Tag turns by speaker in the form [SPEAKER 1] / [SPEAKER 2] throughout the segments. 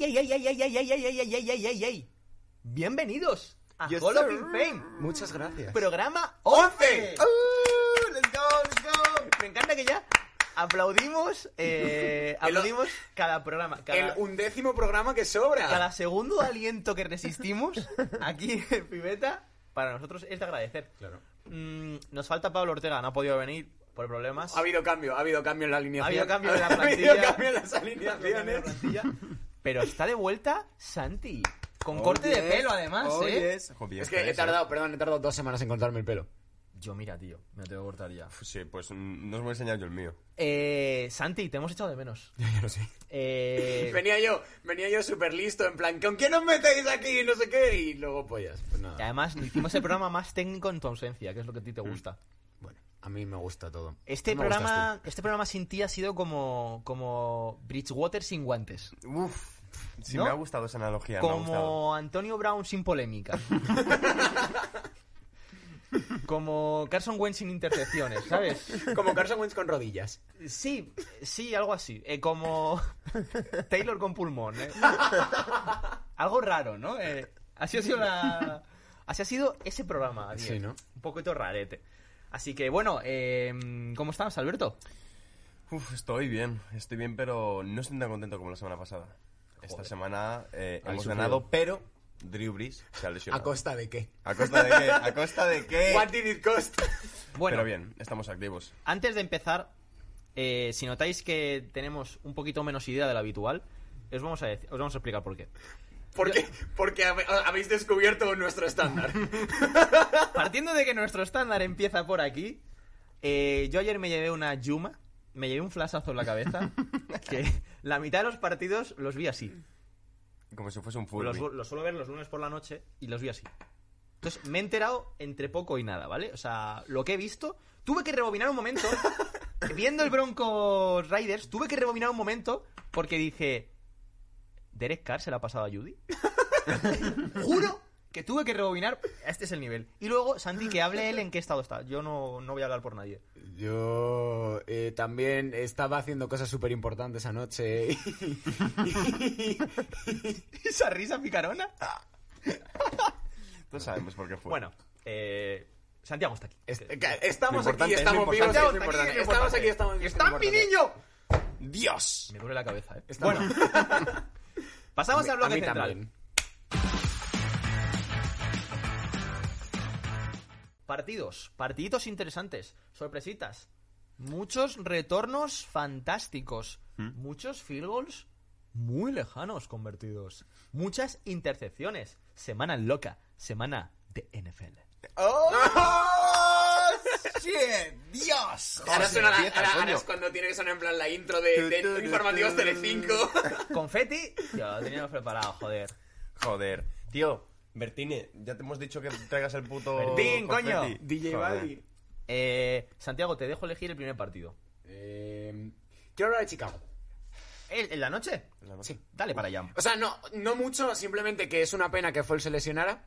[SPEAKER 1] ¡Ay, ay, ay, ay, ay, ay, ay, ay, ay, ay, ay, ay, ay! Bienvenidos a
[SPEAKER 2] Yes,
[SPEAKER 1] Hall of
[SPEAKER 2] sir.
[SPEAKER 1] Fame,
[SPEAKER 2] Muchas gracias.
[SPEAKER 1] programa 11.
[SPEAKER 2] 11. ¡Uh! ¡Let's go, let's go!
[SPEAKER 1] Me encanta que ya aplaudimos, eh,
[SPEAKER 2] El o-
[SPEAKER 1] aplaudimos cada programa,
[SPEAKER 2] El
[SPEAKER 1] cada,
[SPEAKER 2] undécimo programa que sobra.
[SPEAKER 1] cada segundo aliento que resistimos aquí en Pibeta, para nosotros es de agradecer.
[SPEAKER 2] Claro.
[SPEAKER 1] Mm, nos falta Pablo Ortega, no ha podido venir por problemas.
[SPEAKER 2] Ha habido cambio, ha habido cambio en la alineación.
[SPEAKER 1] Ha habido cambio en la
[SPEAKER 2] Ha habido
[SPEAKER 1] plantilla.
[SPEAKER 2] cambio en las
[SPEAKER 1] Cambió la
[SPEAKER 2] alineaciones.
[SPEAKER 1] plantilla. Pero está de vuelta Santi.
[SPEAKER 2] Oh,
[SPEAKER 1] Con corte de pelo, además, ¿eh?
[SPEAKER 2] Es que he tardado, perdón, he tardado dos semanas en cortarme el pelo.
[SPEAKER 3] Yo, mira, tío, me lo tengo que cortar ya.
[SPEAKER 4] Sí, pues mm, no os voy a enseñar yo el mío.
[SPEAKER 1] Eh, Santi, te hemos echado de menos.
[SPEAKER 2] Ya lo sé.
[SPEAKER 1] Eh,
[SPEAKER 2] Venía yo, venía yo súper listo, en plan, ¿con quién os metéis aquí? No sé qué. Y luego pollas. Pues
[SPEAKER 1] y
[SPEAKER 2] nada.
[SPEAKER 1] además, hicimos el programa más técnico en tu ausencia, que es lo que a ti te gusta.
[SPEAKER 2] Bueno, a mí me gusta todo.
[SPEAKER 1] Este,
[SPEAKER 2] No me
[SPEAKER 1] programa,
[SPEAKER 2] gustas
[SPEAKER 1] este programa sin ti ha sido como, como Bridgewater sin guantes.
[SPEAKER 4] Uf, sí
[SPEAKER 1] ¿No?
[SPEAKER 4] me ha gustado esa analogía. Me ha gustado.
[SPEAKER 1] Como Antonio Brown sin polémica. como Carson Wentz sin intercepciones, ¿sabes?
[SPEAKER 2] tú. Como Carson Wentz con rodillas.
[SPEAKER 1] Sí, sí, algo así. Eh, como Taylor con pulmón. ¿eh? Algo raro, ¿no? Eh, así ha sido la... Así ha sido ese programa. Adiel.
[SPEAKER 2] Sí, ¿no?
[SPEAKER 1] Un poquito rarete. Así que, bueno, eh, ¿cómo estamos, Alberto?
[SPEAKER 4] Uf, estoy bien, estoy bien, pero no estoy tan contento como la semana pasada. Esta semana eh, hemos
[SPEAKER 2] sufrido.
[SPEAKER 4] ganado, pero Drew Brees se ha
[SPEAKER 2] ¿A
[SPEAKER 4] lesionado.
[SPEAKER 2] costa de qué?
[SPEAKER 4] ¿A costa de qué? ¿A costa de
[SPEAKER 1] Eh.
[SPEAKER 4] qué?
[SPEAKER 2] What did it cost?
[SPEAKER 1] Bueno,
[SPEAKER 4] Pero bien, estamos activos.
[SPEAKER 1] antes de empezar, eh, si notáis que tenemos un poquito menos idea de lo habitual, os vamos a, dec- os vamos a explicar por qué.
[SPEAKER 2] Porque, porque habe- habéis descubierto nuestro estándar.
[SPEAKER 1] Partiendo de que nuestro estándar empieza por aquí, eh, yo ayer me llevé una yuma, me llevé un flasazo en la cabeza, que la mitad de los partidos los vi así.
[SPEAKER 4] Como si fuese un
[SPEAKER 2] Pues
[SPEAKER 4] fútbol.
[SPEAKER 1] Los, los suelo ver los lunes por la noche y los vi así. Entonces me he enterado entre poco y nada, ¿vale? O sea, lo que he visto, tuve que rebobinar un momento, viendo el Bronco Riders, tuve que rebobinar un momento porque dije, ¿Derek Carr se la ha pasado a Judy? Juro que tuve que rebobinar, este es el nivel. Y luego, Santi, que hable él en qué estado está. Yo no, no voy a hablar por nadie.
[SPEAKER 2] Yo eh, también estaba haciendo cosas súper importantes anoche.
[SPEAKER 1] Esa risa picarona.
[SPEAKER 2] Ah,
[SPEAKER 4] No sabemos por qué fue.
[SPEAKER 1] Bueno, eh, Santiago está aquí.
[SPEAKER 2] Est-
[SPEAKER 1] Que-
[SPEAKER 2] ca-
[SPEAKER 4] Lo
[SPEAKER 2] estamos aquí,
[SPEAKER 4] importante es lo
[SPEAKER 2] estamos vivos, es
[SPEAKER 4] importante.
[SPEAKER 2] lo importante. Estamos aquí, estamos vivos. es lo
[SPEAKER 1] ¡Está mi
[SPEAKER 2] importante.
[SPEAKER 1] niño!
[SPEAKER 4] ¡Dios!
[SPEAKER 1] Me duele la cabeza, ¿eh?
[SPEAKER 2] Estamos-
[SPEAKER 1] Bueno, pasamos al bloque
[SPEAKER 2] A mí
[SPEAKER 1] central.
[SPEAKER 2] también.
[SPEAKER 1] Partidos, partiditos interesantes, sorpresitas. Muchos retornos fantásticos.
[SPEAKER 2] ¿Mm?
[SPEAKER 1] Muchos field goals muy lejanos convertidos. Muchas intercepciones. Semana loca, semana de NFL.
[SPEAKER 4] ¡Oh! ¡Shit! ¡Dios!
[SPEAKER 2] Ahora,
[SPEAKER 4] Joder,
[SPEAKER 2] suena la-
[SPEAKER 4] empieza,
[SPEAKER 2] ahora- ahora
[SPEAKER 4] coño.
[SPEAKER 2] es cuando tiene que sonar en plan la intro de, de
[SPEAKER 4] Tu, tu, tu,
[SPEAKER 2] Informativos
[SPEAKER 4] tu.
[SPEAKER 2] Telecinco.
[SPEAKER 1] Confeti, ya lo teníamos preparado, joder.
[SPEAKER 4] Joder. Tío, Bertine, ya te hemos dicho que traigas el puto.
[SPEAKER 1] Bertín, coño.
[SPEAKER 4] confeti. Joder.
[SPEAKER 1] Eh, Santiago, te dejo elegir el primer partido.
[SPEAKER 2] Eh, quiero hablar de Chicago.
[SPEAKER 1] ¿El- ¿En la noche?
[SPEAKER 4] La noche.
[SPEAKER 2] Sí.
[SPEAKER 1] Dale para allá.
[SPEAKER 2] O sea, no, no mucho, simplemente que es una pena que Foles se lesionara.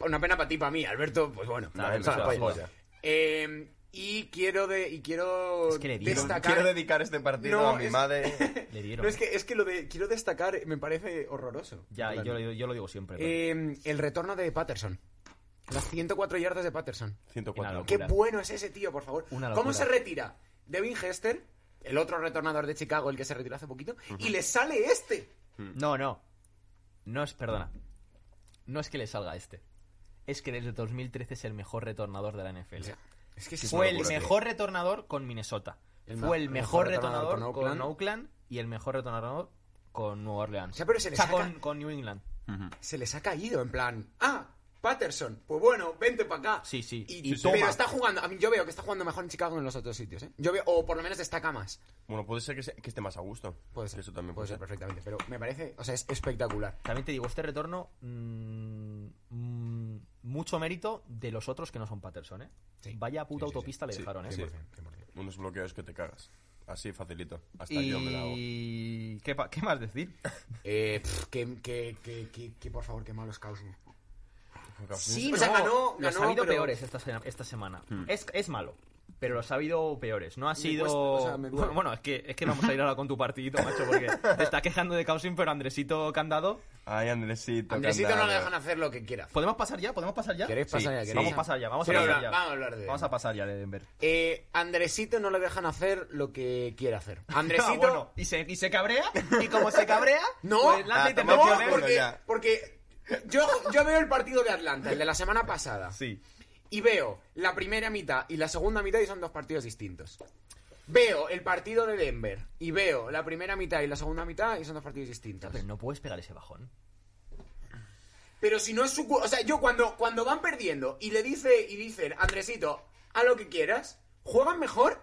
[SPEAKER 2] Una pena para ti, para mí. Alberto, pues bueno.
[SPEAKER 4] Nada,
[SPEAKER 2] o sea,
[SPEAKER 4] me suda
[SPEAKER 2] polla.
[SPEAKER 4] la polla.
[SPEAKER 2] Eh, y quiero, de, y quiero
[SPEAKER 1] Es que le dieron.
[SPEAKER 2] destacar...
[SPEAKER 4] Quiero dedicar este partido
[SPEAKER 2] No,
[SPEAKER 4] a mi
[SPEAKER 2] es-
[SPEAKER 4] madre.
[SPEAKER 1] Le dieron.
[SPEAKER 2] No, es que, es que lo de quiero destacar me parece horroroso.
[SPEAKER 1] Ya,
[SPEAKER 2] En plan,
[SPEAKER 1] yo, yo- yo lo digo siempre. pero-
[SPEAKER 2] eh, el retorno de Patterson. Las 104 yardas de Patterson.
[SPEAKER 4] 104.
[SPEAKER 1] Una
[SPEAKER 2] Qué
[SPEAKER 1] Locura.
[SPEAKER 2] bueno es ese tío, por favor.
[SPEAKER 1] Una locura.
[SPEAKER 2] ¿Cómo se retira? Devin Hester, el otro retornador de Chicago, el que se retiró hace poquito, y le sale este.
[SPEAKER 1] No, no. No es, perdona. No es que le salga este. Es que desde 2013 es el mejor retornador de la NFL.
[SPEAKER 2] Es que
[SPEAKER 4] es
[SPEAKER 1] Fue
[SPEAKER 4] una
[SPEAKER 1] el
[SPEAKER 4] locura, tío.
[SPEAKER 1] mejor retornador con Minnesota.
[SPEAKER 2] El ma-
[SPEAKER 1] Fue el mejor retornador, con, Oakland.
[SPEAKER 2] Oakland.
[SPEAKER 1] y el mejor retornador con Nueva Orleans.
[SPEAKER 2] O sea, pero se le
[SPEAKER 1] O sea,
[SPEAKER 2] saca-
[SPEAKER 1] con, con New England.
[SPEAKER 2] Se les ha caído, en plan, ah, Patterson, pues bueno, vente para acá.
[SPEAKER 1] Sí, sí.
[SPEAKER 2] Y,
[SPEAKER 1] Y
[SPEAKER 2] pero
[SPEAKER 1] toma.
[SPEAKER 2] está jugando, a mí yo veo que está jugando mejor en Chicago que en los otros sitios, ¿eh? Yo veo, o por lo menos destaca más.
[SPEAKER 4] Bueno, puede ser que, se- que esté más a gusto.
[SPEAKER 2] Puede ser.
[SPEAKER 4] Eso también
[SPEAKER 2] puede
[SPEAKER 4] puede,
[SPEAKER 2] ser perfectamente, pero me parece, o sea, es espectacular.
[SPEAKER 1] También te digo, este retorno... mm, mm, mucho mérito de los otros que no son Patterson, ¿eh?
[SPEAKER 2] Sí.
[SPEAKER 1] Vaya puta
[SPEAKER 2] Sí, sí, sí.
[SPEAKER 1] autopista le
[SPEAKER 4] Sí,
[SPEAKER 1] dejaron, ¿eh?
[SPEAKER 4] sí.
[SPEAKER 2] 100%, 100%.
[SPEAKER 4] Unos bloqueos que te cagas. Así facilito. Hasta yo me la hago.
[SPEAKER 1] Y... ¿Qué, pa- ¿Qué más decir?
[SPEAKER 2] Eh, pff, que, que, que, que- que, por favor, que malos Cousins.
[SPEAKER 1] Sí,
[SPEAKER 2] O sea,
[SPEAKER 1] no,
[SPEAKER 2] ganó-
[SPEAKER 1] los
[SPEAKER 2] ganó,
[SPEAKER 1] ha habido
[SPEAKER 2] pero-
[SPEAKER 1] peores esta, se- esta semana.
[SPEAKER 2] Hmm.
[SPEAKER 1] Es, es malo, pero los ha habido peores. No ha sido...
[SPEAKER 5] cuesta, o sea, me duele.
[SPEAKER 1] bueno, es que, es que vamos a ir ahora con tu partidito, macho, porque te está quejando de Causing, pero Andresito Candado...
[SPEAKER 4] Ay, Andresito.
[SPEAKER 2] Andresito no
[SPEAKER 4] candado.
[SPEAKER 2] le dejan hacer lo que quiera.
[SPEAKER 1] ¿Podemos pasar ya? ¿Podemos pasar ya?
[SPEAKER 2] ¿Queréis pasar ya? ¿Queréis?
[SPEAKER 1] Vamos a pasar ya, vamos a
[SPEAKER 2] Pero
[SPEAKER 1] pasar
[SPEAKER 2] habla-
[SPEAKER 1] ya.
[SPEAKER 2] vamos a hablar de-
[SPEAKER 1] Vamos a pasar ya de Denver. Ah,
[SPEAKER 2] Eh, Andresito no le dejan hacer lo que quiere hacer. Andresito.
[SPEAKER 1] Ah, bueno, y, se, y se cabrea, y como se cabrea,
[SPEAKER 2] No,
[SPEAKER 1] pues lanza
[SPEAKER 4] Ah,
[SPEAKER 2] no,
[SPEAKER 1] intervenciones.
[SPEAKER 4] por-
[SPEAKER 2] porque,
[SPEAKER 4] Ya.
[SPEAKER 2] porque yo, yo veo el partido de Atlanta, el de la semana pasada,
[SPEAKER 1] Sí.
[SPEAKER 2] y veo la primera mitad y la segunda mitad y son dos partidos distintos. Veo el partido de Denver y veo la primera mitad y la segunda mitad y son dos partidos distintos.
[SPEAKER 1] Pero no puedes pegar ese bajón.
[SPEAKER 2] Pero si no es su... cu- O sea, yo cuando, cuando van perdiendo y le dice y dicen, Andresito, a lo que quieras, ¿juegan mejor?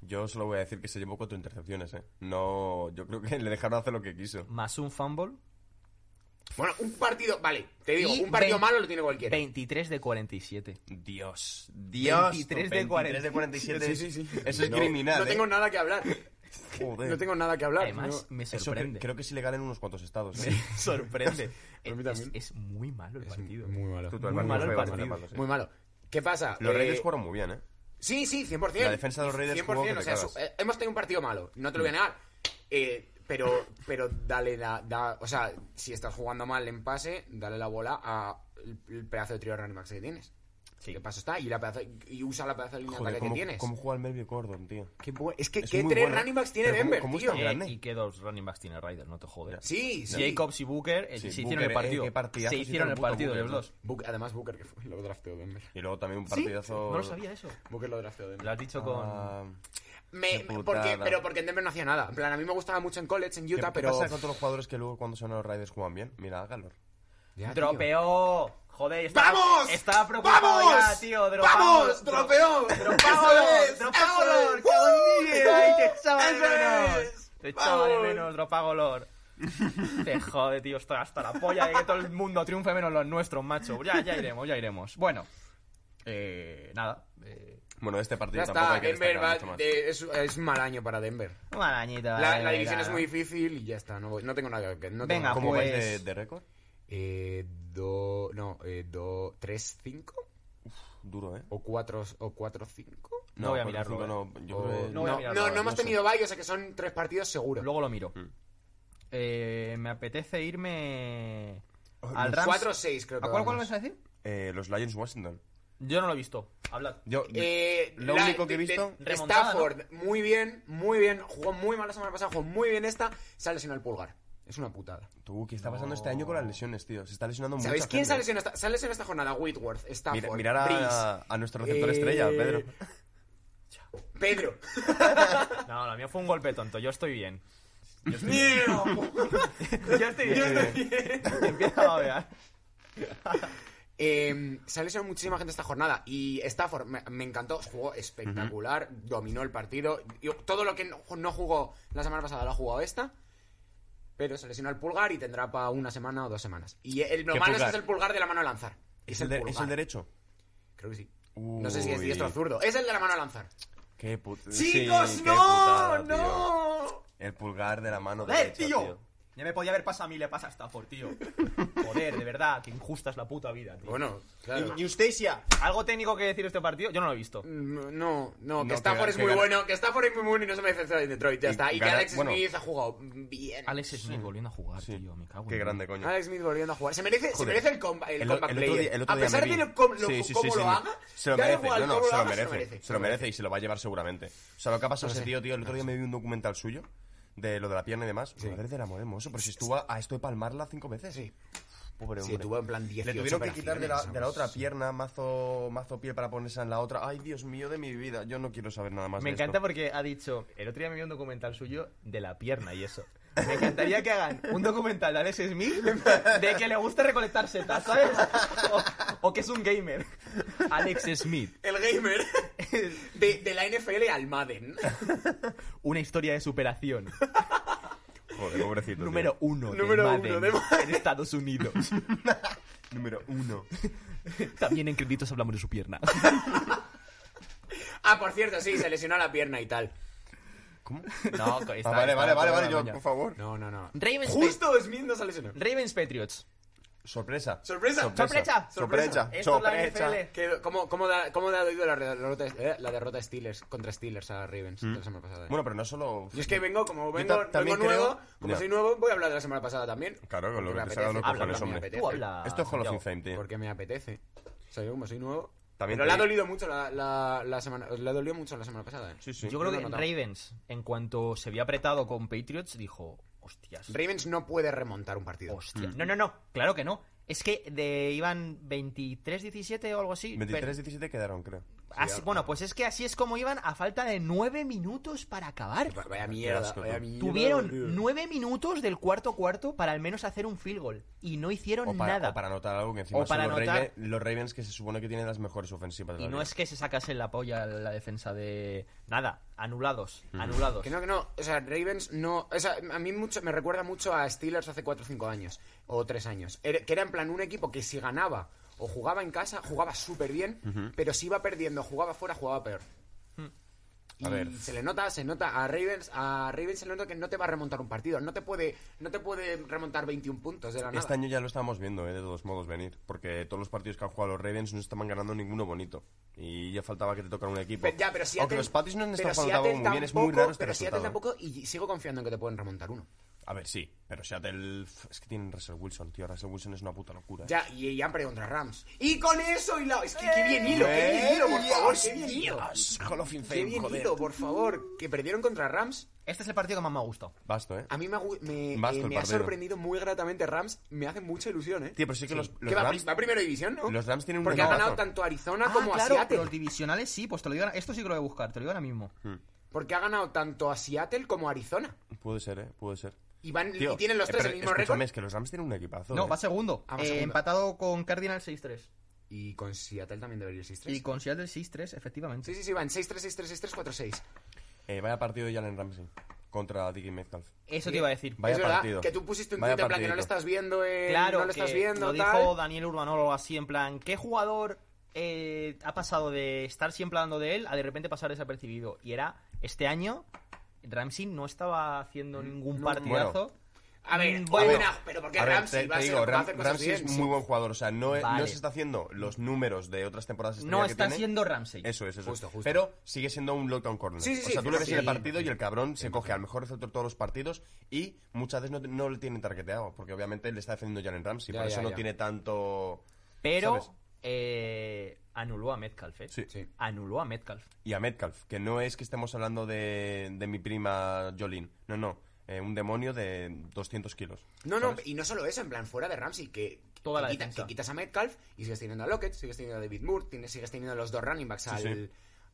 [SPEAKER 4] Yo solo voy a decir que se llevó cuatro intercepciones, ¿eh? No, yo creo que le dejaron hacer lo que quiso.
[SPEAKER 1] Más un fumble.
[SPEAKER 2] Bueno, un partido... Vale, te digo,
[SPEAKER 1] y
[SPEAKER 2] un partido
[SPEAKER 1] vein-
[SPEAKER 2] malo lo tiene cualquiera.
[SPEAKER 1] 23 de 47.
[SPEAKER 4] Dios, Dios.
[SPEAKER 1] 23 de
[SPEAKER 4] 23 de 47.
[SPEAKER 2] Sí, sí, sí.
[SPEAKER 4] Eso es
[SPEAKER 2] No,
[SPEAKER 4] criminal,
[SPEAKER 2] No tengo
[SPEAKER 4] ¿eh?
[SPEAKER 2] nada que hablar.
[SPEAKER 4] Joder.
[SPEAKER 2] No tengo nada que hablar.
[SPEAKER 1] Además,
[SPEAKER 2] no.
[SPEAKER 1] me
[SPEAKER 4] Eso
[SPEAKER 1] sorprende.
[SPEAKER 4] cre- creo que es ilegal en unos cuantos estados. ¿eh?
[SPEAKER 1] Me sorprende.
[SPEAKER 2] A mí
[SPEAKER 1] es,
[SPEAKER 2] también.
[SPEAKER 1] es muy malo el partido.
[SPEAKER 2] Muy malo.
[SPEAKER 4] Tú, tú,
[SPEAKER 1] Muy
[SPEAKER 4] Alvaro,
[SPEAKER 1] malo el
[SPEAKER 4] fue bastante
[SPEAKER 1] partido.
[SPEAKER 4] sí.
[SPEAKER 2] Muy malo. ¿Qué pasa?
[SPEAKER 4] Los
[SPEAKER 2] Eh,
[SPEAKER 4] Raiders jugaron muy bien, ¿eh?
[SPEAKER 2] Sí, sí, 100%.
[SPEAKER 4] La defensa de los Raiders jugó que
[SPEAKER 2] 100%, o
[SPEAKER 4] te
[SPEAKER 2] sea,
[SPEAKER 4] cagas. Mm.
[SPEAKER 2] su- eh, hemos tenido un partido malo, no te lo voy a negar. Eh, pero, pero dale la, da- O sea, si estás jugando mal en pase, dale la bola a el- el pedazo de trío de running backs que tienes.
[SPEAKER 1] Sí.
[SPEAKER 2] ¿Qué paso está? Y, la pedazo- y usa la pedazo de línea de
[SPEAKER 4] Joder,
[SPEAKER 2] ataque
[SPEAKER 4] ¿cómo,
[SPEAKER 2] que tienes.
[SPEAKER 4] cómo juega el Melvin Gordon, tío?
[SPEAKER 2] Qué bu- es que
[SPEAKER 4] es
[SPEAKER 2] ¿qué
[SPEAKER 4] muy
[SPEAKER 2] tres
[SPEAKER 4] bueno, ¿eh?
[SPEAKER 2] running backs tiene
[SPEAKER 4] Pero ¿cómo-
[SPEAKER 2] Denver,
[SPEAKER 4] cómo
[SPEAKER 2] tío?
[SPEAKER 4] está?
[SPEAKER 1] Eh,
[SPEAKER 4] grande.
[SPEAKER 1] y que dos running backs tiene Ryder, no te jodas.
[SPEAKER 2] Sí, sí.
[SPEAKER 1] Jacobs y Booker eh,
[SPEAKER 4] Sí,
[SPEAKER 1] se hicieron
[SPEAKER 4] Booker,
[SPEAKER 1] el
[SPEAKER 4] eh,
[SPEAKER 1] partido.
[SPEAKER 4] qué partidazo
[SPEAKER 1] se
[SPEAKER 4] hizo
[SPEAKER 1] hicieron
[SPEAKER 4] el
[SPEAKER 1] el
[SPEAKER 4] puto
[SPEAKER 1] partido
[SPEAKER 4] Booker,
[SPEAKER 1] los
[SPEAKER 4] ¿no?
[SPEAKER 1] dos.
[SPEAKER 2] Book- además, Booker que fue- lo drafteó Denver.
[SPEAKER 4] Y luego también un partidazo...
[SPEAKER 1] No lo sabía eso.
[SPEAKER 2] Booker lo drafteó Denver.
[SPEAKER 1] Lo has dicho con.
[SPEAKER 4] Ah,
[SPEAKER 2] Me-
[SPEAKER 4] Qué
[SPEAKER 2] me- porque,
[SPEAKER 4] putada.
[SPEAKER 2] pero porque en Denver no hacía nada. En plan, a mí me gustaba mucho en college, en
[SPEAKER 4] ¿Qué,
[SPEAKER 2] Utah,
[SPEAKER 4] qué
[SPEAKER 2] pero.
[SPEAKER 4] pasa con todos los jugadores que luego cuando son a los Raiders juegan bien? Mira, hágalo.
[SPEAKER 2] Ya, tío.
[SPEAKER 1] ¡Dropeó! Joder, estaba,
[SPEAKER 2] ¡Vamos!
[SPEAKER 1] estaba preocupado
[SPEAKER 2] ¡Vamos!
[SPEAKER 1] ya, tío.
[SPEAKER 2] ¡Vamos! ¡Dropeó! ¡Eso
[SPEAKER 1] ¡Dropágolos!
[SPEAKER 2] es! ¡Eso
[SPEAKER 1] ¡Dropágolos!
[SPEAKER 2] es!
[SPEAKER 1] ¡Cago en mi vida! ¡Ay, te
[SPEAKER 2] ¡Eso
[SPEAKER 1] echaba de menos!
[SPEAKER 2] es!
[SPEAKER 1] Te echaba de
[SPEAKER 2] ¡Vamos!
[SPEAKER 1] menos, Dropágolos. Te jode, tío. Estoy hasta la polla de que todo el mundo triunfe menos los nuestros, macho. Ya, ya iremos, ya iremos. Bueno. Eh, nada. Eh,
[SPEAKER 4] Bueno, este partido
[SPEAKER 2] Ya
[SPEAKER 4] tampoco
[SPEAKER 2] está,
[SPEAKER 4] hay que
[SPEAKER 2] Denver
[SPEAKER 4] destacar
[SPEAKER 2] va-
[SPEAKER 4] mucho más.
[SPEAKER 2] de- es, es un mal año para Denver.
[SPEAKER 1] una arañita.
[SPEAKER 2] La,
[SPEAKER 1] eh,
[SPEAKER 2] la división es
[SPEAKER 1] nada.
[SPEAKER 2] muy difícil y ya está. No, voy- no tengo nada que. No tengo
[SPEAKER 1] Venga,
[SPEAKER 2] nada.
[SPEAKER 4] ¿Cómo vais de,
[SPEAKER 1] pues-
[SPEAKER 4] de récord?
[SPEAKER 2] Eh, do, no, eh, do, ¿Tres, cinco?
[SPEAKER 4] Duro, ¿eh?
[SPEAKER 2] ¿O cuatro, o cuatro cinco?
[SPEAKER 1] No voy a
[SPEAKER 4] cuatro,
[SPEAKER 1] mirarlo, ¿eh? Oh,
[SPEAKER 4] cinco, No, yo creo que-
[SPEAKER 1] No voy a
[SPEAKER 2] no,
[SPEAKER 1] mirar
[SPEAKER 2] no,
[SPEAKER 1] nada,
[SPEAKER 2] no
[SPEAKER 1] no
[SPEAKER 2] hemos
[SPEAKER 4] sé.
[SPEAKER 2] tenido varios, o sea que son tres partidos seguros.
[SPEAKER 1] Luego lo miro.
[SPEAKER 4] Mm.
[SPEAKER 1] Eh, me apetece irme.
[SPEAKER 4] Oh,
[SPEAKER 1] Al
[SPEAKER 4] los
[SPEAKER 1] Rams.
[SPEAKER 2] Cuatro o seis, creo que.
[SPEAKER 1] ¿A cuál, cuál
[SPEAKER 2] vamos.
[SPEAKER 1] vas a decir?
[SPEAKER 4] Eh, los Lions Washington.
[SPEAKER 1] Yo no lo he visto. Hablad.
[SPEAKER 4] Yo,
[SPEAKER 2] Eh,
[SPEAKER 4] lo
[SPEAKER 2] la-
[SPEAKER 4] único que he
[SPEAKER 2] de-
[SPEAKER 4] visto...
[SPEAKER 2] de-
[SPEAKER 1] Remontada,
[SPEAKER 2] Stafford, muy bien, muy bien. Jugó muy mal la semana pasada, jugó muy bien esta. Se ha lesionado el pulgar. Es una putada.
[SPEAKER 4] Tú, ¿qué está pasando este año con las lesiones, tío? Se está lesionando mucho.
[SPEAKER 2] ¿Sabéis quién se ha lesionado esta, se ha lesionado esta jornada? Whitworth, Stafford,
[SPEAKER 4] Mira, mirar
[SPEAKER 2] Breeze,
[SPEAKER 4] a, a nuestro receptor
[SPEAKER 2] Eh,
[SPEAKER 4] estrella, Pedro.
[SPEAKER 2] Pedro.
[SPEAKER 1] No, la mía fue un golpe tonto. Yo estoy bien.
[SPEAKER 2] Yo estoy
[SPEAKER 1] Empieza a babear.
[SPEAKER 2] Eh, se ha lesionado muchísima gente esta jornada y Stafford me, me encantó, jugó espectacular, dominó el partido. Yo- todo lo que no, no jugó la semana pasada lo ha jugado esta, pero se lesionó el pulgar y tendrá para una semana o dos semanas. Y el, lo
[SPEAKER 4] ¿Qué
[SPEAKER 2] malo es que
[SPEAKER 4] pulgar?
[SPEAKER 2] es el pulgar de la mano a lanzar.
[SPEAKER 4] ¿Es el, de-
[SPEAKER 2] pulgar.
[SPEAKER 4] es el derecho?
[SPEAKER 2] Creo que sí. No sé si es
[SPEAKER 4] Uy.
[SPEAKER 2] diestro o zurdo. Es el de la mano a lanzar.
[SPEAKER 4] ¡Qué puta!
[SPEAKER 2] ¡Chicos, no! ¡No!
[SPEAKER 4] El pulgar de la mano
[SPEAKER 1] ¡Eh,
[SPEAKER 4] derecha,
[SPEAKER 1] tío! Ya me podía haber pasado a mí, le pasa a Stafford, tío. Joder, de verdad, que injusta es la puta vida, tío.
[SPEAKER 2] Bueno, claro.
[SPEAKER 1] Eustacia, ¿algo técnico que decir de este partido? Yo no lo he visto.
[SPEAKER 2] No, no, no, que
[SPEAKER 4] que
[SPEAKER 2] Stafford
[SPEAKER 4] ga-
[SPEAKER 2] es
[SPEAKER 4] que
[SPEAKER 2] muy
[SPEAKER 4] gana-
[SPEAKER 2] bueno, que Stafford es muy bueno y no se me decepciona en Detroit, ya
[SPEAKER 4] Y
[SPEAKER 2] está. Y que
[SPEAKER 4] gana-
[SPEAKER 2] Alex
[SPEAKER 4] bueno.
[SPEAKER 2] Smith ha jugado bien.
[SPEAKER 1] Alex Smith volviendo a jugar,
[SPEAKER 4] Sí.
[SPEAKER 1] tío. Me cago en
[SPEAKER 4] Qué
[SPEAKER 1] Dios.
[SPEAKER 4] grande, coño.
[SPEAKER 2] Alex Smith volviendo a jugar. Se merece, se
[SPEAKER 4] Joder.
[SPEAKER 2] merece el, comba, el,
[SPEAKER 4] El o-
[SPEAKER 2] comeback
[SPEAKER 4] el otro
[SPEAKER 2] player.
[SPEAKER 4] día- el otro
[SPEAKER 2] a
[SPEAKER 4] día
[SPEAKER 2] pesar
[SPEAKER 4] me
[SPEAKER 2] de
[SPEAKER 4] vi.
[SPEAKER 2] lo, com- lo-
[SPEAKER 4] Sí, sí,
[SPEAKER 2] cómo
[SPEAKER 4] sí,
[SPEAKER 2] lo
[SPEAKER 4] sí,
[SPEAKER 2] haga,
[SPEAKER 4] Se lo
[SPEAKER 2] da
[SPEAKER 4] merece,
[SPEAKER 2] igual
[SPEAKER 4] no, no,
[SPEAKER 2] cómo
[SPEAKER 4] se
[SPEAKER 2] haga,
[SPEAKER 4] lo merece. Se lo merece y se lo va a llevar seguramente. O sea, lo que ha pasado a ese tío, tío, el otro día me vi un documental suyo de lo de la pierna y demás. Madre del amor hermoso, pero si estuvo a, a esto de palmarla cinco veces.
[SPEAKER 2] Sí.
[SPEAKER 4] Pobre
[SPEAKER 2] Sí,
[SPEAKER 4] hombre.
[SPEAKER 2] tuvo en plan 18
[SPEAKER 4] Le tuvieron que quitar de la, de la
[SPEAKER 2] operaciones,
[SPEAKER 4] otra pierna, mazo, mazo piel para ponerse en la otra. Ay, Dios mío de mi vida, yo no quiero saber nada más
[SPEAKER 1] Me
[SPEAKER 4] de
[SPEAKER 1] encanta
[SPEAKER 4] esto.
[SPEAKER 1] porque ha dicho, el otro día me vi un documental suyo de la pierna y eso. Me encantaría que hagan un documental de Alex Smith de que le gusta recolectar setas, ¿sabes? O, o que es un gamer. Alex Smith.
[SPEAKER 2] El gamer de, de la NFL al Madden.
[SPEAKER 1] Una historia de superación.
[SPEAKER 4] Joder, pobrecito. tío.
[SPEAKER 1] Número uno,
[SPEAKER 2] Número
[SPEAKER 1] de,
[SPEAKER 2] uno
[SPEAKER 1] Madden
[SPEAKER 2] de Madden.
[SPEAKER 1] en Estados Unidos.
[SPEAKER 4] Número uno. Ah,
[SPEAKER 1] También en créditos hablamos de su pierna.
[SPEAKER 2] Ah, por cierto, sí, se lesionó la pierna y tal.
[SPEAKER 4] ¿Cómo?
[SPEAKER 1] No,
[SPEAKER 4] Ah, vale, vale, vale, vale, yo, por favor.
[SPEAKER 2] No, no, no.
[SPEAKER 1] Ravens,
[SPEAKER 2] Justo Smith no se lesionó.
[SPEAKER 1] Ravens Patriots.
[SPEAKER 4] Sorpresa.
[SPEAKER 2] Sorpresa.
[SPEAKER 1] Sorpresa.
[SPEAKER 4] Sorpresa.
[SPEAKER 1] Esto es la
[SPEAKER 4] Sorpresa.
[SPEAKER 1] NFL.
[SPEAKER 2] ¿Qué- ¿Cómo, cómo, da, ¿Cómo da dolido la, re- la derrota, eh, la derrota Steelers contra Steelers a Ravens de la semana pasada? eh?
[SPEAKER 4] Mm. Bueno, pero no solo.
[SPEAKER 2] Yo es que vengo, como
[SPEAKER 4] Yo
[SPEAKER 2] vengo,
[SPEAKER 4] ta-
[SPEAKER 2] vengo
[SPEAKER 4] también
[SPEAKER 2] nuevo,
[SPEAKER 4] creo-
[SPEAKER 2] como
[SPEAKER 4] Ya.
[SPEAKER 2] soy nuevo, voy a hablar de la semana pasada también.
[SPEAKER 4] Claro, con lo
[SPEAKER 2] Porque
[SPEAKER 4] que
[SPEAKER 2] me
[SPEAKER 4] te salgan los
[SPEAKER 2] apetece,
[SPEAKER 1] Habla,
[SPEAKER 4] cojones,
[SPEAKER 2] porque me
[SPEAKER 4] hombre.
[SPEAKER 2] apetece.
[SPEAKER 1] Tú habla.
[SPEAKER 4] Esto es Hall of
[SPEAKER 1] Santiago.
[SPEAKER 4] Fame, tío.
[SPEAKER 2] Porque me apetece. O sea, yo como soy nuevo.
[SPEAKER 4] También
[SPEAKER 2] pero
[SPEAKER 4] te
[SPEAKER 2] le ha
[SPEAKER 4] digo-
[SPEAKER 2] dolido mucho la, la, la semana. Le ha dolido mucho la semana pasada. eh.
[SPEAKER 4] Sí, sí.
[SPEAKER 1] Yo
[SPEAKER 2] yo
[SPEAKER 1] creo
[SPEAKER 2] lo
[SPEAKER 1] que
[SPEAKER 2] he
[SPEAKER 1] en
[SPEAKER 2] notado.
[SPEAKER 1] Ravens, en cuanto se vio apretado con Patriots, dijo, hostias,
[SPEAKER 2] Ravens no puede remontar un partido.
[SPEAKER 1] hostias.
[SPEAKER 4] Mm.
[SPEAKER 1] No, no, no, claro que no. Es que de, iban 23-17 o algo así. pero-
[SPEAKER 4] 23-17 quedaron, creo.
[SPEAKER 1] así- bueno, pues es que así es como iban a falta de 9 minutos para acabar.
[SPEAKER 2] Va- Vaya mierda,
[SPEAKER 4] asco,
[SPEAKER 2] vaya
[SPEAKER 4] tú.
[SPEAKER 2] mierda, tío.
[SPEAKER 1] Tuvieron 9 minutos del cuarto cuarto para al menos hacer un field goal y no hicieron
[SPEAKER 4] O para,
[SPEAKER 1] nada.
[SPEAKER 4] o para anotar algo que encima
[SPEAKER 1] O para
[SPEAKER 4] son los,
[SPEAKER 1] anotar-
[SPEAKER 4] Raven- los Ravens que se supone que tienen las mejores ofensivas. de
[SPEAKER 1] Y
[SPEAKER 4] la
[SPEAKER 1] no
[SPEAKER 4] liga.
[SPEAKER 1] es que se sacase la polla la defensa de... Nada, anulados, anulados.
[SPEAKER 2] Que no, que no. O sea, Ravens no. O sea, a mí mucho, me recuerda mucho a Steelers hace 4 o 5 años. O 3 años. Era- que era en plan un equipo que si ganaba o jugaba en casa, jugaba súper bien. Pero si iba perdiendo, jugaba fuera, jugaba peor. Y
[SPEAKER 4] A ver.
[SPEAKER 2] se le nota, se nota a Ravens, a Ravens se le nota que no te va a remontar un partido, no te puede, no te puede remontar 21 puntos de la nada.
[SPEAKER 4] Este año ya lo estábamos viendo, eh, de todos modos, venir. Porque todos los partidos que han jugado los Ravens no estaban ganando ninguno bonito. Y ya faltaba que te tocara un equipo.
[SPEAKER 2] Pero, ya, pero si
[SPEAKER 4] Aunque
[SPEAKER 2] Atel-
[SPEAKER 4] los Patriots no han
[SPEAKER 2] pero
[SPEAKER 4] estado
[SPEAKER 2] si
[SPEAKER 4] jugando
[SPEAKER 2] Atel
[SPEAKER 4] muy bien, es muy
[SPEAKER 2] tampoco-
[SPEAKER 4] raro este
[SPEAKER 2] Pero si Atel
[SPEAKER 4] resultado.
[SPEAKER 2] tampoco, y sigo confiando en que te pueden remontar uno.
[SPEAKER 4] A ver, sí. Pero Seattle... f- Es que tienen Russell Wilson, tío. Russell Wilson es una puta locura. eh.
[SPEAKER 2] Ya, y, y han perdido contra Rams. Y con eso, y la... Es que qué bien hilo, qué bien hilo,
[SPEAKER 4] Eh,
[SPEAKER 2] por favor, qué bien hilo.
[SPEAKER 4] Dios, Hall of
[SPEAKER 2] Qué
[SPEAKER 4] Fame,
[SPEAKER 2] bien
[SPEAKER 4] joder.
[SPEAKER 2] hilo, por favor. Que perdieron contra Rams.
[SPEAKER 1] Este es el partido que más me ha gustado.
[SPEAKER 4] Basto, ¿eh?
[SPEAKER 2] A mí me, ha gu- me,
[SPEAKER 4] Vasto
[SPEAKER 2] eh,
[SPEAKER 4] el
[SPEAKER 2] me ha
[SPEAKER 4] partido.
[SPEAKER 2] sorprendido muy gratamente Rams. Me hace mucha ilusión, ¿eh?
[SPEAKER 4] Tío, pero sí que los, los
[SPEAKER 2] ¿Qué va,
[SPEAKER 4] Rams...
[SPEAKER 2] va a primera división, ¿no?
[SPEAKER 4] los Rams tienen un
[SPEAKER 2] Porque ha
[SPEAKER 4] equipazo.
[SPEAKER 2] ganado tanto Arizona
[SPEAKER 1] Ah,
[SPEAKER 2] como
[SPEAKER 1] claro,
[SPEAKER 2] a Seattle.
[SPEAKER 1] los divisionales sí, pues te lo digo, ahora- esto sí que lo voy a buscar, te lo digo ahora mismo.
[SPEAKER 2] Porque ha ganado tanto a Seattle como a Arizona.
[SPEAKER 4] Hmm, Puede ser, ¿eh? Puede ser.
[SPEAKER 2] Y, van,
[SPEAKER 4] Tío,
[SPEAKER 2] y tienen los
[SPEAKER 4] eh,
[SPEAKER 2] tres
[SPEAKER 4] pero
[SPEAKER 2] el mismo
[SPEAKER 4] escúchame,
[SPEAKER 2] récord.
[SPEAKER 4] es que los Rams tienen un equipazo.
[SPEAKER 1] No,
[SPEAKER 4] ¿eh?
[SPEAKER 1] va segundo.
[SPEAKER 2] Ah, va
[SPEAKER 1] Eh,
[SPEAKER 2] segundo.
[SPEAKER 1] empatado con Cardinal 6-3.
[SPEAKER 2] Y con Seattle también debería ir 6-3.
[SPEAKER 1] Y con Seattle 6-3, efectivamente.
[SPEAKER 2] Sí, sí, sí, van 6-3, 6-3, 6-3, 4-6.
[SPEAKER 4] Eh, vaya partido de Jalen Ramsey contra Dickie Metcalf.
[SPEAKER 1] Eso
[SPEAKER 2] Sí.
[SPEAKER 1] te iba a decir.
[SPEAKER 4] Vaya
[SPEAKER 2] es verdad
[SPEAKER 4] partido.
[SPEAKER 2] que tú pusiste un
[SPEAKER 4] Vaya
[SPEAKER 2] tuit en plan que no lo
[SPEAKER 4] partidito.
[SPEAKER 2] estás viendo, eh,
[SPEAKER 1] Claro,
[SPEAKER 2] no lo estás
[SPEAKER 1] que
[SPEAKER 2] viendo,
[SPEAKER 1] lo
[SPEAKER 2] tal.
[SPEAKER 1] dijo Daniel Urbano algo así, en plan, ¿qué jugador eh, ha pasado de estar siempre hablando de él a de repente pasar desapercibido? Y era, este año, Ramsey no estaba haciendo ningún
[SPEAKER 2] Mm, no.
[SPEAKER 1] partidazo.
[SPEAKER 2] A ver,
[SPEAKER 1] Mm,
[SPEAKER 2] bueno,
[SPEAKER 1] bueno.
[SPEAKER 2] pero porque
[SPEAKER 4] A ver,
[SPEAKER 2] Ramsey
[SPEAKER 4] te-
[SPEAKER 2] va a
[SPEAKER 4] te
[SPEAKER 2] ser
[SPEAKER 4] digo,
[SPEAKER 2] va a
[SPEAKER 4] Ram-
[SPEAKER 2] hacer cosas
[SPEAKER 4] Ramsey es
[SPEAKER 2] bien,
[SPEAKER 4] muy
[SPEAKER 2] sí.
[SPEAKER 4] buen jugador. O sea, no, es-
[SPEAKER 1] Vale.
[SPEAKER 4] no se está haciendo los números de otras temporadas estrella
[SPEAKER 1] No
[SPEAKER 4] que
[SPEAKER 1] está
[SPEAKER 4] tiene,
[SPEAKER 1] siendo Ramsey.
[SPEAKER 4] Eso es, eso es.
[SPEAKER 2] Justo, justo.
[SPEAKER 4] Pero sigue siendo un lockdown corner.
[SPEAKER 2] Sí, sí,
[SPEAKER 4] o sea,
[SPEAKER 2] sí,
[SPEAKER 4] tú le ves
[SPEAKER 2] sí,
[SPEAKER 4] en el
[SPEAKER 2] sí.
[SPEAKER 4] partido y el cabrón se coge al mejor receptor todos los partidos y muchas veces no, no le tienen targeteado, porque obviamente le está defendiendo Jalen Ramsey.
[SPEAKER 2] Ya,
[SPEAKER 4] por
[SPEAKER 2] ya,
[SPEAKER 4] eso no
[SPEAKER 2] ya.
[SPEAKER 4] tiene tanto. ¿sabes?
[SPEAKER 1] Pero eh, anuló a Metcalf, ¿eh?
[SPEAKER 4] Sí.
[SPEAKER 2] Sí.
[SPEAKER 1] Anuló a Metcalf.
[SPEAKER 4] Y a Metcalf, que no es que estemos hablando de, de mi prima Jolene. No, no. eh, un demonio de 200 kilos.
[SPEAKER 2] No, no,
[SPEAKER 4] ¿sabes?
[SPEAKER 2] y no solo eso, en plan, fuera de Ramsey, que,
[SPEAKER 1] Toda
[SPEAKER 2] que
[SPEAKER 1] la
[SPEAKER 2] quita-
[SPEAKER 1] defensa.
[SPEAKER 2] que quitas a Metcalf y sigues teniendo a Lockett, sigues teniendo a David Moore, tienes, sigues teniendo a los dos running backs, al,
[SPEAKER 4] sí.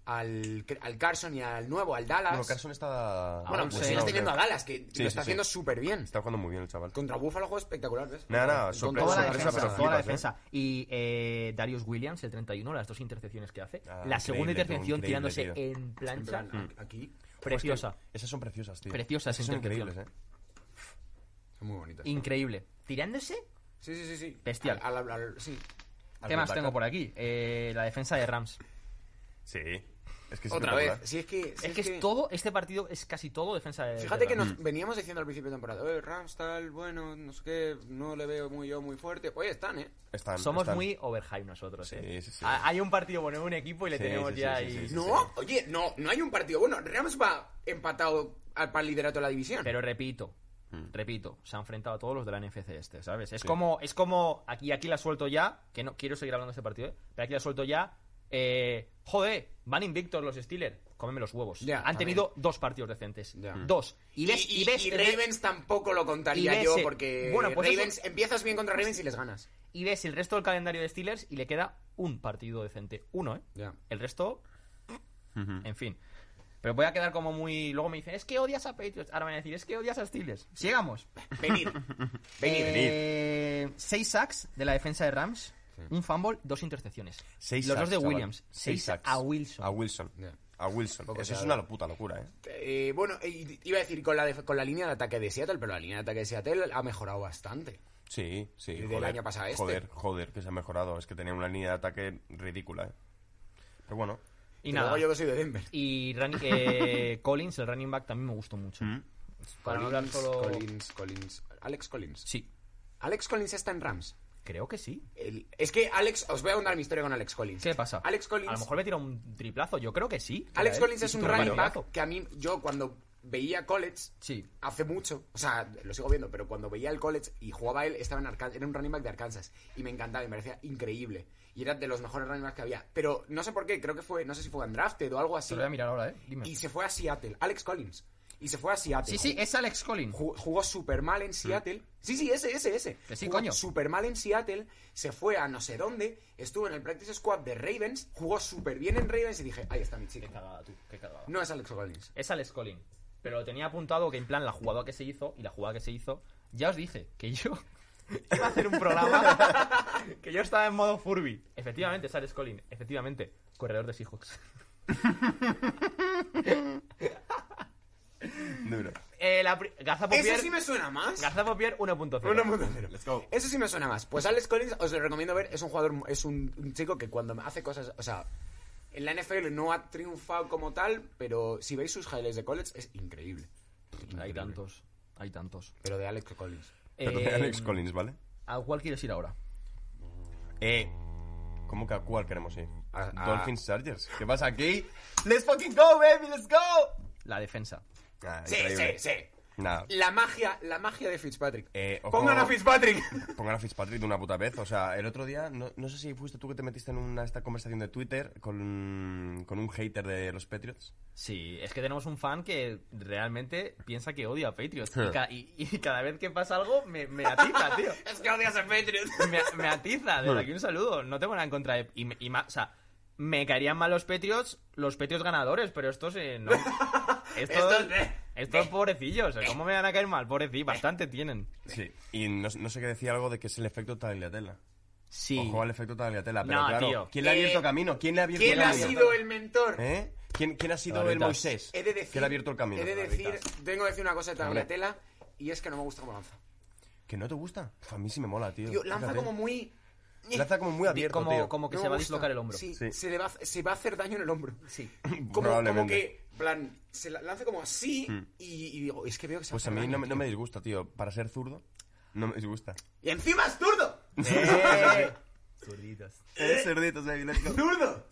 [SPEAKER 2] Al, al Carson y al nuevo, al Dallas.
[SPEAKER 4] Bueno, Carson está.
[SPEAKER 2] Bueno,
[SPEAKER 1] Ah,
[SPEAKER 2] pues
[SPEAKER 1] sí,
[SPEAKER 2] sigues
[SPEAKER 1] no,
[SPEAKER 2] teniendo a
[SPEAKER 4] creo.
[SPEAKER 2] Dallas, que
[SPEAKER 4] Sí,
[SPEAKER 2] lo
[SPEAKER 4] sí,
[SPEAKER 2] está
[SPEAKER 4] sí.
[SPEAKER 2] haciendo súper bien.
[SPEAKER 4] Está jugando muy bien el chaval.
[SPEAKER 2] Contra Buffalo juego espectacular, ¿ves?
[SPEAKER 4] No, no,
[SPEAKER 2] Con
[SPEAKER 4] sorpresa,
[SPEAKER 1] Toda la
[SPEAKER 4] sorpresa,
[SPEAKER 1] defensa,
[SPEAKER 4] pero
[SPEAKER 1] toda la
[SPEAKER 4] flipas, ¿eh?
[SPEAKER 1] defensa. Y eh, Darius Williams, el 31, las dos intercepciones que hace.
[SPEAKER 4] Ah,
[SPEAKER 1] la segunda
[SPEAKER 4] increíble,
[SPEAKER 1] intercepción
[SPEAKER 4] tío, Este mm.
[SPEAKER 1] tirándose
[SPEAKER 4] increíble,
[SPEAKER 1] en
[SPEAKER 2] En
[SPEAKER 1] plancha.
[SPEAKER 2] plan, a- aquí,
[SPEAKER 1] Preciosa.
[SPEAKER 4] Pues Esas son preciosas, tío.
[SPEAKER 1] Preciosa esa
[SPEAKER 4] Esas son
[SPEAKER 1] intercepción.
[SPEAKER 4] increíbles, ¿eh?
[SPEAKER 2] son muy bonitas.
[SPEAKER 1] Increíble. Tirándose.
[SPEAKER 2] Sí, sí, sí, sí.
[SPEAKER 1] Bestial.
[SPEAKER 2] Al- al- al- sí.
[SPEAKER 1] ¿Qué más
[SPEAKER 4] Algún
[SPEAKER 1] tengo
[SPEAKER 4] backup.
[SPEAKER 1] por aquí? Eh, la defensa de Rams.
[SPEAKER 4] Sí. Es que es
[SPEAKER 2] Otra vez.
[SPEAKER 4] espectacular.
[SPEAKER 2] Si es que... si
[SPEAKER 1] es que es todo, este partido es casi todo defensa de
[SPEAKER 2] Fíjate
[SPEAKER 1] de
[SPEAKER 2] que
[SPEAKER 1] Rams.
[SPEAKER 2] nos veníamos diciendo al principio de temporada, oye, Rams tal, bueno, no sé qué, no le veo muy yo muy fuerte. Oye, están, ¿eh?
[SPEAKER 4] Están,
[SPEAKER 1] Somos
[SPEAKER 4] están.
[SPEAKER 1] muy overhype nosotros.
[SPEAKER 4] Sí,
[SPEAKER 1] eh.
[SPEAKER 4] sí, sí.
[SPEAKER 1] Ha- Hay un partido, ponemos un equipo y le
[SPEAKER 4] Sí,
[SPEAKER 1] tenemos
[SPEAKER 4] sí, sí,
[SPEAKER 1] ya
[SPEAKER 4] sí,
[SPEAKER 1] ahí.
[SPEAKER 4] sí, sí.
[SPEAKER 2] No, oye, no, no hay un partido bueno. Rams va empatado al, para el liderato de la división.
[SPEAKER 1] Pero repito,
[SPEAKER 2] Mm.
[SPEAKER 1] repito, se ha enfrentado a todos los de la NFC este, ¿sabes? Es como, es como, aquí, aquí la suelto ya, que no quiero seguir hablando de este partido, ¿eh? pero aquí la suelto ya. eh, joder, van invictos los Steelers. Cómeme los huevos.
[SPEAKER 2] Ya,
[SPEAKER 1] Han
[SPEAKER 2] también.
[SPEAKER 1] tenido dos partidos decentes.
[SPEAKER 2] Ya. Mm.
[SPEAKER 1] Dos. Y,
[SPEAKER 2] y,
[SPEAKER 1] ves, y,
[SPEAKER 2] y-
[SPEAKER 1] ves,
[SPEAKER 2] y Ravens tampoco lo contaría
[SPEAKER 1] y ves,
[SPEAKER 2] yo
[SPEAKER 1] eh,
[SPEAKER 2] porque
[SPEAKER 1] bueno, pues
[SPEAKER 2] Ravens
[SPEAKER 1] eso-
[SPEAKER 2] empiezas bien contra Ravens y les ganas.
[SPEAKER 1] y ves el resto del calendario de Steelers y le queda un partido decente. Uno, ¿eh?
[SPEAKER 2] Ya.
[SPEAKER 1] El resto, en fin. Pero voy a quedar como muy. Luego me dicen, es que odias a Patriots. Ahora me van a decir, es que odias a Steelers. Sigamos.
[SPEAKER 2] Venid. venid.
[SPEAKER 1] Eh, Seis sacks de la defensa de Rams, un fumble, dos intercepciones.
[SPEAKER 4] Seis
[SPEAKER 1] Los dos
[SPEAKER 4] sacks,
[SPEAKER 1] de
[SPEAKER 4] chaval.
[SPEAKER 1] Williams. Seis,
[SPEAKER 4] sacks.
[SPEAKER 1] a Wilson.
[SPEAKER 4] A Wilson.
[SPEAKER 2] Ya.
[SPEAKER 4] A Wilson.
[SPEAKER 2] Poco
[SPEAKER 4] Eso
[SPEAKER 2] se
[SPEAKER 4] es
[SPEAKER 2] habla.
[SPEAKER 4] una puta locura, ¿eh?
[SPEAKER 2] Eh, bueno, eh, y- iba a decir con la, def- con la línea de ataque de Seattle, pero la línea de ataque de Seattle ha mejorado bastante.
[SPEAKER 4] Sí, sí.
[SPEAKER 2] Del
[SPEAKER 4] joder,
[SPEAKER 2] año pasado a este.
[SPEAKER 4] Joder, joder, que se ha mejorado. Es que tenía una línea de ataque ridícula, ¿eh? Pero bueno.
[SPEAKER 1] y
[SPEAKER 2] Te lo digo
[SPEAKER 1] nada.
[SPEAKER 2] yo que soy de Denver.
[SPEAKER 1] Y run- eh, Collins, el running back, también me gustó mucho. Para no hablar
[SPEAKER 2] Mm. Collins,
[SPEAKER 1] solo.
[SPEAKER 2] Collins, Collins. Alex Collins.
[SPEAKER 1] Sí.
[SPEAKER 2] Alex Collins está en Rams.
[SPEAKER 1] Creo que sí.
[SPEAKER 2] El- es que Alex, os voy a contar mi historia con Alex Collins.
[SPEAKER 6] ¿Qué pasa?
[SPEAKER 2] Alex Collins.
[SPEAKER 1] A lo mejor ¿eh? me tira un triplazo, yo creo que sí. Era
[SPEAKER 2] Alex
[SPEAKER 1] él.
[SPEAKER 2] Collins es
[SPEAKER 1] Hizo
[SPEAKER 2] un
[SPEAKER 1] un
[SPEAKER 2] running
[SPEAKER 1] triplazo.
[SPEAKER 2] back que a mí, yo cuando veía college,
[SPEAKER 6] Sí.
[SPEAKER 2] hace mucho, o sea, lo sigo viendo, pero cuando veía el college y jugaba él, estaba en Arkansas, era un running back de Arkansas y me encantaba, y me parecía increíble. Y era de los mejores running backs que había. Pero no sé por qué, creo que fue, no sé si fue undrafted o algo
[SPEAKER 6] Te
[SPEAKER 2] así.
[SPEAKER 6] lo voy a mirar ahora, ¿eh? Dime.
[SPEAKER 2] Y se fue a Seattle, Alex Collins. Y se fue a
[SPEAKER 6] Sí,
[SPEAKER 2] Seattle.
[SPEAKER 6] sí, es Alex Collins.
[SPEAKER 2] Ju- Jugó súper mal en Seattle. Sí, sí, ese, ese, ese.
[SPEAKER 6] Que sí,
[SPEAKER 2] Jugó
[SPEAKER 6] coño.
[SPEAKER 2] Súper mal en Seattle. Se fue a no sé dónde. Estuvo en el practice squad de Ravens. Jugó súper bien en Ravens y dije, ahí está mi
[SPEAKER 1] Qué
[SPEAKER 2] chica.
[SPEAKER 1] cagada, tú, qué cagada.
[SPEAKER 2] No es Alex Collins.
[SPEAKER 1] Es Alex Collins. Pero lo tenía apuntado que en plan la jugada que se hizo y la jugada que se hizo. Ya os dije que yo iba a hacer un programa que yo estaba en modo Furby. Efectivamente, es Alex Collins. Efectivamente, corredor de Seahawks.
[SPEAKER 4] Duro.
[SPEAKER 1] Eh, la pri- Gaza Popier,
[SPEAKER 2] Ese sí me suena más.
[SPEAKER 1] Gaza Popier 1.0.
[SPEAKER 2] Una puta cero.
[SPEAKER 4] Let's go.
[SPEAKER 2] Ese sí me suena más. Pues Alex Collins, os lo recomiendo ver, es un jugador, mu- es un, un chico que cuando hace cosas, o sea, en la NFL no ha triunfado como tal, pero si veis sus highlights de college es increíble.
[SPEAKER 6] Hay
[SPEAKER 2] Increíble.
[SPEAKER 6] tantos. Hay tantos.
[SPEAKER 2] Pero de Alex Collins.
[SPEAKER 4] Pero de
[SPEAKER 1] Eh,
[SPEAKER 4] Alex Collins, ¿vale?
[SPEAKER 6] ¿A cuál quieres ir ahora?
[SPEAKER 4] Eh. ¿Cómo que a cuál queremos ir?
[SPEAKER 2] A- a-
[SPEAKER 4] Dolphins Chargers. ¿Qué pasa aquí? ¡Let's fucking go, baby! ¡Let's go!
[SPEAKER 6] La defensa.
[SPEAKER 4] Ah,
[SPEAKER 2] Sí,
[SPEAKER 4] increíble.
[SPEAKER 2] sí, sí.
[SPEAKER 4] Nada.
[SPEAKER 2] La magia, la magia de Fitzpatrick.
[SPEAKER 4] Eh, ojo.
[SPEAKER 2] Pongan a Fitzpatrick.
[SPEAKER 4] Pongan a Fitzpatrick de una puta vez. O sea, el otro día, no, no sé si fuiste tú que te metiste en una esta conversación de Twitter con, con un hater de los Patriots.
[SPEAKER 1] Sí, es que tenemos un fan que realmente piensa que odia a Patriots. Y, ca- y- y cada vez que pasa algo me, me atiza, tío.
[SPEAKER 2] es que odias a Patriot.
[SPEAKER 1] Me, me atiza. Desde aquí un saludo. No tengo nada en contra de. Y, me- y ma- o sea, me caerían mal los Patriots, los Patriots ganadores, pero estos. eh, no. Estos,
[SPEAKER 2] Estos, eh,
[SPEAKER 1] estos
[SPEAKER 2] eh,
[SPEAKER 1] pobrecillos. eh, ¿Cómo me van a caer mal? Pobrecillos, bastante tienen.
[SPEAKER 4] Sí. Y no, no sé qué decía algo de que es el efecto Tagliatella.
[SPEAKER 1] Sí.
[SPEAKER 4] Ojo al efecto Tagliatella, pero
[SPEAKER 1] No,
[SPEAKER 4] claro.
[SPEAKER 1] tío.
[SPEAKER 4] ¿Quién le ha
[SPEAKER 2] Eh,
[SPEAKER 4] abierto camino? ¿Quién le ha abierto
[SPEAKER 2] ¿Quién ha
[SPEAKER 4] camino?
[SPEAKER 2] sido el mentor?
[SPEAKER 4] ¿Eh? ¿Quién, quién ha sido el
[SPEAKER 1] Ahorita.
[SPEAKER 4] Moisés?
[SPEAKER 2] He de decir,
[SPEAKER 4] ¿Quién le ha abierto el camino?
[SPEAKER 2] He de
[SPEAKER 4] Ahorita.
[SPEAKER 2] decir, tengo que decir una cosa de
[SPEAKER 4] Hombre.
[SPEAKER 2] Tagliatella y es que no me gusta cómo lanza.
[SPEAKER 4] ¿Que no te gusta? Uf, A mí sí me mola, tío.
[SPEAKER 2] Tío, lanza
[SPEAKER 4] Fíjate.
[SPEAKER 2] como muy. eh,
[SPEAKER 4] Lanza como muy abierto,
[SPEAKER 1] Como,
[SPEAKER 4] tío.
[SPEAKER 1] como que
[SPEAKER 2] No
[SPEAKER 1] se
[SPEAKER 2] me
[SPEAKER 1] va a
[SPEAKER 2] gusta.
[SPEAKER 1] dislocar el hombro.
[SPEAKER 2] Sí,
[SPEAKER 4] Sí.
[SPEAKER 2] Se, le va, a- se va a hacer daño en el hombro.
[SPEAKER 1] Sí.
[SPEAKER 2] Como, como
[SPEAKER 4] Probablemente. Hmm.
[SPEAKER 2] que, plan, se la- lanza como así y, y digo, es que veo que se va
[SPEAKER 4] Pues a
[SPEAKER 2] hacer
[SPEAKER 4] mí no,
[SPEAKER 2] daño,
[SPEAKER 4] me- no
[SPEAKER 2] tío.
[SPEAKER 4] me disgusta, tío. Para ser zurdo, no me disgusta.
[SPEAKER 2] ¡Y encima es zurdo!
[SPEAKER 4] Eh, Cerditos, baby, let's go.
[SPEAKER 2] ¡Zurdo!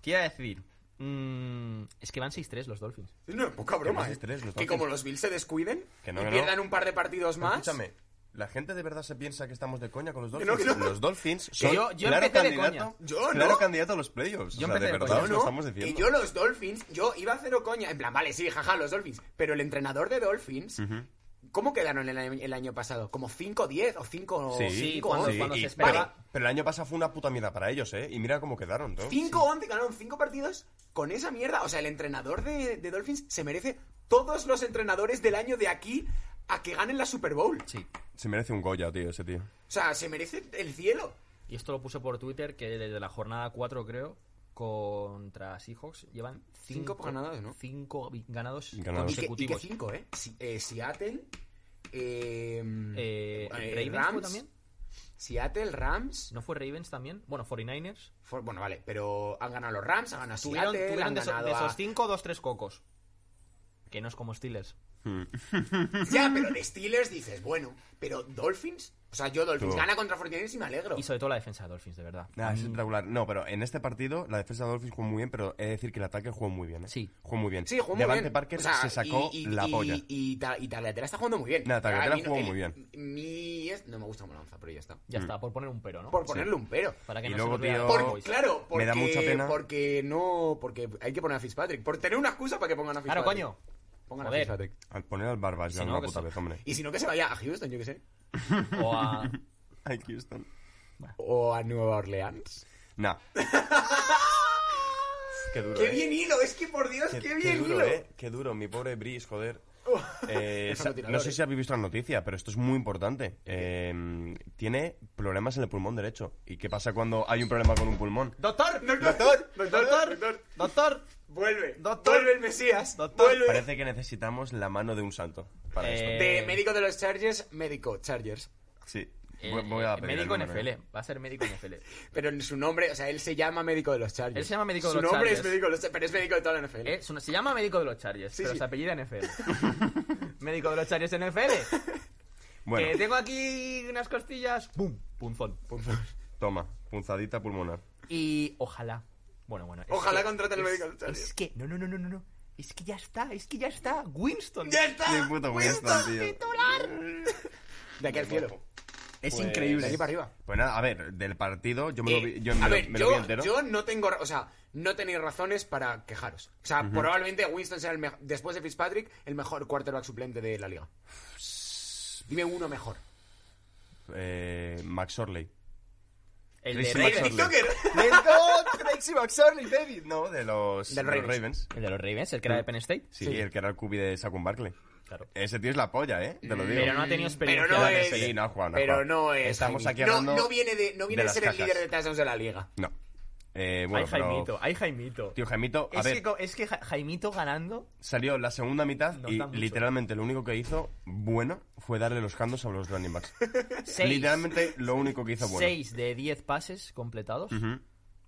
[SPEAKER 1] ¿Qué iba a decir? Mm, es que van 6-3 los Dolphins.
[SPEAKER 2] No, poca broma.
[SPEAKER 4] más
[SPEAKER 2] eh.
[SPEAKER 4] es tres, los
[SPEAKER 2] que
[SPEAKER 4] Dolphins.
[SPEAKER 2] como los Bills se descuiden
[SPEAKER 4] Que no,
[SPEAKER 2] y
[SPEAKER 4] que no.
[SPEAKER 2] pierdan un par de partidos más.
[SPEAKER 4] Escúchame, ¿la gente de verdad se piensa que estamos de coña con los
[SPEAKER 2] Que
[SPEAKER 4] Dolphins?
[SPEAKER 2] no, que no.
[SPEAKER 4] Los Dolphins son
[SPEAKER 1] yo- yo
[SPEAKER 4] claro
[SPEAKER 1] empecé de
[SPEAKER 4] candidato,
[SPEAKER 2] coña. Yo no.
[SPEAKER 4] claro candidato a los playoffs.
[SPEAKER 1] Yo
[SPEAKER 4] o sea,
[SPEAKER 1] empecé
[SPEAKER 4] de
[SPEAKER 1] de
[SPEAKER 4] verdad
[SPEAKER 1] coña.
[SPEAKER 4] os
[SPEAKER 2] No,
[SPEAKER 4] lo estamos
[SPEAKER 2] y
[SPEAKER 4] diciendo.
[SPEAKER 2] yo los Dolphins, yo iba a cero coña. En plan, vale, sí, jaja, los Dolphins. Pero el entrenador de Dolphins, ¿cómo quedaron el año, el año pasado? ¿Como 5-10 o 5
[SPEAKER 4] Sí,
[SPEAKER 1] cuando- cuando
[SPEAKER 2] 5-11?
[SPEAKER 1] se
[SPEAKER 4] y-
[SPEAKER 1] esperaba-
[SPEAKER 4] pero, pero el año pasado fue una puta mierda para ellos, ¿eh? Y mira cómo quedaron, ¿no?
[SPEAKER 2] 5-11, ganaron 5 partidos con esa mierda. O sea, el entrenador de, de Dolphins se merece todos los entrenadores del año de aquí a que ganen la Super Bowl.
[SPEAKER 6] Sí.
[SPEAKER 4] Se merece un Goya, tío, ese tío.
[SPEAKER 2] O sea, se merece el cielo.
[SPEAKER 1] Y esto lo puse por Twitter, que desde la jornada 4, creo, contra Seahawks llevan
[SPEAKER 2] Cinco
[SPEAKER 1] 5
[SPEAKER 2] ganados, ¿no?
[SPEAKER 1] 5 ganados,
[SPEAKER 4] Ganados.
[SPEAKER 2] Y que, y que
[SPEAKER 1] consecutivos.
[SPEAKER 2] cinco, ¿eh? Si- eh, Seattle, eh,
[SPEAKER 1] Eh,
[SPEAKER 2] eh,
[SPEAKER 1] ¿Ravens fue
[SPEAKER 2] Rams,
[SPEAKER 1] también?
[SPEAKER 2] Seattle, Rams.
[SPEAKER 1] ¿No fue Ravens también? Bueno, 49ers.
[SPEAKER 2] For- bueno, vale, pero han ganado los Rams, han ganado
[SPEAKER 1] Tuvieron,
[SPEAKER 2] Seattle,
[SPEAKER 1] tuvieron
[SPEAKER 2] han
[SPEAKER 1] de, esos-
[SPEAKER 2] ganado
[SPEAKER 1] de
[SPEAKER 2] a-
[SPEAKER 1] esos 5, 2, 3 cocos. Que no es como Steelers.
[SPEAKER 2] Mm. Ya, pero de Steelers dices, bueno, pero Dolphins, o sea, yo Dolphins
[SPEAKER 4] Tú.
[SPEAKER 2] gana contra 49 y me alegro.
[SPEAKER 1] Y sobre todo la defensa de Dolphins, de verdad. Mm.
[SPEAKER 4] Nah, Ah,
[SPEAKER 2] Mm.
[SPEAKER 4] es regular. No, pero en este partido la defensa de Dolphins jugó muy bien, pero he de decir que el ataque jugó muy bien, ¿eh?
[SPEAKER 1] Sí.
[SPEAKER 4] Jugó muy bien.
[SPEAKER 2] Sí, jugó muy
[SPEAKER 4] Devante
[SPEAKER 2] bien.
[SPEAKER 4] Parker
[SPEAKER 2] O sea,
[SPEAKER 4] se sacó
[SPEAKER 2] y- y-
[SPEAKER 4] la
[SPEAKER 2] y-
[SPEAKER 4] polla.
[SPEAKER 2] Y, Ta- y Tagliatella está jugando muy bien.
[SPEAKER 4] Nah, Tagliatella
[SPEAKER 2] A mí no-
[SPEAKER 4] jugó
[SPEAKER 2] el-
[SPEAKER 4] muy bien.
[SPEAKER 2] Mi es- no me gusta cómo lanza, pero ya está.
[SPEAKER 1] Ya está, por poner un pero, ¿no?
[SPEAKER 2] Por ponerle un pero.
[SPEAKER 1] Para que
[SPEAKER 4] Mm. Y
[SPEAKER 1] no
[SPEAKER 4] luego,
[SPEAKER 1] se nos vea
[SPEAKER 4] tío,
[SPEAKER 1] los
[SPEAKER 2] Por-
[SPEAKER 1] Cowboys.
[SPEAKER 2] claro, porque,
[SPEAKER 4] Me da mucha pena.
[SPEAKER 2] porque no, porque hay que poner a Fitzpatrick. Por tener una excusa para que pongan a
[SPEAKER 1] Claro,
[SPEAKER 2] Fitzpatrick.
[SPEAKER 1] coño.
[SPEAKER 2] Pongan a
[SPEAKER 1] Joder.
[SPEAKER 2] Fitzpatrick.
[SPEAKER 4] Al poner al Barbas
[SPEAKER 1] Si
[SPEAKER 4] ya
[SPEAKER 1] no,
[SPEAKER 4] una
[SPEAKER 1] que
[SPEAKER 4] puta
[SPEAKER 1] se-
[SPEAKER 4] vez, hombre.
[SPEAKER 2] Y si no, que se vaya a Houston, yo qué sé.
[SPEAKER 1] O a-
[SPEAKER 4] Ay, Houston.
[SPEAKER 1] Ah.
[SPEAKER 2] O a Nueva Orleans.
[SPEAKER 4] Nah. Qué duro,
[SPEAKER 2] ¡Qué
[SPEAKER 4] ¿eh?
[SPEAKER 2] bien hilo! Es que por Dios, qué, bien
[SPEAKER 4] duro,
[SPEAKER 2] hilo. Oh,
[SPEAKER 4] eh. Qué duro, mi pobre Brice, joder. Eh,
[SPEAKER 2] Eso
[SPEAKER 4] sa-
[SPEAKER 2] no tira
[SPEAKER 4] no
[SPEAKER 2] olor,
[SPEAKER 4] sé
[SPEAKER 2] eh.
[SPEAKER 4] si habéis visto la noticia, pero esto es muy importante. Eh, tiene problemas en el pulmón derecho. ¿Y qué pasa cuando hay un problema con un pulmón?
[SPEAKER 2] Doctor, doctor, doctor, doctor,
[SPEAKER 1] Doctor,
[SPEAKER 2] vuelve,
[SPEAKER 1] Doctor.
[SPEAKER 2] vuelve el Mesías,
[SPEAKER 1] Doctor.
[SPEAKER 2] vuelve.
[SPEAKER 4] Parece que necesitamos la mano de un santo para
[SPEAKER 1] Eh,
[SPEAKER 4] esto.
[SPEAKER 2] De médico de los Chargers, médico Chargers.
[SPEAKER 4] Sí.
[SPEAKER 1] eh,
[SPEAKER 4] Voy- voy a pedir el
[SPEAKER 1] médico
[SPEAKER 4] número,
[SPEAKER 1] NFL.
[SPEAKER 4] eh.
[SPEAKER 1] Va a ser médico NFL.
[SPEAKER 2] Pero en su nombre, o sea, él se llama médico de los Chargers.
[SPEAKER 1] Él se llama médico de
[SPEAKER 2] Su
[SPEAKER 1] los
[SPEAKER 2] nombre es
[SPEAKER 1] Chargers.
[SPEAKER 2] médico de los Chargers, pero es médico de toda la NFL.
[SPEAKER 1] Eh, su- se llama médico de los Chargers,
[SPEAKER 2] Sí,
[SPEAKER 1] pero
[SPEAKER 2] sí.
[SPEAKER 1] se apellida NFL. médico de los Chargers NFL.
[SPEAKER 4] Bueno,
[SPEAKER 1] Que tengo aquí unas costillas. ¡Bum! Punzón.
[SPEAKER 4] toma, punzadita pulmonar.
[SPEAKER 1] Y ojalá. Bueno, bueno. es
[SPEAKER 2] Ojalá
[SPEAKER 1] que-
[SPEAKER 2] contraten al
[SPEAKER 1] es-
[SPEAKER 2] médico del
[SPEAKER 1] Es que, no, no, no, no, no, no. Es que ya está, es que ya está. Winston.
[SPEAKER 2] ¡Ya está!
[SPEAKER 4] Qué puto Winston, tío.
[SPEAKER 2] De aquí al cielo.
[SPEAKER 7] Es
[SPEAKER 4] Pues-
[SPEAKER 2] De
[SPEAKER 7] increíble.
[SPEAKER 2] aquí para arriba.
[SPEAKER 4] Pues nada, a ver, del partido yo me lo vi, yo me
[SPEAKER 2] Eh, a
[SPEAKER 4] lo-
[SPEAKER 2] ver,
[SPEAKER 4] me
[SPEAKER 2] yo,
[SPEAKER 4] lo vi entero.
[SPEAKER 2] yo no tengo, ra- o sea, no tenéis razones para quejaros. O sea, probablemente Winston sea el mejor, después de Fitzpatrick, el mejor quarterback suplente de la liga. Dime uno mejor.
[SPEAKER 4] Eh, Max Orley.
[SPEAKER 1] El
[SPEAKER 4] Tracy
[SPEAKER 1] de Ravens.
[SPEAKER 4] Max Orley.
[SPEAKER 1] Let's go.
[SPEAKER 4] Tracy Max Orley, baby. No, de los,
[SPEAKER 2] Del
[SPEAKER 4] de los
[SPEAKER 2] Ravens.
[SPEAKER 4] Ravens.
[SPEAKER 1] El de los Ravens, el que era
[SPEAKER 4] Mm.
[SPEAKER 1] de Penn State.
[SPEAKER 4] Sí,
[SPEAKER 2] Sí.
[SPEAKER 4] el que era el cubi de Saquon Barkley.
[SPEAKER 1] Claro.
[SPEAKER 4] Ese tío es la polla, ¿eh? Te lo digo.
[SPEAKER 1] Pero no ha tenido experiencia.
[SPEAKER 2] Pero no
[SPEAKER 1] en la
[SPEAKER 2] es-
[SPEAKER 1] NFL.
[SPEAKER 4] Sí, no ha jugado, no ha
[SPEAKER 2] Pero
[SPEAKER 4] jugado.
[SPEAKER 2] no es.
[SPEAKER 4] Estamos
[SPEAKER 2] Jaime.
[SPEAKER 4] aquí
[SPEAKER 2] no,
[SPEAKER 4] hablando
[SPEAKER 2] no viene de, no viene
[SPEAKER 4] de
[SPEAKER 2] de
[SPEAKER 4] las
[SPEAKER 2] ser el líder
[SPEAKER 4] cacas.
[SPEAKER 2] de touchdowns de la liga.
[SPEAKER 4] No. Eh, bueno,
[SPEAKER 1] ay,
[SPEAKER 4] pero-
[SPEAKER 1] Jaimito, ay, Jaimito.
[SPEAKER 4] Tío, Jaimito, a
[SPEAKER 1] es,
[SPEAKER 4] ver,
[SPEAKER 1] que, co- es que Ja- Jaimito ganando.
[SPEAKER 4] salió la segunda mitad
[SPEAKER 1] Nos
[SPEAKER 4] y
[SPEAKER 1] da mucho.
[SPEAKER 4] literalmente lo único que hizo bueno fue darle los candos a los running backs.
[SPEAKER 1] Seis.
[SPEAKER 4] Literalmente lo único que hizo bueno.
[SPEAKER 1] 6 de 10 pases completados.
[SPEAKER 4] Ujú.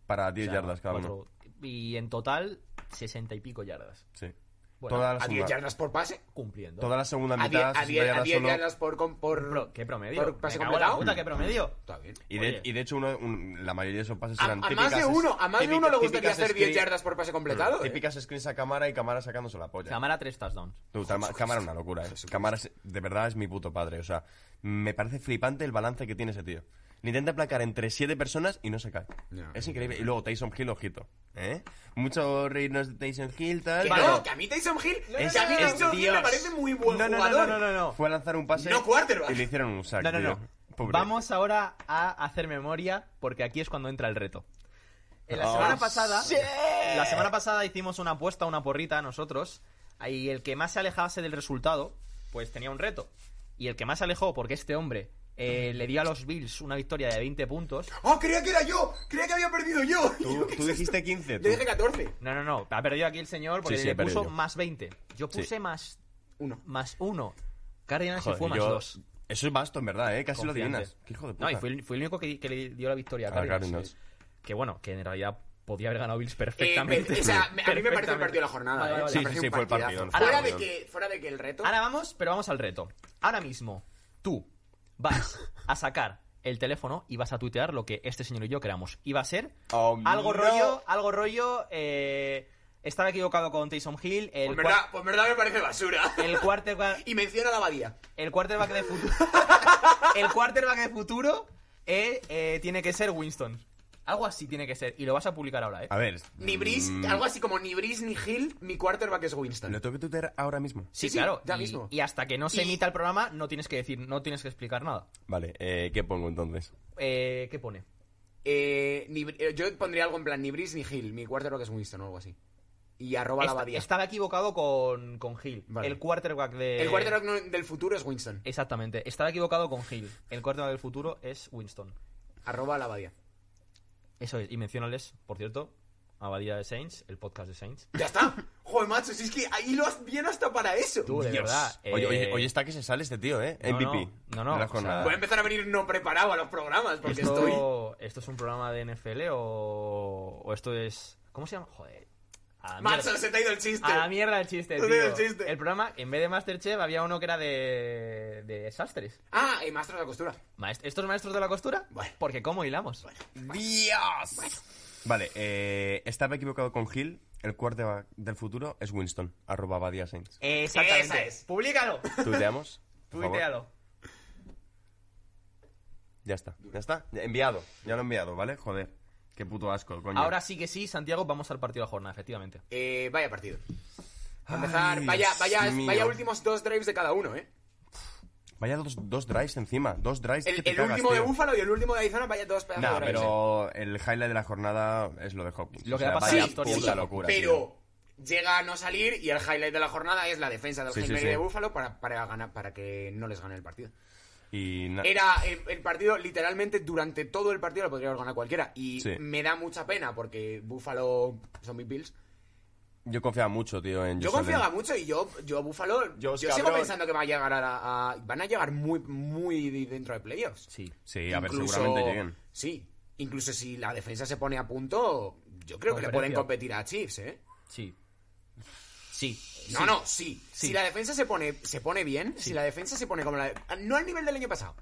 [SPEAKER 4] Para
[SPEAKER 1] O
[SPEAKER 4] 10
[SPEAKER 1] sea,
[SPEAKER 4] yardas cada uno.
[SPEAKER 1] cuatro- Y en total, 60 y pico yardas.
[SPEAKER 4] Sí.
[SPEAKER 1] Bueno,
[SPEAKER 4] toda, la
[SPEAKER 2] A 10
[SPEAKER 4] segunda,
[SPEAKER 2] yardas por pase.
[SPEAKER 1] Cumpliendo.
[SPEAKER 4] toda la segunda
[SPEAKER 2] A 10
[SPEAKER 4] mitad,
[SPEAKER 2] a
[SPEAKER 4] 60
[SPEAKER 2] 10 a
[SPEAKER 4] yardas
[SPEAKER 2] 10
[SPEAKER 4] solo.
[SPEAKER 2] yardas por. con- por-
[SPEAKER 1] Pro- ¿Qué promedio?
[SPEAKER 2] Por pase
[SPEAKER 1] Me cago en la
[SPEAKER 2] completado.
[SPEAKER 1] puta, ¿Qué promedio?
[SPEAKER 2] Está bien.
[SPEAKER 4] Y de,
[SPEAKER 1] Oye.
[SPEAKER 4] y de hecho, uno- un- la mayoría de esos pases
[SPEAKER 2] A,
[SPEAKER 4] eran
[SPEAKER 2] a
[SPEAKER 4] típicas.
[SPEAKER 2] más de uno, a más de
[SPEAKER 4] típicas-
[SPEAKER 2] uno le gustaría
[SPEAKER 4] típicas
[SPEAKER 2] hacer 10
[SPEAKER 4] screen-
[SPEAKER 2] yardas por pase completado. ¿eh?
[SPEAKER 4] Típicas screens a cámara y cámara sacándose la polla.
[SPEAKER 1] Cámara 3 touchdowns.
[SPEAKER 4] Tú, Tama- cámara es una locura, ¿eh? Cámara, es- de verdad, es mi puto padre. O sea, me parece flipante el balance que tiene ese tío. Le intenta aplacar entre siete personas y no se cae.
[SPEAKER 2] No.
[SPEAKER 4] Es increíble. Y luego Tyson Hill, ojito. ¿eh? Muchos reinos de Tyson Hill, tal.
[SPEAKER 2] Que
[SPEAKER 4] pero
[SPEAKER 2] no, que a mí Tyson Hill,
[SPEAKER 4] Es-
[SPEAKER 2] que a mí
[SPEAKER 4] es
[SPEAKER 2] Tyson Hill me
[SPEAKER 4] Dios.
[SPEAKER 2] parece muy buen
[SPEAKER 1] No, no, no,
[SPEAKER 2] jugador.
[SPEAKER 1] no, no, no.
[SPEAKER 4] Fue a lanzar un pase
[SPEAKER 2] No quarterback.
[SPEAKER 4] y le hicieron un sack.
[SPEAKER 1] No, no,
[SPEAKER 4] tío.
[SPEAKER 1] no.
[SPEAKER 4] Pobre.
[SPEAKER 1] Vamos ahora a hacer memoria porque aquí es cuando entra el reto. En la
[SPEAKER 4] Oh,
[SPEAKER 1] semana pasada, la semana pasada hicimos una apuesta, una porrita nosotros, y el que más se alejase del resultado, pues tenía un reto. Y el que más se alejó, porque este hombre eh, le dio a los Bills una victoria de 20 puntos.
[SPEAKER 2] ¡Oh, creía que era yo! ¡Creía que había perdido yo!
[SPEAKER 4] Tú, tú dijiste 15.
[SPEAKER 2] Yo
[SPEAKER 4] tú.
[SPEAKER 2] dije 14.
[SPEAKER 1] No, no, no, ha perdido aquí el señor porque
[SPEAKER 4] Sí, sí, he
[SPEAKER 1] le
[SPEAKER 4] perdido
[SPEAKER 1] puso
[SPEAKER 4] yo.
[SPEAKER 1] más 20. Yo
[SPEAKER 4] Sí.
[SPEAKER 1] puse más,
[SPEAKER 2] Uno. Eh,
[SPEAKER 1] más 1. Cardinals se
[SPEAKER 4] Joder,
[SPEAKER 1] fue más
[SPEAKER 4] yo-
[SPEAKER 1] 2.
[SPEAKER 4] Eso es vasto, en verdad, ¿eh? Casi lo adivinas. Qué hijo de puta. Ah,
[SPEAKER 1] No, y fue el, fue el único que, que le dio la victoria a
[SPEAKER 4] A
[SPEAKER 1] Cardinals.
[SPEAKER 4] Cardinals.
[SPEAKER 1] Que bueno, que en realidad podía haber ganado Bills
[SPEAKER 2] Eh,
[SPEAKER 1] perfectamente.
[SPEAKER 2] me- o sea, me- a mí me parece el
[SPEAKER 1] Perfectamente.
[SPEAKER 2] partido de la jornada.
[SPEAKER 1] Vale,
[SPEAKER 2] eh.
[SPEAKER 1] vale,
[SPEAKER 2] O
[SPEAKER 1] vale.
[SPEAKER 2] sea,
[SPEAKER 4] Sí,
[SPEAKER 2] parece
[SPEAKER 4] sí,
[SPEAKER 2] un
[SPEAKER 4] fue el
[SPEAKER 2] partidazo.
[SPEAKER 4] partido,
[SPEAKER 2] Fuera
[SPEAKER 4] fue
[SPEAKER 2] de,
[SPEAKER 4] el
[SPEAKER 2] que, fuera de que el reto.
[SPEAKER 1] Ahora vamos, pero vamos al reto. Ahora mismo, tú vas a sacar el teléfono y vas a tuitear lo que este señor y yo queramos. Y va a ser
[SPEAKER 4] Oh,
[SPEAKER 1] algo
[SPEAKER 4] no.
[SPEAKER 1] rollo, algo rollo, eh, estaba equivocado con Taysom Hill, el,
[SPEAKER 2] pues,
[SPEAKER 1] cua-
[SPEAKER 2] verdad, pues verdad me parece basura.
[SPEAKER 1] el quarterback,
[SPEAKER 2] Y menciona la abadía.
[SPEAKER 1] el quarterback de futuro, el quarterback de futuro eh, eh, tiene que ser Winston. Algo así tiene que ser. Y lo vas a publicar ahora, ¿eh?
[SPEAKER 4] A ver.
[SPEAKER 2] Ni Bris,
[SPEAKER 4] mm,
[SPEAKER 2] algo así como ni Bris ni Hill, mi quarterback es Winston.
[SPEAKER 4] Lo tengo que tuitear ahora mismo.
[SPEAKER 1] Sí,
[SPEAKER 2] Sí, sí,
[SPEAKER 1] claro.
[SPEAKER 2] ya
[SPEAKER 1] y,
[SPEAKER 2] mismo.
[SPEAKER 1] y hasta que no se
[SPEAKER 2] Y-
[SPEAKER 1] emita el programa, no tienes que decir, no tienes que explicar nada.
[SPEAKER 4] Vale, eh, ¿qué pongo entonces?
[SPEAKER 1] Eh, ¿Qué pone?
[SPEAKER 2] Eh, ni Bri- eh, yo pondría algo en plan ni Bris ni Hill, mi quarterback es Winston o algo así. Y arroba la
[SPEAKER 1] Esta-
[SPEAKER 2] abadía.
[SPEAKER 1] estaba equivocado con, con Hill.
[SPEAKER 2] Vale.
[SPEAKER 1] El quarterback de.
[SPEAKER 2] El quarterback no- del futuro es Winston.
[SPEAKER 1] Exactamente. Estaba equivocado con Hill. El quarterback del futuro es Winston.
[SPEAKER 2] Arroba la abadía.
[SPEAKER 1] Eso es. Y menciónales, por cierto, Abadía de Saints, el podcast de Saints.
[SPEAKER 2] Ya está. Joder, macho, si es que ahí lo has bien hasta para eso.
[SPEAKER 1] Tú, de
[SPEAKER 4] Dios.
[SPEAKER 1] verdad. eh,
[SPEAKER 4] Oye, oye, oye, está que se sale este tío, ¿eh?
[SPEAKER 1] no,
[SPEAKER 4] MVP.
[SPEAKER 1] no, no,
[SPEAKER 4] de la
[SPEAKER 1] o
[SPEAKER 4] jornada.
[SPEAKER 2] Voy a empezar a venir no preparado a los programas porque estoy.
[SPEAKER 1] esto, esto es un programa de NFL o, o esto es. ¿Cómo se llama? Joder. A la
[SPEAKER 2] Macho,
[SPEAKER 1] mierda.
[SPEAKER 2] se te ha ido el chiste.
[SPEAKER 1] A la mierda el chiste,
[SPEAKER 2] No
[SPEAKER 1] tío.
[SPEAKER 2] tiene chiste.
[SPEAKER 1] El programa, en vez de Masterchef, había uno que era de, de sastres.
[SPEAKER 2] Ah, y maestros de la costura.
[SPEAKER 1] Maest- ¿Estos maestros de la costura?
[SPEAKER 2] Bueno.
[SPEAKER 1] Porque ¿cómo hilamos?
[SPEAKER 4] ¡Dios! Vale, eh, estaba equivocado con Hill. El quarterback del futuro es Winston, arroba Badia Saints.
[SPEAKER 2] Eh,
[SPEAKER 1] Exactamente.
[SPEAKER 2] Esa es.
[SPEAKER 1] Públicalo.
[SPEAKER 4] ¿Tuiteamos? por favor?
[SPEAKER 1] Tuitealo.
[SPEAKER 4] Ya está, ya está. Ya, enviado, ya lo he enviado, ¿vale? Joder, qué puto asco, coño.
[SPEAKER 1] Ahora sí que sí, Santiago, vamos al partido de la jornada, efectivamente.
[SPEAKER 2] Eh, vaya partido. Para empezar,
[SPEAKER 4] Ay,
[SPEAKER 2] vaya,
[SPEAKER 4] Dios
[SPEAKER 2] vaya,
[SPEAKER 4] mío.
[SPEAKER 2] vaya últimos dos drives de cada uno, ¿eh?
[SPEAKER 4] Vaya dos, dos drives encima, dos drives
[SPEAKER 2] El,
[SPEAKER 4] Este que te
[SPEAKER 2] el
[SPEAKER 4] cagas,
[SPEAKER 2] último de
[SPEAKER 4] tío.
[SPEAKER 2] Búfalo y el último de Arizona, vaya dos pedazos
[SPEAKER 4] Nah,
[SPEAKER 2] de drives. ¿eh?
[SPEAKER 4] pero el highlight de la jornada es lo de Hopkins.
[SPEAKER 1] Lo que
[SPEAKER 4] O sea,
[SPEAKER 1] ha pasado
[SPEAKER 4] vaya
[SPEAKER 1] en la historia.
[SPEAKER 4] puta locura, tío.
[SPEAKER 2] pero llega a no salir y el highlight de la jornada es la defensa del
[SPEAKER 4] Sí, sí,
[SPEAKER 2] Hail Mary
[SPEAKER 4] sí.
[SPEAKER 2] de Búfalo para, para, ganar, para que no les gane el partido.
[SPEAKER 4] Y na-
[SPEAKER 2] Era el, el partido, literalmente, durante todo el partido lo podría haber ganado cualquiera. Y
[SPEAKER 4] Sí.
[SPEAKER 2] me da mucha pena porque Búfalo son mis Bills.
[SPEAKER 4] yo confiaba mucho, tío, en
[SPEAKER 2] Yo
[SPEAKER 4] Josh Allen.
[SPEAKER 2] confiaba mucho y yo, yo Búfalo, yo,
[SPEAKER 4] Josh,
[SPEAKER 2] sigo
[SPEAKER 4] cabrón.
[SPEAKER 2] pensando que va a llegar a, la- a- Van a llegar muy, muy dentro de playoffs.
[SPEAKER 1] Sí.
[SPEAKER 4] Sí, a ver,
[SPEAKER 2] Incluso-
[SPEAKER 4] seguramente lleguen.
[SPEAKER 2] Sí, incluso si la defensa se pone a punto, yo creo que le
[SPEAKER 1] Conferencia.
[SPEAKER 2] pueden competir a Chiefs, ¿eh?
[SPEAKER 1] Sí. Sí.
[SPEAKER 2] No, no, sí. Si la defensa se pone, se pone bien, si la defensa se pone como la. No al nivel del año pasado.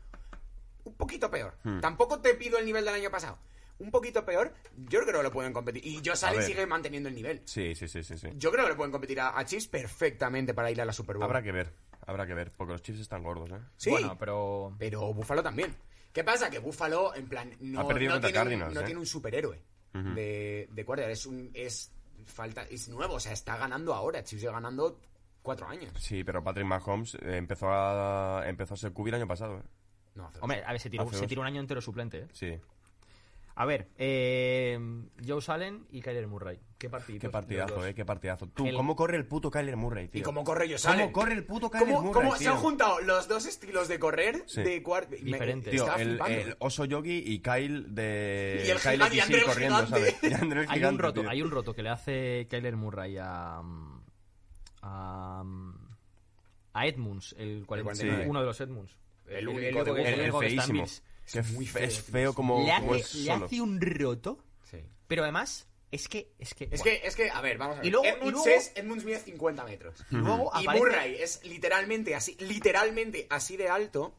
[SPEAKER 2] Un poquito peor.
[SPEAKER 4] Hmm.
[SPEAKER 2] Tampoco te pido el nivel del año pasado. Un poquito peor, yo creo que lo pueden competir. Y yo
[SPEAKER 4] A ver.
[SPEAKER 2] sigue manteniendo el nivel.
[SPEAKER 4] Sí, sí, sí, sí, sí.
[SPEAKER 2] Yo creo que le pueden competir a, a Chiefs perfectamente para ir a la Super Bowl.
[SPEAKER 4] Habrá que ver, habrá que ver, porque los chips están gordos, ¿eh?
[SPEAKER 2] Sí,
[SPEAKER 1] Bueno, pero.
[SPEAKER 2] pero Búfalo también. ¿Qué pasa? Que Búfalo, en plan, no,
[SPEAKER 4] Ha perdido
[SPEAKER 2] no
[SPEAKER 4] contra
[SPEAKER 2] tiene, un,
[SPEAKER 4] Cardinals,
[SPEAKER 2] no
[SPEAKER 4] ¿eh?
[SPEAKER 2] tiene un superhéroe de, de quarterback. Es un. Es, falta, es nuevo, o sea, está ganando ahora. Chiefs lleva ganando cuatro años.
[SPEAKER 4] Sí, pero Patrick Mahomes eh, empezó a, empezó a ser QB el año pasado, ¿eh?
[SPEAKER 2] No, hace-
[SPEAKER 1] Hombre, a ver, se tiró,
[SPEAKER 4] Hace
[SPEAKER 1] se
[SPEAKER 4] dos.
[SPEAKER 1] tiró un año entero suplente, ¿eh?
[SPEAKER 4] Sí.
[SPEAKER 1] A ver, eh, Joe Allen y Kyler Murray. Qué partido.
[SPEAKER 4] Qué partidazo, ¿eh? Qué partidazo. Tú,
[SPEAKER 1] El-
[SPEAKER 4] ¿cómo corre el puto Kyler Murray, tío?
[SPEAKER 2] ¿Y cómo corre ellos?
[SPEAKER 4] ¿Cómo
[SPEAKER 2] salen?
[SPEAKER 4] corre el puto Kyler
[SPEAKER 2] ¿Cómo,
[SPEAKER 4] Murray,
[SPEAKER 2] cómo se
[SPEAKER 4] tío?
[SPEAKER 2] han juntado los dos estilos de correr
[SPEAKER 4] Sí.
[SPEAKER 2] de cuarto?
[SPEAKER 1] Diferentes.
[SPEAKER 4] Tío,
[SPEAKER 2] estaba
[SPEAKER 4] el,
[SPEAKER 2] flipando.
[SPEAKER 4] el oso yogi y Kyle de.
[SPEAKER 2] Y el
[SPEAKER 4] Kyle
[SPEAKER 2] gigante, y
[SPEAKER 4] XXL
[SPEAKER 2] Andreu
[SPEAKER 4] corriendo,
[SPEAKER 2] gigante.
[SPEAKER 4] ¿sabes? Y Andreu
[SPEAKER 1] Hay un
[SPEAKER 4] gigante,
[SPEAKER 1] roto,
[SPEAKER 4] tío.
[SPEAKER 1] hay un roto que le hace Kyler Murray a. mm, a. mm, a Edmunds, el 49,
[SPEAKER 4] Sí.
[SPEAKER 1] uno de los Edmunds.
[SPEAKER 2] El único de
[SPEAKER 1] que-
[SPEAKER 4] El,
[SPEAKER 2] Google.
[SPEAKER 1] el
[SPEAKER 4] el
[SPEAKER 1] único que está en
[SPEAKER 4] feísimo.
[SPEAKER 1] Bills.
[SPEAKER 4] Que
[SPEAKER 2] muy
[SPEAKER 4] f-
[SPEAKER 2] feo,
[SPEAKER 4] es
[SPEAKER 2] tío.
[SPEAKER 4] feo como,
[SPEAKER 1] Le
[SPEAKER 4] como es
[SPEAKER 1] hace, le
[SPEAKER 4] solo.
[SPEAKER 1] hace un roto,
[SPEAKER 2] Sí.
[SPEAKER 1] pero además es que. Es que. buah.
[SPEAKER 2] Es que, es que, a ver, vamos a ver.
[SPEAKER 1] Y luego- y
[SPEAKER 2] Edmunds
[SPEAKER 1] luego-
[SPEAKER 2] es- Edmunds mide 50 metros.
[SPEAKER 1] Y luego
[SPEAKER 2] Y
[SPEAKER 1] aparece-
[SPEAKER 2] Murray es literalmente así, literalmente así de alto.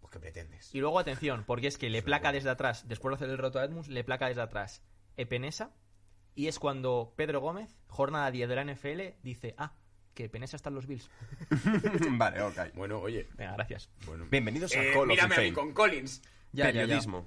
[SPEAKER 2] Pues qué pretendes.
[SPEAKER 1] Y luego atención, porque es que le placa desde atrás, después de hacer el roto a Edmunds, le placa desde atrás Epenesa. Y es cuando Pedro Gómez, jornada 10 de la NFL, dice: Ah, que Epenesa está en los Bills.
[SPEAKER 4] vale, ok.
[SPEAKER 2] Bueno, oye.
[SPEAKER 1] Venga, gracias.
[SPEAKER 4] Bienvenidos a
[SPEAKER 2] Eh,
[SPEAKER 4] Call of
[SPEAKER 2] mírame a mí
[SPEAKER 4] Fame.
[SPEAKER 2] con Collins.
[SPEAKER 1] Ya, ya, ya.
[SPEAKER 4] Periodismo.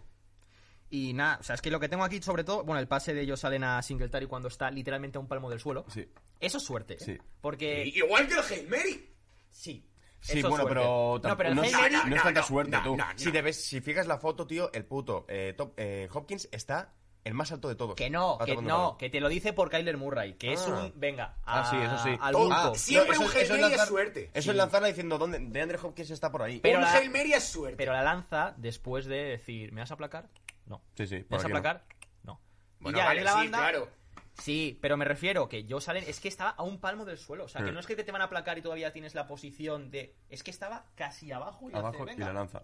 [SPEAKER 1] Y nada, o sea, es que lo que tengo aquí, sobre todo, bueno, el pase de ellos salen a Singletary cuando está literalmente a un palmo del suelo.
[SPEAKER 4] Sí.
[SPEAKER 1] Eso es suerte. ¿eh?
[SPEAKER 4] Sí.
[SPEAKER 1] Porque.
[SPEAKER 2] Igual que el Hail Mary.
[SPEAKER 1] Sí.
[SPEAKER 4] Sí,
[SPEAKER 1] eso es
[SPEAKER 4] bueno,
[SPEAKER 1] suerte.
[SPEAKER 4] pero, tam-
[SPEAKER 1] No, pero el
[SPEAKER 4] no,
[SPEAKER 1] Hail
[SPEAKER 4] es-
[SPEAKER 1] Mary-
[SPEAKER 4] no es
[SPEAKER 2] no,
[SPEAKER 4] tanta
[SPEAKER 2] no,
[SPEAKER 4] suerte,
[SPEAKER 2] no,
[SPEAKER 4] tú.
[SPEAKER 2] no,
[SPEAKER 4] si,
[SPEAKER 2] no.
[SPEAKER 4] te ves, si fijas la foto, tío, el puto eh, top, eh, Hopkins está el más alto de todos.
[SPEAKER 1] Que no,
[SPEAKER 4] Va
[SPEAKER 1] que
[SPEAKER 4] tocando
[SPEAKER 1] no,
[SPEAKER 4] balón.
[SPEAKER 1] que te lo dice por Kyler Murray, que es
[SPEAKER 4] Ah.
[SPEAKER 1] un. Venga,
[SPEAKER 4] Ah,
[SPEAKER 1] a-
[SPEAKER 4] sí, eso sí.
[SPEAKER 1] al
[SPEAKER 4] Todo-
[SPEAKER 1] bulto.
[SPEAKER 4] ah,
[SPEAKER 2] Siempre un Hail Mary es
[SPEAKER 4] lanzar-
[SPEAKER 2] suerte.
[SPEAKER 4] Eso es lanzarla diciendo, ¿dónde? De Andre Hopkins está por ahí.
[SPEAKER 1] Pero
[SPEAKER 2] un
[SPEAKER 1] la-
[SPEAKER 2] Hail Mary es suerte.
[SPEAKER 1] Pero la lanza después de decir, ¿me vas a aplacar? No.
[SPEAKER 4] Sí, sí,
[SPEAKER 1] ¿Me
[SPEAKER 4] por
[SPEAKER 1] vas a
[SPEAKER 4] aquí no.
[SPEAKER 1] aplacar? No.
[SPEAKER 2] Bueno,
[SPEAKER 1] y ya,
[SPEAKER 2] vale,
[SPEAKER 1] de la
[SPEAKER 2] sí,
[SPEAKER 1] banda.
[SPEAKER 2] claro.
[SPEAKER 1] Sí, pero me refiero que yo salen. Es que estaba a un palmo del suelo. O sea, que
[SPEAKER 4] Mm.
[SPEAKER 1] no es que te van a aplacar y todavía tienes la posición de. Es que estaba casi abajo y
[SPEAKER 4] Abajo
[SPEAKER 1] hace,
[SPEAKER 4] y la
[SPEAKER 1] venga,
[SPEAKER 4] lanza.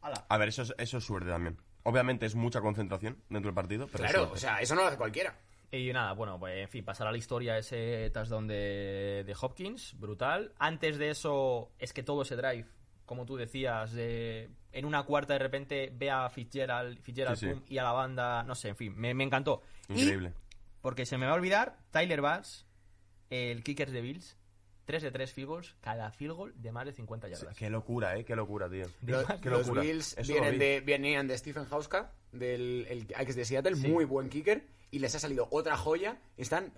[SPEAKER 1] ala.
[SPEAKER 4] A ver, eso es, eso es suerte también. Obviamente es mucha concentración dentro del partido, pero es
[SPEAKER 2] Claro,
[SPEAKER 4] suerte.
[SPEAKER 2] o sea, eso no lo hace cualquiera.
[SPEAKER 1] Y nada, bueno, pues en fin, pasará la historia ese touchdown de, de Hopkins, brutal. Antes de eso, es que todo ese drive, como tú decías, de- en una cuarta de repente ve a Fitzgerald, Fitzgerald
[SPEAKER 4] Sí, sí.
[SPEAKER 1] pum, y a la banda, no sé, en fin, me, me encantó. Y,
[SPEAKER 4] Increíble.
[SPEAKER 1] porque se me va a olvidar, Tyler Bass, el kicker de Bills, 3 de 3 field goals, cada field goal de más de 50
[SPEAKER 4] Sí,
[SPEAKER 1] yardas.
[SPEAKER 4] Qué locura, eh, qué locura, tío.
[SPEAKER 2] Lo-
[SPEAKER 4] Qué
[SPEAKER 2] los
[SPEAKER 4] locura.
[SPEAKER 2] Bills
[SPEAKER 4] Eso lo
[SPEAKER 2] vienen
[SPEAKER 4] vi.
[SPEAKER 2] de, venían de Stephen Hauska, del el ex de Seattle, muy buen kicker, y les ha salido otra joya. Están.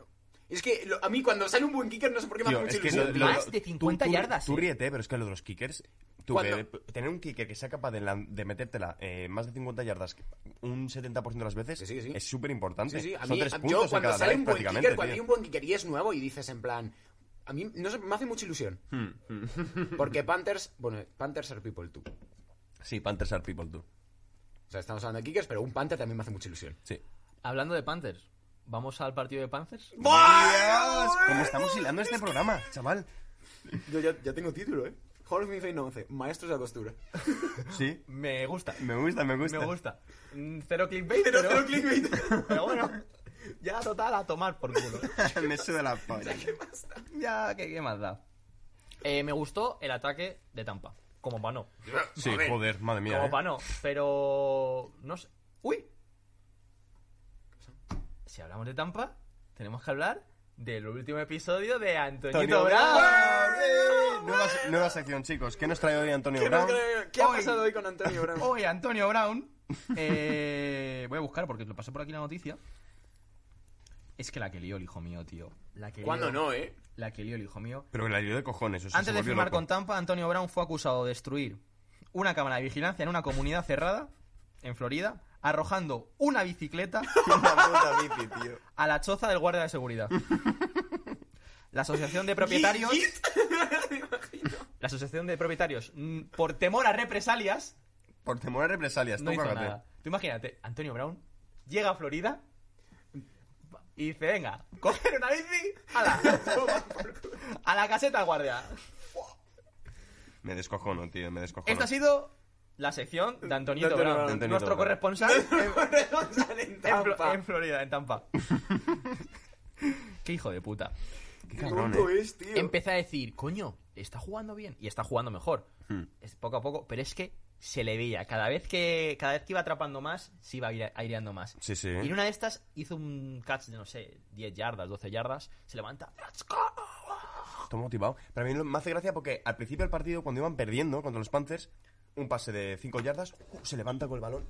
[SPEAKER 2] Es que lo- a mí cuando sale un buen kicker no sé por qué me
[SPEAKER 4] Tío,
[SPEAKER 2] hace mucha
[SPEAKER 4] es que
[SPEAKER 2] ilusión.
[SPEAKER 4] lo-
[SPEAKER 1] de-
[SPEAKER 4] lo-
[SPEAKER 1] Más
[SPEAKER 4] lo-
[SPEAKER 1] de
[SPEAKER 4] tú-
[SPEAKER 1] 50
[SPEAKER 4] tú-
[SPEAKER 1] yardas,
[SPEAKER 4] Tú
[SPEAKER 1] eh.
[SPEAKER 4] ríete, pero es que lo de los kickers. tú,
[SPEAKER 2] Cuando-
[SPEAKER 4] que- tener un kicker que sea capaz de, lan- de metértela eh, más de 50 yardas un 70% de las veces
[SPEAKER 2] Que sí, que sí.
[SPEAKER 4] es súper importante.
[SPEAKER 2] Sí, sí, a
[SPEAKER 4] Son
[SPEAKER 2] mí,
[SPEAKER 4] tres
[SPEAKER 2] a-
[SPEAKER 4] puntos
[SPEAKER 2] yo
[SPEAKER 4] en
[SPEAKER 2] cuando
[SPEAKER 4] cada
[SPEAKER 2] sale
[SPEAKER 4] drive
[SPEAKER 2] un buen
[SPEAKER 4] prácticamente,
[SPEAKER 2] kicker, cuando
[SPEAKER 4] tío.
[SPEAKER 2] hay un buen kicker y es nuevo y dices en plan. A mí no sé, me hace mucha ilusión.
[SPEAKER 4] Hmm.
[SPEAKER 2] Porque Panthers. Bueno, Panthers are people too. O
[SPEAKER 4] Sí, Panthers are people, tú.
[SPEAKER 2] sea, estamos hablando de kickers, pero un Panther también me hace mucha ilusión.
[SPEAKER 4] Sí.
[SPEAKER 1] Hablando de Panthers, ¿vamos al partido de Panthers?
[SPEAKER 4] ¡Dios! ¿Cómo estamos hilando este programa, chaval?
[SPEAKER 2] Yo ya, ya tengo título, ¿eh? Hall of Fame 11, maestros de la costura.
[SPEAKER 4] Sí.
[SPEAKER 1] Me gusta,
[SPEAKER 4] Me gusta, me gusta.
[SPEAKER 1] me gusta. Mm, Cero clickbait,
[SPEAKER 2] Pero,
[SPEAKER 1] pero-
[SPEAKER 2] pero clickbait.
[SPEAKER 1] Pero bueno, ya total, a tomar por culo.
[SPEAKER 4] me suda la polla.
[SPEAKER 1] ya, ¿qué, qué más da? Eh, me gustó el ataque de Tampa. Como para no.
[SPEAKER 4] Sí,
[SPEAKER 2] A ver,
[SPEAKER 4] joder, madre mía.
[SPEAKER 1] Como
[SPEAKER 4] eh.
[SPEAKER 1] para no. Pero. No sé. ¡Uy! Si hablamos de Tampa, tenemos que hablar del último episodio de Antonio
[SPEAKER 4] Antonio
[SPEAKER 1] Brown.
[SPEAKER 4] Brown. Nueva, nueva sección, chicos. ¿Qué nos trae hoy Antonio
[SPEAKER 2] ¿Qué,
[SPEAKER 4] Brown?
[SPEAKER 2] qué ha
[SPEAKER 1] Hoy-
[SPEAKER 2] pasado hoy con Antonio Brown?
[SPEAKER 1] Hoy Antonio Brown. eh, voy a buscar porque lo pasé por aquí la noticia. Es que la que lió el hijo mío, tío. La que
[SPEAKER 2] ¿Cuándo
[SPEAKER 1] lió-
[SPEAKER 2] no, eh?
[SPEAKER 1] La que lió el hijo mío.
[SPEAKER 4] Pero la ayudó de cojones. o sea,
[SPEAKER 1] Antes
[SPEAKER 4] se
[SPEAKER 1] de
[SPEAKER 4] volvió
[SPEAKER 1] firmar
[SPEAKER 4] loco.
[SPEAKER 1] con Tampa, Antonio Brown fue acusado de destruir una cámara de vigilancia en una comunidad cerrada en Florida, arrojando una bicicleta
[SPEAKER 4] Una puta bici, tío.
[SPEAKER 1] a la choza del guardia de seguridad. La asociación de propietarios, la asociación de propietarios, mm, por temor a represalias,
[SPEAKER 4] Por temor a represalias,
[SPEAKER 1] no
[SPEAKER 4] tú
[SPEAKER 1] hizo
[SPEAKER 4] cágate.
[SPEAKER 1] nada. Tú imagínate, Antonio Brown llega a Florida y dice, venga, coger una bici, ala, a la caseta del guardia.
[SPEAKER 4] Me descojono, tío, me descojono.
[SPEAKER 1] Esta ha sido la sección de Antonio
[SPEAKER 2] De Antonio
[SPEAKER 1] Brown,
[SPEAKER 2] Brown. De
[SPEAKER 4] Antonio
[SPEAKER 1] nuestro
[SPEAKER 4] Brown.
[SPEAKER 1] corresponsal en,
[SPEAKER 2] Corresponsal en
[SPEAKER 1] en Flo-
[SPEAKER 2] Tampa.
[SPEAKER 1] en Florida, en Tampa. Qué hijo de puta.
[SPEAKER 2] Qué
[SPEAKER 4] Qué cabrón,
[SPEAKER 2] tonto
[SPEAKER 4] eh.
[SPEAKER 2] es, tío.
[SPEAKER 1] Empecé a decir, coño, está jugando bien y está jugando mejor.
[SPEAKER 4] Hmm.
[SPEAKER 1] Es poco a poco, pero es que se le veía. Cada vez que, cada vez que iba atrapando más, se iba aire- aireando más.
[SPEAKER 4] Sí, sí.
[SPEAKER 1] Y en una de estas hizo un catch de, no sé, 10 yardas, 12 yardas, se levanta. "Let's go".
[SPEAKER 4] Estoy motivado. Pero a mí lo- me hace gracia porque al principio del partido, cuando iban perdiendo contra los Panthers, un pase de 5 yardas, uh, se levanta con el balón.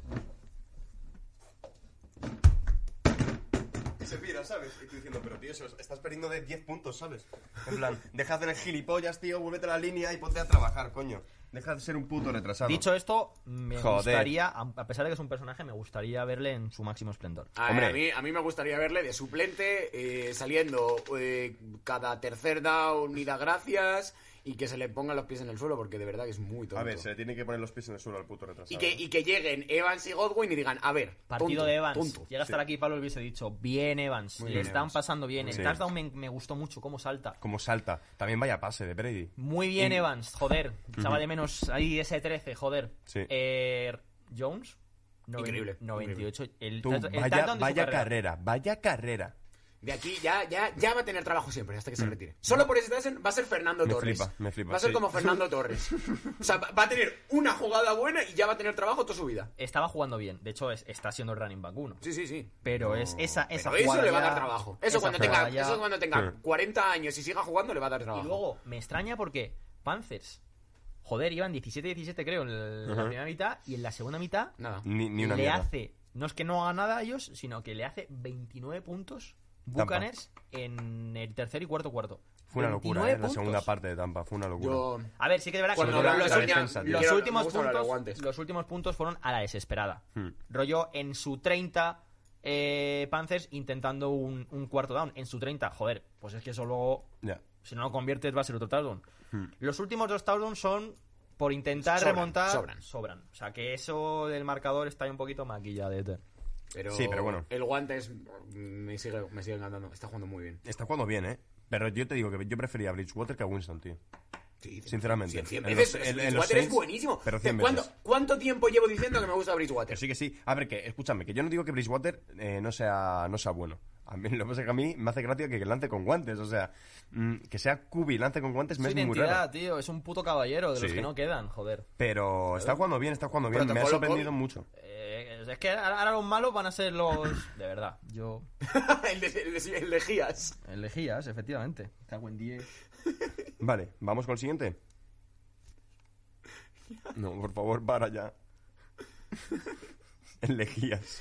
[SPEAKER 4] Y se pira, ¿sabes? Y tú diciendo, pero tío, se los- estás perdiendo de 10 puntos, ¿sabes? En plan, deja de hacer el gilipollas, tío, vuélvete a la línea y ponte a trabajar, coño. Deja de ser un puto retrasado.
[SPEAKER 1] Dicho esto, me
[SPEAKER 4] Joder.
[SPEAKER 1] gustaría, a a pesar de que es un personaje, me gustaría verle en su máximo esplendor.
[SPEAKER 2] A, ver,
[SPEAKER 4] Hombre.
[SPEAKER 2] a mí, a mí me gustaría verle de suplente eh, saliendo eh, cada tercer down y da gracias y que se le pongan los pies en el suelo porque de verdad que es muy tonto.
[SPEAKER 4] a ver, se le tiene que poner los pies en el suelo al puto retrasado.
[SPEAKER 2] y, que, y que lleguen Evans y Godwin y digan, a ver,
[SPEAKER 1] Partido
[SPEAKER 2] tonto,
[SPEAKER 1] de Evans.
[SPEAKER 2] tonto.
[SPEAKER 1] Llega a estar aquí, Pablo, y hubiese dicho, bien Evans,
[SPEAKER 2] Muy
[SPEAKER 1] le
[SPEAKER 2] bien,
[SPEAKER 1] están
[SPEAKER 2] Evans.
[SPEAKER 1] pasando bien. El
[SPEAKER 4] Sí.
[SPEAKER 1] touchdown me, me gustó mucho, cómo salta.
[SPEAKER 4] Como salta. También vaya pase de Brady.
[SPEAKER 1] Muy bien, Evans, joder. Echaba de menos ahí ese 13, joder.
[SPEAKER 4] Sí.
[SPEAKER 1] Eh, Jones, noven-
[SPEAKER 2] Increíble,
[SPEAKER 1] 98. El,
[SPEAKER 4] Tú,
[SPEAKER 1] touch- el
[SPEAKER 4] vaya,
[SPEAKER 1] touchdown de su
[SPEAKER 4] vaya
[SPEAKER 1] carrera.
[SPEAKER 4] carrera, vaya carrera.
[SPEAKER 2] De aquí ya, ya, ya va a tener trabajo siempre hasta que se retire. Solo por ese touchdown va a ser Fernando
[SPEAKER 4] Mm. Me
[SPEAKER 2] Torres.
[SPEAKER 4] flipa, me flipa,
[SPEAKER 2] va a ser
[SPEAKER 4] sí.
[SPEAKER 2] como Fernando Torres. O sea, va va a tener una jugada buena y ya va a tener trabajo toda su vida.
[SPEAKER 1] Estaba jugando bien. De hecho, es- está siendo el running back 1.
[SPEAKER 2] Sí, sí, sí.
[SPEAKER 1] Pero es esa,
[SPEAKER 2] Pero
[SPEAKER 1] esa
[SPEAKER 2] eso
[SPEAKER 1] jugada
[SPEAKER 2] le va a
[SPEAKER 1] ya-
[SPEAKER 2] dar trabajo. Eso
[SPEAKER 1] esa
[SPEAKER 2] cuando,
[SPEAKER 1] jugada
[SPEAKER 2] tenga,
[SPEAKER 1] ya-
[SPEAKER 2] eso cuando tenga
[SPEAKER 4] Sí.
[SPEAKER 2] 40 años y siga jugando le va a dar
[SPEAKER 1] Y
[SPEAKER 2] trabajo.
[SPEAKER 1] luego, me extraña porque Panthers, joder, iban 17-17 creo en el- la primera mitad y en la segunda mitad
[SPEAKER 2] Nada.
[SPEAKER 4] Ni, ni una
[SPEAKER 1] le
[SPEAKER 4] mierda.
[SPEAKER 1] hace, no es que no haga nada a ellos, sino que le hace 29 puntos
[SPEAKER 4] Tampa.
[SPEAKER 1] Bucaners en el tercer y cuarto cuarto.
[SPEAKER 4] Fue una locura,
[SPEAKER 1] 29
[SPEAKER 4] ¿eh? La segunda
[SPEAKER 1] puntos.
[SPEAKER 4] parte de Tampa, fue una locura.
[SPEAKER 2] Yo...
[SPEAKER 1] A ver, sí que es verdad que
[SPEAKER 2] Cuando
[SPEAKER 1] los,
[SPEAKER 2] hablamos
[SPEAKER 1] los
[SPEAKER 2] de la
[SPEAKER 1] últimos-
[SPEAKER 4] defensa, tío.
[SPEAKER 1] los
[SPEAKER 2] Quiero-
[SPEAKER 1] últimos
[SPEAKER 2] me gusta hablar de
[SPEAKER 1] puntos,
[SPEAKER 2] guantes.
[SPEAKER 1] los últimos puntos fueron a la desesperada.
[SPEAKER 4] Hmm.
[SPEAKER 1] Rollo en su 30 eh, Panthers intentando un, un cuarto down. En su 30, joder, pues es que eso luego,
[SPEAKER 4] Ya.
[SPEAKER 1] si no lo conviertes, va a ser otro touchdown. Los últimos dos touchdowns son por intentar
[SPEAKER 2] Hmm. Sobran,
[SPEAKER 1] remontar.
[SPEAKER 2] sobran.
[SPEAKER 1] O sea que eso del marcador está ahí un poquito maquilladete.
[SPEAKER 2] Pero
[SPEAKER 4] Sí, pero bueno.
[SPEAKER 2] El guante es- me sigue, me sigue encantando. Está jugando muy bien.
[SPEAKER 4] Está jugando bien, ¿eh? Pero yo te digo que yo prefería a Bridgewater que a Winston, tío.
[SPEAKER 2] Sí,
[SPEAKER 4] Sinceramente.
[SPEAKER 2] cien- cien
[SPEAKER 4] En
[SPEAKER 2] veces.
[SPEAKER 4] los- en- en los
[SPEAKER 2] Bridgewater es
[SPEAKER 4] Saints,
[SPEAKER 2] buenísimo.
[SPEAKER 4] pero cien
[SPEAKER 2] ¿Cuánto,
[SPEAKER 4] veces.
[SPEAKER 2] ¿Cuánto tiempo llevo diciendo que me gusta
[SPEAKER 4] Que
[SPEAKER 2] Bridgewater?
[SPEAKER 4] sí, que sí. A ver, que escúchame, que yo no digo que Bridgewater eh, no, sea, no sea bueno. A mí lo que pasa es que a mí me hace gracia que lance con guantes. O sea, mm, que sea Kubi y lance con guantes me
[SPEAKER 1] Su
[SPEAKER 4] es muy
[SPEAKER 1] identidad,
[SPEAKER 4] raro.
[SPEAKER 1] tío, es un puto caballero de los
[SPEAKER 4] Sí.
[SPEAKER 1] que no quedan, joder.
[SPEAKER 4] Pero está jugando bien, está jugando bien. Me ha
[SPEAKER 2] Protocolo
[SPEAKER 4] sorprendido
[SPEAKER 2] COVID.
[SPEAKER 4] mucho.
[SPEAKER 1] Eh, es que ahora ahora los malos van a ser los. De verdad, yo.
[SPEAKER 2] el, de, el, de- el de Gías.
[SPEAKER 1] Elegías, efectivamente. Cago en 10.
[SPEAKER 4] Vale, vamos con el siguiente. No, por favor, para ya. Elegías.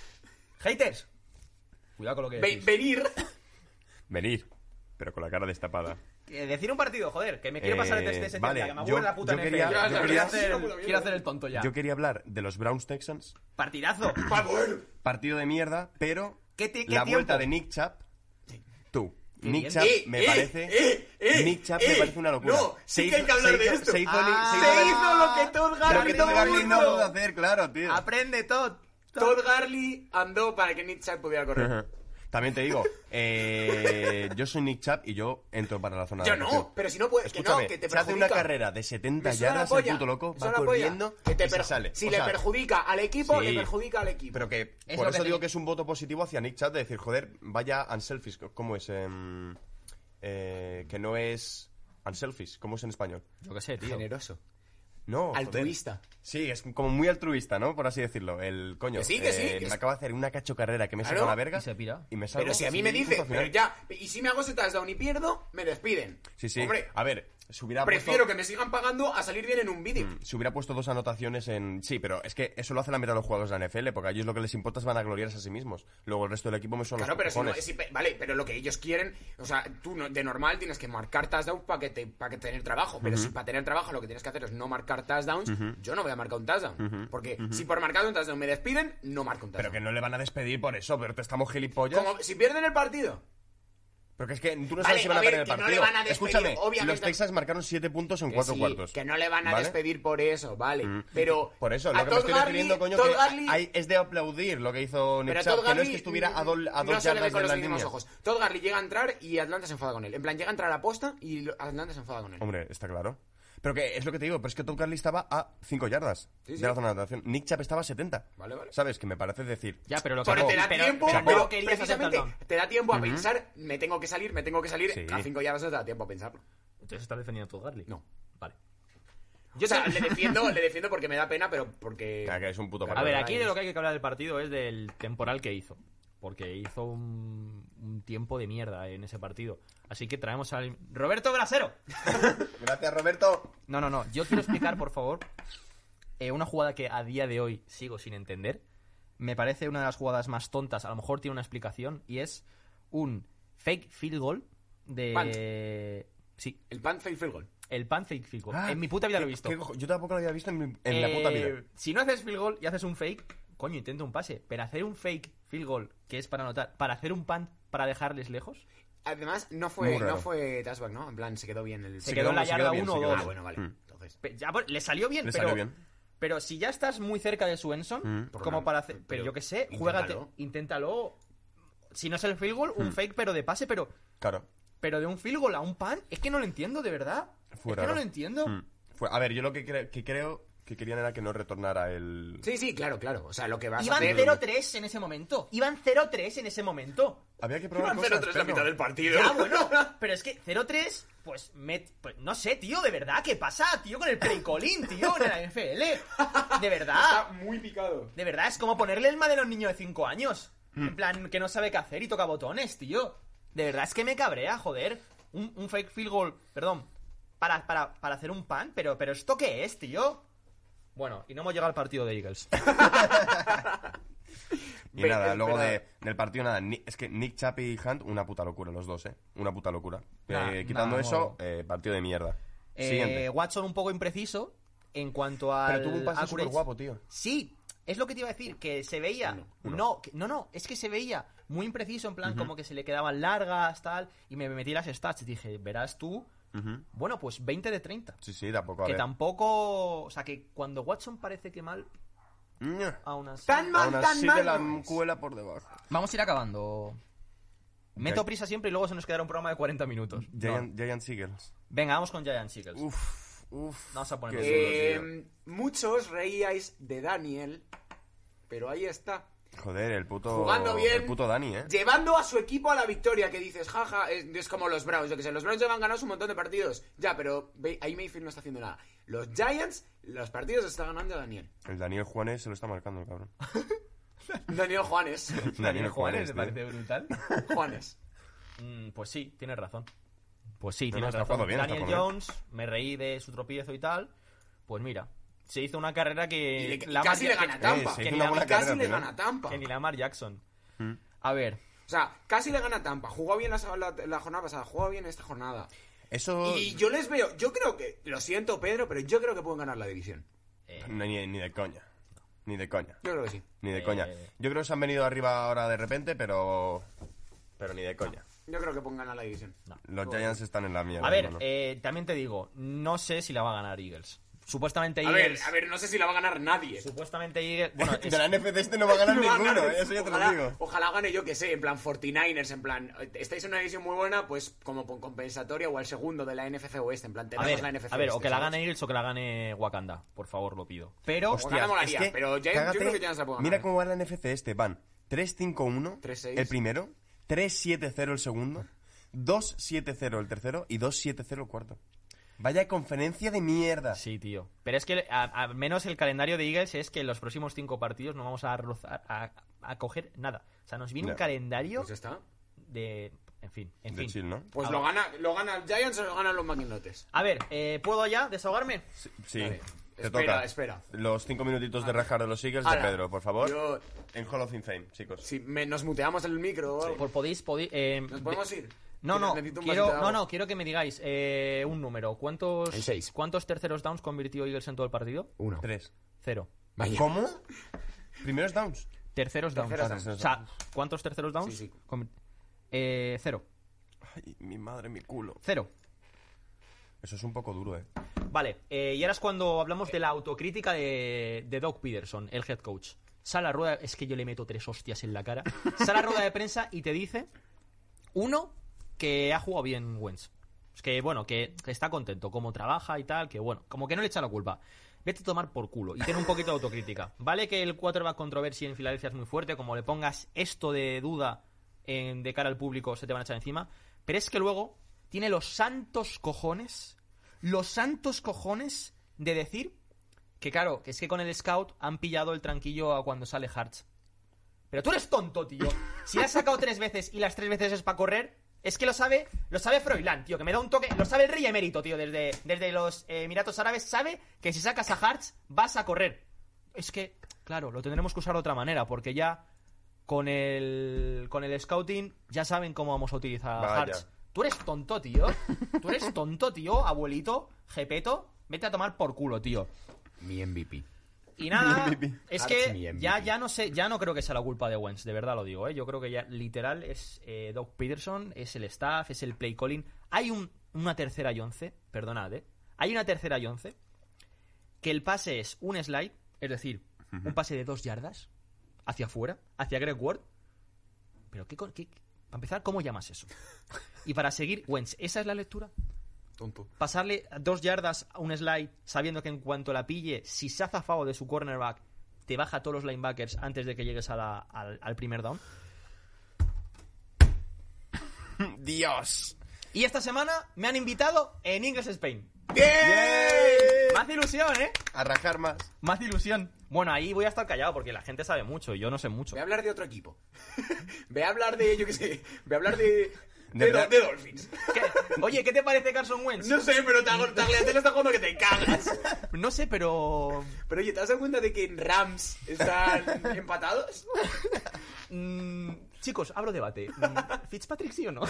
[SPEAKER 1] ¡Haters! Cuidado con lo que
[SPEAKER 2] Ve-
[SPEAKER 1] decís.
[SPEAKER 2] venir.
[SPEAKER 4] Venir, pero con la cara destapada.
[SPEAKER 1] Eh, decir un partido, joder, que me quiero
[SPEAKER 4] Eh,
[SPEAKER 1] pasar este, el test de ese
[SPEAKER 4] vale,
[SPEAKER 1] que me aburre
[SPEAKER 4] yo-
[SPEAKER 1] la puta
[SPEAKER 4] yo quería-
[SPEAKER 1] NFL.
[SPEAKER 4] yo quería-
[SPEAKER 1] quiero, hacer el, quiero hacer el tonto ya.
[SPEAKER 4] Yo quería hablar de los Browns Texans.
[SPEAKER 1] Partidazo.
[SPEAKER 2] Vamos.
[SPEAKER 4] Partido de mierda, pero
[SPEAKER 1] ¿Qué ti- qué
[SPEAKER 4] la
[SPEAKER 1] tiempo?
[SPEAKER 4] vuelta de Nick Chap. Tú. Nick
[SPEAKER 1] bien.
[SPEAKER 4] Chap
[SPEAKER 2] Eh,
[SPEAKER 4] me
[SPEAKER 2] eh,
[SPEAKER 4] parece.
[SPEAKER 2] eh, eh,
[SPEAKER 4] Nick Chap
[SPEAKER 2] eh,
[SPEAKER 4] me parece una locura.
[SPEAKER 2] no, sí que hay que hablar
[SPEAKER 4] se
[SPEAKER 2] de
[SPEAKER 4] hizo-
[SPEAKER 2] esto.
[SPEAKER 4] Se hizo,
[SPEAKER 1] Ah,
[SPEAKER 4] se hizo
[SPEAKER 2] Se
[SPEAKER 4] li-
[SPEAKER 2] hizo lo que Todd
[SPEAKER 4] lo que
[SPEAKER 2] Gurley
[SPEAKER 4] Todd
[SPEAKER 2] no
[SPEAKER 4] Gurley no pudo
[SPEAKER 2] pudo.
[SPEAKER 4] hacer, claro, tío.
[SPEAKER 1] Aprende, Todd.
[SPEAKER 2] Todd Gurley andó para que Nick Chubb pudiera correr.
[SPEAKER 4] También te digo, eh, yo soy Nick Chap y yo entro para la zona
[SPEAKER 2] Yo
[SPEAKER 4] de anotación.
[SPEAKER 2] no, pero si no puedes, que no,
[SPEAKER 4] Escúchame,
[SPEAKER 2] que te
[SPEAKER 4] se hace una
[SPEAKER 2] perjudica.
[SPEAKER 4] carrera de 70
[SPEAKER 2] Me suda la
[SPEAKER 4] yardas, el
[SPEAKER 2] polla,
[SPEAKER 4] puto loco
[SPEAKER 2] me
[SPEAKER 4] va
[SPEAKER 2] suda la polla.
[SPEAKER 4] corriendo
[SPEAKER 2] Que te
[SPEAKER 4] y se
[SPEAKER 2] perju-
[SPEAKER 4] sale.
[SPEAKER 2] Si
[SPEAKER 4] O
[SPEAKER 2] le
[SPEAKER 4] sea,
[SPEAKER 2] perjudica al equipo,
[SPEAKER 4] sí.
[SPEAKER 2] le perjudica al equipo.
[SPEAKER 4] Pero que
[SPEAKER 1] Es
[SPEAKER 4] por
[SPEAKER 1] lo
[SPEAKER 4] eso
[SPEAKER 1] que te-
[SPEAKER 4] digo que es un voto positivo hacia Nick Chat de decir, joder, vaya unselfish. ¿Cómo es? Em, eh, que no es unselfish. ¿Cómo es en español?
[SPEAKER 1] Yo qué sé, tío.
[SPEAKER 2] generoso.
[SPEAKER 4] No, joder.
[SPEAKER 2] Altruista.
[SPEAKER 4] Sí, es como muy altruista, ¿no? Por así decirlo. El coño.
[SPEAKER 2] Que sí, que sí,
[SPEAKER 4] eh,
[SPEAKER 2] que
[SPEAKER 4] me
[SPEAKER 2] es-
[SPEAKER 4] acaba de hacer una cacho carrera que me
[SPEAKER 2] Claro,
[SPEAKER 4] saca la verga.
[SPEAKER 1] y se pira.
[SPEAKER 4] y me salgo
[SPEAKER 2] Pero si a mí
[SPEAKER 4] sin
[SPEAKER 2] me
[SPEAKER 4] ningún
[SPEAKER 2] dice,
[SPEAKER 4] punto
[SPEAKER 2] pero
[SPEAKER 4] final.
[SPEAKER 2] ya, y si me hago ese touchdown y pierdo, me despiden.
[SPEAKER 4] Sí, sí.
[SPEAKER 2] Hombre,
[SPEAKER 4] a ver, se hubiera
[SPEAKER 2] prefiero
[SPEAKER 4] puesto... Mm.
[SPEAKER 2] que me sigan pagando a salir bien en un vídeo.
[SPEAKER 4] Si hubiera puesto dos anotaciones en... Sí, pero es que eso lo hace la mitad de los jugadores de la NFL, porque a ellos lo que les importa es van a gloriarse a sí mismos. Luego el resto del equipo me son
[SPEAKER 2] Claro,
[SPEAKER 4] los
[SPEAKER 2] pero si no,
[SPEAKER 4] cojones.
[SPEAKER 2] si pe- vale, pero lo que ellos quieren, o sea, tú no- de normal tienes que marcar touchdowns para que, te- pa' que tener trabajo, pero si para tener trabajo lo que tienes que hacer es no marcar touchdowns, yo no voy a marcar un touchdown, porque si por marcar un touchdown me despiden, no marco un
[SPEAKER 4] Pero
[SPEAKER 2] touchdown.
[SPEAKER 4] que no le van a despedir por eso, pero te estamos gilipollas.
[SPEAKER 2] Como si pierden el partido,
[SPEAKER 4] Porque es que tú no sabes
[SPEAKER 2] Vale,
[SPEAKER 4] si van a,
[SPEAKER 2] a ver,
[SPEAKER 4] perder el
[SPEAKER 2] que no
[SPEAKER 4] partido.
[SPEAKER 2] le van a despedir,
[SPEAKER 4] Escúchame,
[SPEAKER 2] obviamente.
[SPEAKER 4] los Texas marcaron 7 puntos en
[SPEAKER 2] Que
[SPEAKER 4] 4
[SPEAKER 2] sí,
[SPEAKER 4] cuartos.
[SPEAKER 2] que no le van a
[SPEAKER 4] ¿vale?
[SPEAKER 2] despedir por eso, vale, pero
[SPEAKER 4] Por eso,
[SPEAKER 2] a
[SPEAKER 4] lo que me
[SPEAKER 2] Todd
[SPEAKER 4] estoy
[SPEAKER 2] Gurley-
[SPEAKER 4] refiriendo, coño,
[SPEAKER 2] Todd
[SPEAKER 4] que
[SPEAKER 2] Gurley-
[SPEAKER 4] hay- es de aplaudir lo que hizo Nick
[SPEAKER 2] Pero
[SPEAKER 4] Chubb,
[SPEAKER 2] Todd
[SPEAKER 4] que no es
[SPEAKER 2] Gurley,
[SPEAKER 4] que estuviera a, dol- a
[SPEAKER 2] no
[SPEAKER 4] dos
[SPEAKER 2] se le ve
[SPEAKER 4] yardas
[SPEAKER 2] con
[SPEAKER 4] de
[SPEAKER 2] los
[SPEAKER 4] la
[SPEAKER 2] mismos
[SPEAKER 4] línea.
[SPEAKER 2] ojos. Todd Garley llega a entrar y Atlanta se enfada con él. En plan, llega a entrar a la posta y lo- Atlanta se enfada con él.
[SPEAKER 4] Hombre, está claro. Pero que es lo que te digo, pero es que Tom Carly estaba a 5 yardas
[SPEAKER 2] Sí, sí.
[SPEAKER 4] de la zona de anotación. Nick Chap estaba a 70.
[SPEAKER 2] Vale, vale.
[SPEAKER 4] ¿Sabes? Que me parece decir.
[SPEAKER 1] Ya, pero lo que
[SPEAKER 2] Pero te da
[SPEAKER 1] pero-
[SPEAKER 2] tiempo,
[SPEAKER 1] pero
[SPEAKER 2] pero
[SPEAKER 1] no querías hacer
[SPEAKER 2] precisamente
[SPEAKER 1] touchdown.
[SPEAKER 2] te da tiempo a pensar, me tengo que salir, me tengo que salir,
[SPEAKER 4] Sí.
[SPEAKER 2] a cinco yardas no te da tiempo a pensarlo.
[SPEAKER 1] Entonces estás defendiendo a tu Garlic.
[SPEAKER 2] No.
[SPEAKER 1] Vale.
[SPEAKER 2] Yo o sea, le defiendo, le defiendo porque me da pena, pero porque...
[SPEAKER 4] Ah, que es un puto
[SPEAKER 2] A
[SPEAKER 1] A
[SPEAKER 4] parado.
[SPEAKER 1] ver,
[SPEAKER 2] Pero
[SPEAKER 1] aquí
[SPEAKER 2] ahí
[SPEAKER 1] de
[SPEAKER 2] es.
[SPEAKER 1] lo que hay que hablar del partido es del temporal que hizo. Porque hizo un, un tiempo de mierda en ese partido. Así que traemos al. ¡Roberto Brasero!
[SPEAKER 4] Gracias, Roberto.
[SPEAKER 1] No, no, no. Yo quiero explicar, por favor, eh, una jugada que a día de hoy sigo sin entender. Me parece una de las jugadas más tontas. A lo mejor tiene una explicación. Y es un fake field goal de. Sí,
[SPEAKER 2] El pan fail field goal.
[SPEAKER 1] el pan fake field goal.
[SPEAKER 4] Ah,
[SPEAKER 1] en mi puta vida lo he
[SPEAKER 4] ¿Qué-
[SPEAKER 1] visto.
[SPEAKER 4] qué cojo- Yo tampoco lo había visto en, mi- en la puta
[SPEAKER 1] Eh,
[SPEAKER 4] vida.
[SPEAKER 1] Si no haces field goal y haces un fake, coño, intenta un pase. Pero hacer un fake field goal, que es para anotar, para hacer un punt, para dejarles lejos,
[SPEAKER 2] Además, no
[SPEAKER 4] Muy
[SPEAKER 2] fue,
[SPEAKER 4] raro.
[SPEAKER 2] no fue touchback, ¿no? En plan, se quedó bien el...
[SPEAKER 1] se quedó en la
[SPEAKER 4] se
[SPEAKER 1] yarda
[SPEAKER 4] bien, Hmm.
[SPEAKER 1] uno
[SPEAKER 4] se
[SPEAKER 1] o
[SPEAKER 4] quedó
[SPEAKER 1] dos.
[SPEAKER 2] Ah, bueno, vale. Entonces...
[SPEAKER 1] Pe- ya, bueno, le salió bien,
[SPEAKER 4] Le
[SPEAKER 1] pero,
[SPEAKER 4] salió bien.
[SPEAKER 1] pero si ya estás muy cerca de Swenson,
[SPEAKER 4] Mm.
[SPEAKER 1] como
[SPEAKER 2] Pero-
[SPEAKER 1] para hacer. Pero
[SPEAKER 2] pero
[SPEAKER 1] yo qué sé,
[SPEAKER 2] inténtalo.
[SPEAKER 1] juégate, inténtalo. Si no es el field goal,
[SPEAKER 4] Mm.
[SPEAKER 1] un fake, pero de pase, pero,
[SPEAKER 4] Claro.
[SPEAKER 1] pero de un field goal a un punt, es que no lo entiendo, de verdad.
[SPEAKER 4] Fue
[SPEAKER 1] es que
[SPEAKER 4] raro.
[SPEAKER 1] no lo entiendo.
[SPEAKER 4] Mm. Fue- a ver, yo lo que, cre- que creo que querían era que no retornara el.
[SPEAKER 2] Sí, sí, claro, claro. O sea, lo que vas a
[SPEAKER 1] Iban
[SPEAKER 2] hacer...
[SPEAKER 1] 0-3 en ese momento. Iban 0-3 en ese momento.
[SPEAKER 4] Había que probar.
[SPEAKER 2] Iban 0-3
[SPEAKER 4] cosas,
[SPEAKER 2] la
[SPEAKER 4] Pedro.
[SPEAKER 2] mitad del partido.
[SPEAKER 1] Ya, bueno, pero es que 0-3, pues, met- pues, no sé, tío, de verdad, ¿qué pasa, tío, con el play calling, tío, en la NFL? De verdad,
[SPEAKER 2] muy picado.
[SPEAKER 1] de verdad, es como ponerle el de a un niño de 5 años.
[SPEAKER 4] Mm.
[SPEAKER 1] En plan, que no sabe qué hacer y toca botones, tío. De verdad, es que me cabrea, joder. Un, un fake field goal, perdón, para, para, para hacer un pan, pero, pero ¿esto qué es, tío? Bueno, y no hemos llegado al partido de Eagles.
[SPEAKER 4] Y
[SPEAKER 2] Pero-
[SPEAKER 4] nada, luego
[SPEAKER 2] pero-
[SPEAKER 4] de- del partido, nada. Ni- es que Nick Chap y Hunt, una puta locura, los dos, ¿eh? Una puta locura. Eh,
[SPEAKER 1] Nah,
[SPEAKER 4] quitando
[SPEAKER 1] nah,
[SPEAKER 4] eso,
[SPEAKER 1] bueno.
[SPEAKER 4] eh, partido de mierda.
[SPEAKER 1] Eh,
[SPEAKER 4] Siguiente.
[SPEAKER 1] Watson un poco impreciso en cuanto a.
[SPEAKER 4] Pero tuvo un pase súper guapo, tío.
[SPEAKER 1] Sí, es lo que te iba a decir, que se veía. No, que- no, no, es que se veía muy impreciso, en plan, como que se le quedaban largas, tal. Y me metí las stats. Dije, verás tú.
[SPEAKER 4] Ujú.
[SPEAKER 1] Bueno, pues 20 de 30.
[SPEAKER 4] Sí, sí, tampoco. A
[SPEAKER 1] Que
[SPEAKER 4] ver.
[SPEAKER 1] tampoco. O sea, que cuando Watson parece que mal,
[SPEAKER 4] Ña.
[SPEAKER 1] aún así.
[SPEAKER 2] Tan mal,
[SPEAKER 4] Aún
[SPEAKER 2] tan
[SPEAKER 4] así
[SPEAKER 2] mal.
[SPEAKER 4] te la
[SPEAKER 2] no es.
[SPEAKER 4] cuela por debajo.
[SPEAKER 1] Vamos a ir acabando. Meto prisa siempre y luego se nos quedará un programa de 40 minutos.
[SPEAKER 4] Giant, Giant Seagulls.
[SPEAKER 1] No. Venga, vamos con Giant Seagulls.
[SPEAKER 4] Uf, uf.
[SPEAKER 1] Vamos a poner
[SPEAKER 4] qué
[SPEAKER 2] Eh,
[SPEAKER 4] duro,
[SPEAKER 2] muchos reíais de Daniel, pero ahí está.
[SPEAKER 4] tío. Joder, el puto.
[SPEAKER 2] Jugando bien.
[SPEAKER 4] El puto Dani, ¿eh?
[SPEAKER 2] Llevando a su equipo a la victoria, que dices, jaja, es, es como los Browns, yo que sé, los Browns llevan ganados un montón de partidos. Ya, pero ve- ahí Mayfield no está haciendo nada. Los Giants, los partidos los está ganando Daniel.
[SPEAKER 4] El Daniel Juanes se lo está marcando, el cabrón.
[SPEAKER 2] Daniel Juanes.
[SPEAKER 4] Daniel Juanes,
[SPEAKER 1] me
[SPEAKER 4] tío.
[SPEAKER 1] parece brutal.
[SPEAKER 2] Juanes.
[SPEAKER 1] Mm, pues sí, tienes razón. Pues sí,
[SPEAKER 4] No,
[SPEAKER 1] tienes
[SPEAKER 4] no, está
[SPEAKER 1] razón.
[SPEAKER 4] jugando bien, está
[SPEAKER 1] Daniel
[SPEAKER 4] jugando
[SPEAKER 1] Jones, me reí de su tropiezo y tal. Pues mira, se hizo una carrera
[SPEAKER 2] Y
[SPEAKER 4] Eh,
[SPEAKER 1] que.
[SPEAKER 2] le-
[SPEAKER 1] Lamar
[SPEAKER 2] casi le
[SPEAKER 1] Jack-
[SPEAKER 2] gana a
[SPEAKER 4] Tampa.
[SPEAKER 2] Tampa.
[SPEAKER 4] sí,
[SPEAKER 1] que
[SPEAKER 4] hizo
[SPEAKER 1] ni
[SPEAKER 4] una
[SPEAKER 1] la-
[SPEAKER 4] eh, buena
[SPEAKER 1] que
[SPEAKER 2] casi
[SPEAKER 4] carrera,
[SPEAKER 2] le
[SPEAKER 4] tío, ¿no?
[SPEAKER 2] gana a Tampa.
[SPEAKER 1] que ni Lamar Jackson.
[SPEAKER 4] Mm.
[SPEAKER 1] A ver,
[SPEAKER 2] O sea, casi le gana a Tampa. Jugó bien la, la- la jornada pasada, jugó bien esta jornada.
[SPEAKER 4] Eso.
[SPEAKER 2] Y yo les veo, yo creo que, lo siento Pedro, pero yo creo que pueden ganar la división.
[SPEAKER 1] eh,
[SPEAKER 4] No, ni, ni de coña. Ni de coña.
[SPEAKER 2] Yo creo que sí.
[SPEAKER 4] Ni de
[SPEAKER 1] Eh.
[SPEAKER 4] coña. Yo creo que se han venido arriba ahora de repente, pero. Pero ni de coña.
[SPEAKER 2] Yo creo que pueden ganar la división.
[SPEAKER 4] Los Giants están en la mierda.
[SPEAKER 1] a ver,
[SPEAKER 4] hermano.
[SPEAKER 1] eh, también te digo, no sé si la va a ganar Eagles. Supuestamente
[SPEAKER 2] A ver,
[SPEAKER 1] Eagles.
[SPEAKER 2] a ver, no sé si la va a ganar nadie.
[SPEAKER 1] Supuestamente Eagles. Bueno, es-
[SPEAKER 4] de la NFC este no va a ganar
[SPEAKER 2] No va a
[SPEAKER 4] ninguno,
[SPEAKER 2] ganar.
[SPEAKER 4] eh, eso ya te
[SPEAKER 2] Ojalá-
[SPEAKER 4] lo digo.
[SPEAKER 2] Ojalá gane yo que sé, en plan 49ers, en plan, estáis en una división muy buena, pues como con compensatoria o al segundo de la NFC Oeste, en plan,
[SPEAKER 1] a
[SPEAKER 2] tenemos
[SPEAKER 1] ver,
[SPEAKER 2] la NFC
[SPEAKER 1] a ver, o
[SPEAKER 2] Oeste,
[SPEAKER 1] que la
[SPEAKER 2] este, ¿sabes?
[SPEAKER 1] gane Eagles o que la gane Wakanda. Por favor, lo pido. Pero.
[SPEAKER 2] Hostia. Ojalá molaría, pero Giants- yo
[SPEAKER 4] cágate,
[SPEAKER 2] creo que Giants la puede ganar,
[SPEAKER 4] Mira
[SPEAKER 2] eh.
[SPEAKER 4] cómo va la NFC este. Van 3-5-1
[SPEAKER 2] 3-6.
[SPEAKER 4] el primero, 3-7-0 el segundo, 2-7-0 el tercero y 2-7-0 el cuarto. Vaya conferencia de mierda.
[SPEAKER 1] Sí, tío. Pero es que a- al menos el calendario de Eagles es que en los próximos cinco partidos no vamos a rozar, a, a coger nada. O sea, nos viene un
[SPEAKER 4] Ya.
[SPEAKER 1] calendario
[SPEAKER 2] Pues ya está.
[SPEAKER 1] de... En fin, en
[SPEAKER 4] De
[SPEAKER 1] fin.
[SPEAKER 4] chill, ¿no?
[SPEAKER 2] Pues
[SPEAKER 1] A
[SPEAKER 2] lo
[SPEAKER 1] ver.
[SPEAKER 2] gana, lo gana el Giants o lo ganan los maquinotes.
[SPEAKER 1] A ver, eh, ¿puedo ya desahogarme?
[SPEAKER 4] Sí, sí,
[SPEAKER 2] Vale.
[SPEAKER 4] te
[SPEAKER 2] Espera,
[SPEAKER 4] toca.
[SPEAKER 2] espera.
[SPEAKER 4] Los cinco minutitos de rajar de los Eagles Pues de
[SPEAKER 2] Ala,
[SPEAKER 4] Pedro, por favor.
[SPEAKER 2] Yo,
[SPEAKER 4] En Hall of Fame, chicos.
[SPEAKER 2] si me- nos muteamos el micro o algo.
[SPEAKER 1] Por, podéis... podéis eh,
[SPEAKER 2] ¿Nos
[SPEAKER 1] de-
[SPEAKER 2] podemos ir?
[SPEAKER 1] No,
[SPEAKER 2] Que
[SPEAKER 1] no,
[SPEAKER 2] necesito un
[SPEAKER 1] quiero,
[SPEAKER 2] vasito de
[SPEAKER 1] no,
[SPEAKER 2] agua.
[SPEAKER 1] no, quiero que me digáis eh, un número. ¿Cuántos,
[SPEAKER 2] El seis.
[SPEAKER 1] ¿Cuántos terceros downs convirtió Eagles en todo el partido?
[SPEAKER 2] Uno.
[SPEAKER 4] Tres.
[SPEAKER 1] Cero.
[SPEAKER 2] Vaya.
[SPEAKER 4] ¿Cómo? Primeros downs.
[SPEAKER 1] Terceros downs.
[SPEAKER 2] Terceros
[SPEAKER 4] downs.
[SPEAKER 1] O sea, ¿cuántos terceros downs?
[SPEAKER 2] Sí, sí.
[SPEAKER 1] Convi- Eh, cero.
[SPEAKER 4] Ay, mi madre, mi culo.
[SPEAKER 1] Cero.
[SPEAKER 4] Eso es un poco duro, eh.
[SPEAKER 1] Vale, eh, y ahora es cuando hablamos de la autocrítica de, de Doc Peterson, el head coach. Sala rueda, es que yo le meto tres hostias en la cara. Sala rueda de prensa y te dice, uno, que ha jugado bien Wentz. Es que, bueno, que, que está contento, como trabaja y tal, que bueno, como que no le echa la culpa. Vete a tomar por culo y ten un poquito de autocrítica. Vale que el quarterback controversia en Filadelfia es muy fuerte, como le pongas esto de duda en- de cara al público se te van a echar encima, pero es que luego tiene los santos cojones, los santos cojones de decir que claro, que es que con el scout han pillado el tranquillo a cuando sale Hartz. Pero tú eres tonto, tío. Si la has sacado tres veces y las tres veces es para correr, es que lo sabe, lo sabe Froilán, tío, que me da un toque. Lo sabe el rey emérito, tío, desde, desde los eh, Emiratos Árabes, sabe que si sacas a Hartz vas a correr. Es que, claro, lo tendremos que usar de otra manera, porque ya con el, con el scouting ya saben cómo vamos a utilizar a
[SPEAKER 4] Vaya.
[SPEAKER 1] Hartz. Tú eres tonto, tío. Tú eres tonto, tío, abuelito, jepeto. Vete a tomar por culo, tío.
[SPEAKER 2] Mi MVP.
[SPEAKER 1] Y nada, es
[SPEAKER 2] Arts mi
[SPEAKER 1] que
[SPEAKER 2] MVP.
[SPEAKER 1] ya, ya no sé, ya no creo que sea la culpa de Wentz, de verdad lo digo, ¿eh? Yo creo que ya literal es eh, Doug Peterson, es el staff, es el play calling. Hay un- una tercera y once, perdonad, ¿eh? Hay una tercera y once que el pase es un slide, es decir, un pase de dos yardas hacia afuera, hacia Greg Ward. Pero qué, con- qué- para empezar, ¿cómo llamas eso? Y para seguir, Wentz, ¿esa es la lectura?
[SPEAKER 2] Tonto.
[SPEAKER 1] pasarle dos yardas a un slide sabiendo que en cuanto la pille, si se ha zafado de su cornerback, te baja a todos los linebackers antes de que llegues a la- al, al primer down.
[SPEAKER 4] Dios.
[SPEAKER 1] Y esta semana me han invitado en English Spain. Me hace ilusión, ¿eh?
[SPEAKER 4] A rajar más.
[SPEAKER 1] Me hace ilusión. Bueno, ahí voy a estar callado porque la gente sabe mucho y yo no sé mucho.
[SPEAKER 2] Ve a hablar de otro equipo. Ve a hablar de, yo qué sé, ve a hablar de...
[SPEAKER 4] De
[SPEAKER 2] De,
[SPEAKER 4] verdad.
[SPEAKER 2] de Dolphins.
[SPEAKER 1] ¿Qué? Oye, ¿qué te parece Carson Wentz?
[SPEAKER 2] No sé, pero Tagliatella está jugando que te cagas.
[SPEAKER 1] No sé, pero...
[SPEAKER 2] Pero oye, ¿te has dado cuenta de que en Rams están empatados?
[SPEAKER 1] mm, chicos, abro debate. Mm, ¿Fitzpatrick sí o no?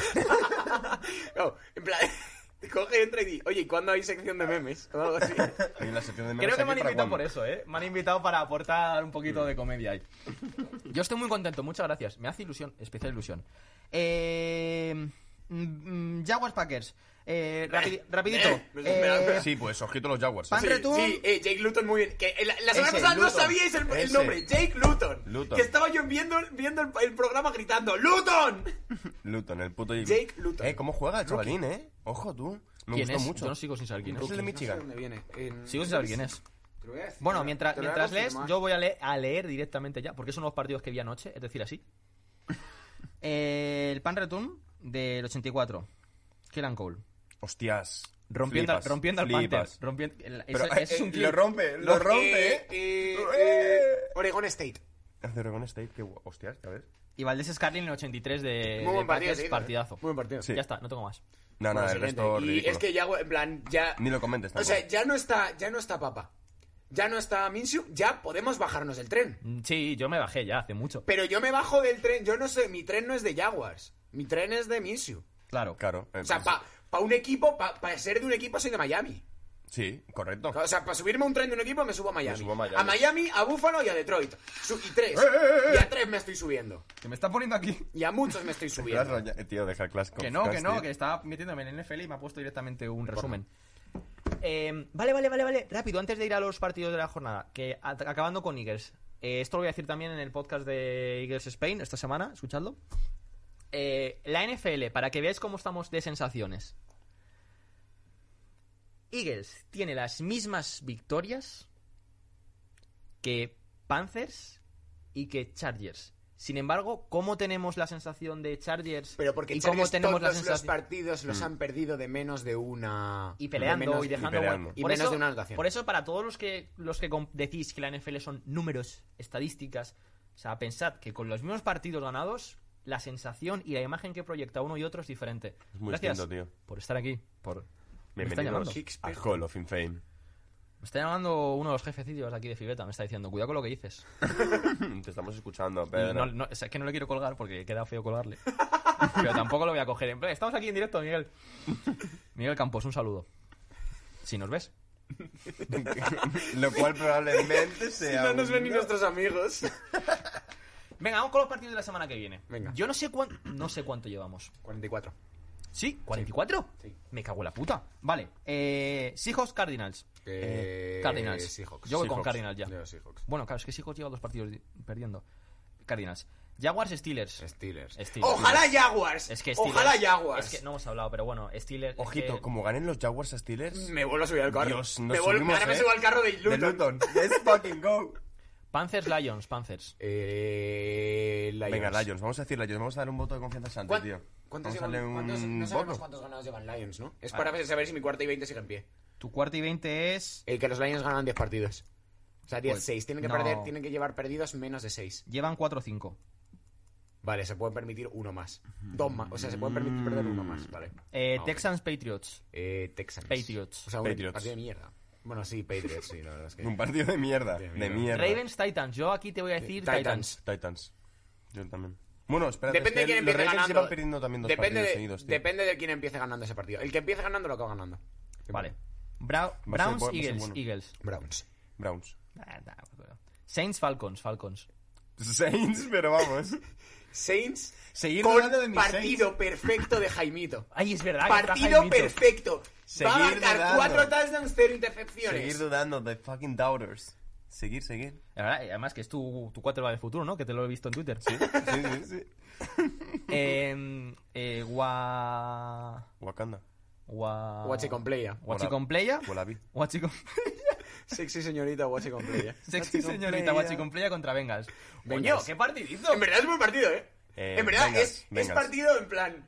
[SPEAKER 2] No, en plan, coge, entra y di, oye, ¿y cuándo hay sección de memes? O algo así.
[SPEAKER 4] Hay una sección de memes
[SPEAKER 1] Creo que
[SPEAKER 4] aquí
[SPEAKER 1] me han invitado
[SPEAKER 4] para Mm. cuando.
[SPEAKER 1] por eso, ¿eh? Me han invitado para aportar un poquito de comedia ahí. Yo estoy muy contento, muchas gracias. Me hace ilusión, especial ilusión. Eh, mm, mm, Jaguars Packers. Eh, rapi- rapidito.
[SPEAKER 2] eh, me esperaba.
[SPEAKER 4] Sí, pues ojito los Jaguars. ¿eh?
[SPEAKER 1] Pan-
[SPEAKER 2] Sí,
[SPEAKER 1] Return.
[SPEAKER 2] sí, eh, Jake Luton muy bien. Que la, la semana
[SPEAKER 1] Ese,
[SPEAKER 2] pasada no
[SPEAKER 1] Luton.
[SPEAKER 2] sabíais el, el
[SPEAKER 4] Ese.
[SPEAKER 2] nombre, Jake Luton.
[SPEAKER 4] Luton.
[SPEAKER 2] Que estaba yo viendo, viendo el, el programa gritando, ¡Luton!
[SPEAKER 4] Luton, el puto
[SPEAKER 2] Jake Luton.
[SPEAKER 4] Eh, ¿cómo juega el chavalín, eh? Ojo tú. Me
[SPEAKER 1] ¿Quién
[SPEAKER 4] gustó
[SPEAKER 1] es?
[SPEAKER 4] mucho.
[SPEAKER 1] Yo no sigo sin saber quién
[SPEAKER 4] es
[SPEAKER 1] es.
[SPEAKER 4] el de
[SPEAKER 2] No sé
[SPEAKER 4] Michigan.
[SPEAKER 2] dónde viene. En-
[SPEAKER 1] Sigo sin saber quién es.
[SPEAKER 2] Te lo voy a decir,
[SPEAKER 1] Bueno,
[SPEAKER 2] te lo-
[SPEAKER 1] mientras,
[SPEAKER 2] te lo voy a
[SPEAKER 1] mientras lees,
[SPEAKER 2] confirmar.
[SPEAKER 1] yo voy a, le- a leer directamente ya, porque son los partidos que vi anoche, es decir, así. Eh, el Pan Return del 84. Kellan Cole.
[SPEAKER 4] Hostias.
[SPEAKER 1] Rompiendo,
[SPEAKER 4] Flipas,
[SPEAKER 1] rompiendo al
[SPEAKER 4] flipas.
[SPEAKER 1] Panther. Rompiendo, el-
[SPEAKER 4] Pero,
[SPEAKER 1] ese-
[SPEAKER 4] eh,
[SPEAKER 1] ese es un
[SPEAKER 4] eh,
[SPEAKER 1] clip.
[SPEAKER 4] lo rompe, lo
[SPEAKER 2] Lo-
[SPEAKER 4] rompe, eh.
[SPEAKER 2] eh, eh,
[SPEAKER 4] Eh.
[SPEAKER 2] eh, Oregon State.
[SPEAKER 4] Hace Oregon State, qué gu- hostias, ya ves.
[SPEAKER 1] Y Valdés Scarlin en el 83 de, de
[SPEAKER 2] Muy buen partido.
[SPEAKER 1] Packers,
[SPEAKER 2] sí, ¿eh?
[SPEAKER 1] partidazo.
[SPEAKER 2] Muy buen partido.
[SPEAKER 4] Sí.
[SPEAKER 1] Ya está, no tengo más.
[SPEAKER 4] No,
[SPEAKER 2] Bueno,
[SPEAKER 4] nada, el
[SPEAKER 2] siguiente.
[SPEAKER 4] resto
[SPEAKER 2] y
[SPEAKER 4] ridículo.
[SPEAKER 2] es que ya, en plan, ya.
[SPEAKER 4] Ni lo comentes
[SPEAKER 2] O
[SPEAKER 4] tampoco.
[SPEAKER 2] sea, ya no está, ya no está Papa. Ya no está Minshew, ya podemos bajarnos del tren.
[SPEAKER 1] Mm, Sí, yo me bajé ya hace mucho.
[SPEAKER 2] Pero yo me bajo del tren, yo no sé, mi tren no es de Jaguars, mi tren es de Minshew.
[SPEAKER 1] Claro.
[SPEAKER 4] Claro. eh,
[SPEAKER 2] O sea,
[SPEAKER 4] pues,
[SPEAKER 2] para pa un equipo, para ser de un equipo soy de Miami.
[SPEAKER 4] Sí, correcto.
[SPEAKER 2] O sea, para subirme a un tren de un equipo me subo a Miami.
[SPEAKER 4] subo a Miami. ¡Eh,
[SPEAKER 2] Miami, a Buffalo y a Detroit. Su- y tres. Y a tres me estoy subiendo.
[SPEAKER 1] Que me está poniendo aquí.
[SPEAKER 2] Y a muchos me estoy
[SPEAKER 4] Te has
[SPEAKER 2] subiendo.
[SPEAKER 4] raya- eh, Tío, deja el clásico.
[SPEAKER 1] Que no, que no,
[SPEAKER 4] Tío.
[SPEAKER 1] que estaba metiéndome en el NFL y me ha puesto directamente un resumen. Eh, vale, vale, vale, vale. Rápido, antes de ir a los partidos de la jornada, que a- acabando con Eagles. eh, esto lo voy a decir también en el podcast de Eagles Spain esta semana, escuchadlo. Eh, la NFL, para que veáis cómo estamos de sensaciones. Eagles tiene las mismas victorias que Panthers y que Chargers. Sin embargo, ¿cómo tenemos la sensación de Chargers?
[SPEAKER 2] Pero porque
[SPEAKER 1] y cómo
[SPEAKER 2] Chargers
[SPEAKER 1] tenemos la
[SPEAKER 2] todos los
[SPEAKER 1] sensación
[SPEAKER 2] partidos
[SPEAKER 4] Mm.
[SPEAKER 2] los han perdido de menos de una...
[SPEAKER 1] y
[SPEAKER 2] de
[SPEAKER 1] peleando
[SPEAKER 2] menos-
[SPEAKER 1] y dejando
[SPEAKER 4] y peleando.
[SPEAKER 1] hueco.
[SPEAKER 2] Y
[SPEAKER 1] por
[SPEAKER 2] menos
[SPEAKER 1] eso,
[SPEAKER 2] de una anotación.
[SPEAKER 1] Por eso, para todos los que los que com- decís que la NFL son números, estadísticas, o sea, pensad que con los mismos partidos ganados, la sensación y la imagen que proyecta uno y otro es diferente.
[SPEAKER 4] Es muy
[SPEAKER 1] Gracias
[SPEAKER 4] distinto, tío.
[SPEAKER 1] por estar aquí. Por... Me está llamando.
[SPEAKER 4] Bienvenidos a Hall of Fame.
[SPEAKER 1] Me está llamando uno de los jefecillos aquí de Fibeta, me está diciendo, cuidado con lo que dices.
[SPEAKER 4] Te estamos escuchando,
[SPEAKER 1] Y
[SPEAKER 4] Pedro.
[SPEAKER 1] no- no- o sea, es que no le quiero colgar porque queda feo colgarle. Pero tampoco lo voy a coger. En plan, Estamos aquí en directo, Miguel. Miguel Campos, un saludo. Si nos ves.
[SPEAKER 4] Lo cual probablemente
[SPEAKER 2] Si
[SPEAKER 4] sea.
[SPEAKER 2] no nos
[SPEAKER 4] un-
[SPEAKER 2] ven ni nuestros amigos.
[SPEAKER 1] Venga, vamos con los partidos de la semana que viene.
[SPEAKER 2] Venga.
[SPEAKER 1] Yo no sé cuánto, no sé cuánto llevamos.
[SPEAKER 2] 44.
[SPEAKER 1] ¿Sí? ¿44?
[SPEAKER 2] Sí.
[SPEAKER 1] Me cago en la puta. Vale. Eh, Seahawks Cardinals.
[SPEAKER 2] Eh,
[SPEAKER 1] Cardinals.
[SPEAKER 2] Seahawks.
[SPEAKER 1] Yo voy con
[SPEAKER 4] Seahawks.
[SPEAKER 1] Cardinals ya.
[SPEAKER 2] Yo, Seahawks.
[SPEAKER 1] Bueno, claro, es que Seahawks lleva dos partidos di- perdiendo. Cardinals. Jaguars Steelers.
[SPEAKER 2] Steelers.
[SPEAKER 1] Steelers.
[SPEAKER 2] Ojalá Jaguars.
[SPEAKER 1] Es que Steelers-
[SPEAKER 2] Ojalá Jaguars.
[SPEAKER 1] Es que no hemos hablado, pero bueno, Steelers. es
[SPEAKER 4] Ojito,
[SPEAKER 1] que-
[SPEAKER 4] como ganen los Jaguars a Steelers.
[SPEAKER 2] Eh, Me vuelvo a subir al carro.
[SPEAKER 4] Dios, nos
[SPEAKER 2] me vuelvo,
[SPEAKER 4] subimos,
[SPEAKER 2] ahora me
[SPEAKER 4] ¿eh?
[SPEAKER 2] subo al carro de Luton.
[SPEAKER 4] De Luton. Let's fucking go.
[SPEAKER 1] Panthers Lions, Panthers.
[SPEAKER 2] Eh, Lions.
[SPEAKER 4] Venga, Lions, vamos a decir Lions, vamos a darle un voto de confianza a Santi,
[SPEAKER 2] ¿Cuán-
[SPEAKER 4] tío.
[SPEAKER 2] ¿Cuántos
[SPEAKER 4] Vamos
[SPEAKER 2] llevan-
[SPEAKER 4] a darle un
[SPEAKER 2] cuántos- no sabemos
[SPEAKER 4] voto.
[SPEAKER 2] cuántos ganados llevan Lions, ¿no? Es para saber si mi cuarta y 20 sigue en pie.
[SPEAKER 8] Tu cuarto y 20 es.
[SPEAKER 2] El que los Lions ganan 10 partidos. O sea, 10,
[SPEAKER 8] Pues,
[SPEAKER 2] 6. Tienen que,
[SPEAKER 8] no.
[SPEAKER 2] perder, tienen que llevar perdidos menos de 6.
[SPEAKER 8] Llevan 4 o 5.
[SPEAKER 2] Vale, se pueden permitir uno más. Dos más. O sea, se pueden permitir perder uno más. Vale.
[SPEAKER 1] Eh,
[SPEAKER 2] Vamos.
[SPEAKER 1] Texans Patriots.
[SPEAKER 2] Eh, Texans.
[SPEAKER 1] Patriots.
[SPEAKER 2] O sea, un
[SPEAKER 4] Patriots.
[SPEAKER 2] partido de mierda. Bueno, sí, Patriots, sí, la verdad es que.
[SPEAKER 4] Un partido de mierda,
[SPEAKER 2] De
[SPEAKER 4] de
[SPEAKER 2] mierda.
[SPEAKER 4] mierda.
[SPEAKER 1] Ravens Titans. Yo aquí te voy a decir Titans.
[SPEAKER 2] Titans.
[SPEAKER 4] Titans. Yo también. Bueno, espera,
[SPEAKER 2] Depende de quién empiece ganando.
[SPEAKER 4] Llevan perdiendo también dos
[SPEAKER 2] depende,
[SPEAKER 4] partidos
[SPEAKER 2] de,
[SPEAKER 4] seguidos, tío.
[SPEAKER 2] depende de quién empiece ganando ese partido. El que empiece ganando lo acaba ganando.
[SPEAKER 1] Vale. Bra- Browns
[SPEAKER 4] bu- va a ser
[SPEAKER 1] Eagles,
[SPEAKER 4] bueno.
[SPEAKER 1] Eagles.
[SPEAKER 2] Browns.
[SPEAKER 4] Browns.
[SPEAKER 1] Ah, nah, bueno. Saints Falcons, Falcons.
[SPEAKER 4] Saints, pero vamos.
[SPEAKER 2] Saints
[SPEAKER 4] Seguir
[SPEAKER 2] con
[SPEAKER 4] hablando de mis
[SPEAKER 2] partido perfecto de Jaimito.
[SPEAKER 1] Ay, es verdad. que está
[SPEAKER 2] Partido
[SPEAKER 1] Jaimito.
[SPEAKER 2] perfecto. Va a
[SPEAKER 4] Seguir
[SPEAKER 2] marcar
[SPEAKER 4] dudando.
[SPEAKER 2] cuatro touchdowns, cero intercepciones.
[SPEAKER 4] seguir dudando, the fucking doubters. Seguir, seguir.
[SPEAKER 1] La verdad, y Además que es tu, tu quarterback del futuro, ¿no? Que te lo he visto en Twitter.
[SPEAKER 4] Sí, sí, sí.
[SPEAKER 1] eh, eh, gua...
[SPEAKER 4] Wakanda.
[SPEAKER 1] Gua...
[SPEAKER 2] Guachicon playa.
[SPEAKER 1] Guachicompleya.
[SPEAKER 4] Wallaby.
[SPEAKER 1] Guachicom...
[SPEAKER 2] Sexy señorita Guachicon playa.
[SPEAKER 1] Sexy señorita Guachicompleya contra Bengals. Em,
[SPEAKER 2] Bengals.
[SPEAKER 1] Coño, qué partidito.
[SPEAKER 2] En verdad es buen partido, ¿eh?
[SPEAKER 4] Eh,
[SPEAKER 2] en verdad
[SPEAKER 4] Bengals,
[SPEAKER 2] es, es
[SPEAKER 4] Bengals.
[SPEAKER 2] partido en plan...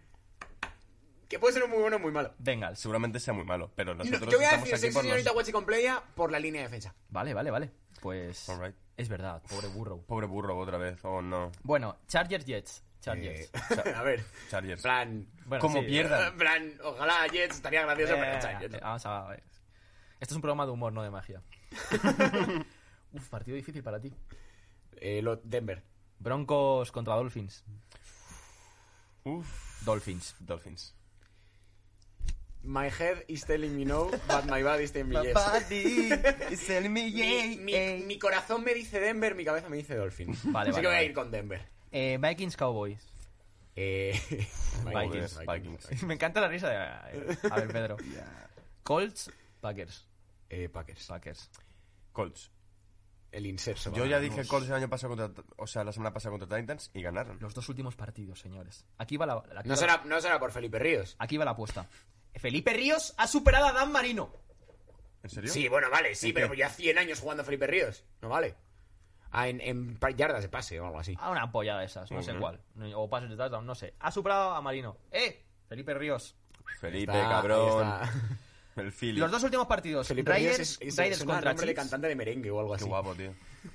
[SPEAKER 2] Que puede ser un muy bueno o muy malo.
[SPEAKER 1] Bengals.
[SPEAKER 4] Seguramente sea muy malo, pero
[SPEAKER 2] No,
[SPEAKER 4] nosotros
[SPEAKER 2] yo voy a
[SPEAKER 4] estamos
[SPEAKER 2] decir
[SPEAKER 4] aquí
[SPEAKER 2] sexy
[SPEAKER 4] por los...
[SPEAKER 2] señorita Guachicon playa por la línea de defensa.
[SPEAKER 1] Vale, vale, vale. Pues...
[SPEAKER 4] All right.
[SPEAKER 1] Es verdad, pobre burro.
[SPEAKER 4] Pobre burro, otra vez. Oh, no.
[SPEAKER 1] Bueno, Chargers Jets. Chargers.
[SPEAKER 2] Eh, a ver.
[SPEAKER 4] Chargers.
[SPEAKER 2] Plan...
[SPEAKER 1] Bueno,
[SPEAKER 4] Como
[SPEAKER 1] sí.
[SPEAKER 4] pierdan.
[SPEAKER 2] En plan, ojalá Jets estaría gracioso,
[SPEAKER 1] Eh,
[SPEAKER 2] pero Chargers.
[SPEAKER 1] eh, vamos a ver. Esto es un programa de humor, no de magia. Uf, partido difícil para ti.
[SPEAKER 2] Eh, lo- Denver.
[SPEAKER 1] Broncos contra Dolphins.
[SPEAKER 4] eh, Uf.
[SPEAKER 1] Dolphins.
[SPEAKER 4] Dolphins.
[SPEAKER 2] My head is telling me no, but my body is telling me yes.
[SPEAKER 4] es el mi
[SPEAKER 2] Mi, mi- mi corazón me dice Denver, mi cabeza me dice Dolphin.
[SPEAKER 1] Vale,
[SPEAKER 2] Así
[SPEAKER 1] vale,
[SPEAKER 2] que voy a
[SPEAKER 1] vale.
[SPEAKER 2] ir con Denver.
[SPEAKER 1] Eh, Vikings Cowboys.
[SPEAKER 2] Eh,
[SPEAKER 4] Vikings, Vikings.
[SPEAKER 1] Me encanta la risa de. A ver, Pedro. Colts, Packers.
[SPEAKER 2] Eh, Packers.
[SPEAKER 1] Packers.
[SPEAKER 4] Colts.
[SPEAKER 2] El inserso.
[SPEAKER 4] Yo
[SPEAKER 2] va,
[SPEAKER 4] ya
[SPEAKER 2] vamos.
[SPEAKER 4] dije Colts el año pasado contra... O sea, la semana pasada contra Titans y ganaron.
[SPEAKER 1] Los dos últimos partidos, señores. Aquí va la. la- aquí
[SPEAKER 2] No
[SPEAKER 1] va-
[SPEAKER 2] será, no será por Felipe Ríos.
[SPEAKER 1] Aquí va la apuesta. Felipe Ríos ha superado a Dan Marino.
[SPEAKER 4] ¿En serio?
[SPEAKER 2] Sí, bueno, vale, sí,
[SPEAKER 4] ¿En
[SPEAKER 2] pero
[SPEAKER 4] qué?
[SPEAKER 2] ya 100 años jugando Felipe Ríos. No vale. Ah, en, en pa- yardas de pase o algo
[SPEAKER 4] Ah,
[SPEAKER 2] así.
[SPEAKER 1] A Ah, una polla de esas, no sé
[SPEAKER 4] Ujú.
[SPEAKER 1] cuál. O pases de touchdown, no sé. Ha superado a Marino. ¡Eh! Felipe Ríos.
[SPEAKER 4] Felipe,
[SPEAKER 2] Está-
[SPEAKER 4] cabrón.
[SPEAKER 2] está.
[SPEAKER 4] El Philly.
[SPEAKER 1] Los dos últimos partidos.
[SPEAKER 2] Felipe Ríos
[SPEAKER 1] Raiders,
[SPEAKER 2] es, es,
[SPEAKER 1] Raiders
[SPEAKER 2] es un
[SPEAKER 1] contra
[SPEAKER 2] nombre de
[SPEAKER 1] Chiefs.
[SPEAKER 2] cantante de merengue o algo
[SPEAKER 4] Qué
[SPEAKER 2] así.
[SPEAKER 4] guapo, tío.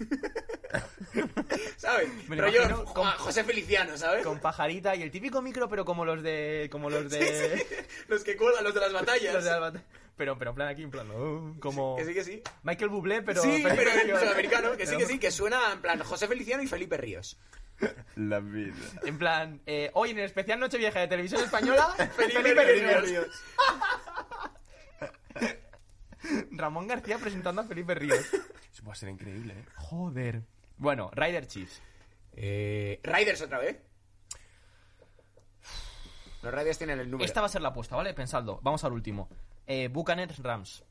[SPEAKER 2] ¿Sabes?
[SPEAKER 1] Me
[SPEAKER 2] Pero
[SPEAKER 1] lo
[SPEAKER 2] yo,
[SPEAKER 1] imagino con-
[SPEAKER 2] José Feliciano, ¿sabes?
[SPEAKER 1] Con pajarita y el típico micro, pero como los de. Como los de.
[SPEAKER 2] Los que cuelgan, los de las batallas.
[SPEAKER 1] los de Albat- Pero, pero en plan aquí, en plan. oh, como.
[SPEAKER 2] Que sí, que sí.
[SPEAKER 1] Michael Bublé, pero...
[SPEAKER 2] sí, pero en sudamericano, que sí,
[SPEAKER 1] pero-
[SPEAKER 2] que sí, que suena en plan José Feliciano y Felipe Ríos.
[SPEAKER 4] La vida.
[SPEAKER 1] En plan, eh, hoy en el especial Nochevieja de Televisión Española,
[SPEAKER 2] Felipe,
[SPEAKER 1] Felipe
[SPEAKER 2] Ríos.
[SPEAKER 1] Ríos. Ramón García presentando a Felipe Ríos.
[SPEAKER 4] Eso va a ser increíble, ¿eh?
[SPEAKER 1] Joder. Bueno, Rider Chiefs.
[SPEAKER 2] Eh, Riders otra vez. Los Riders tienen el número.
[SPEAKER 1] Esta va a ser la apuesta, ¿vale? Pensadlo. Vamos al último. Eh, Buccaneers Rams.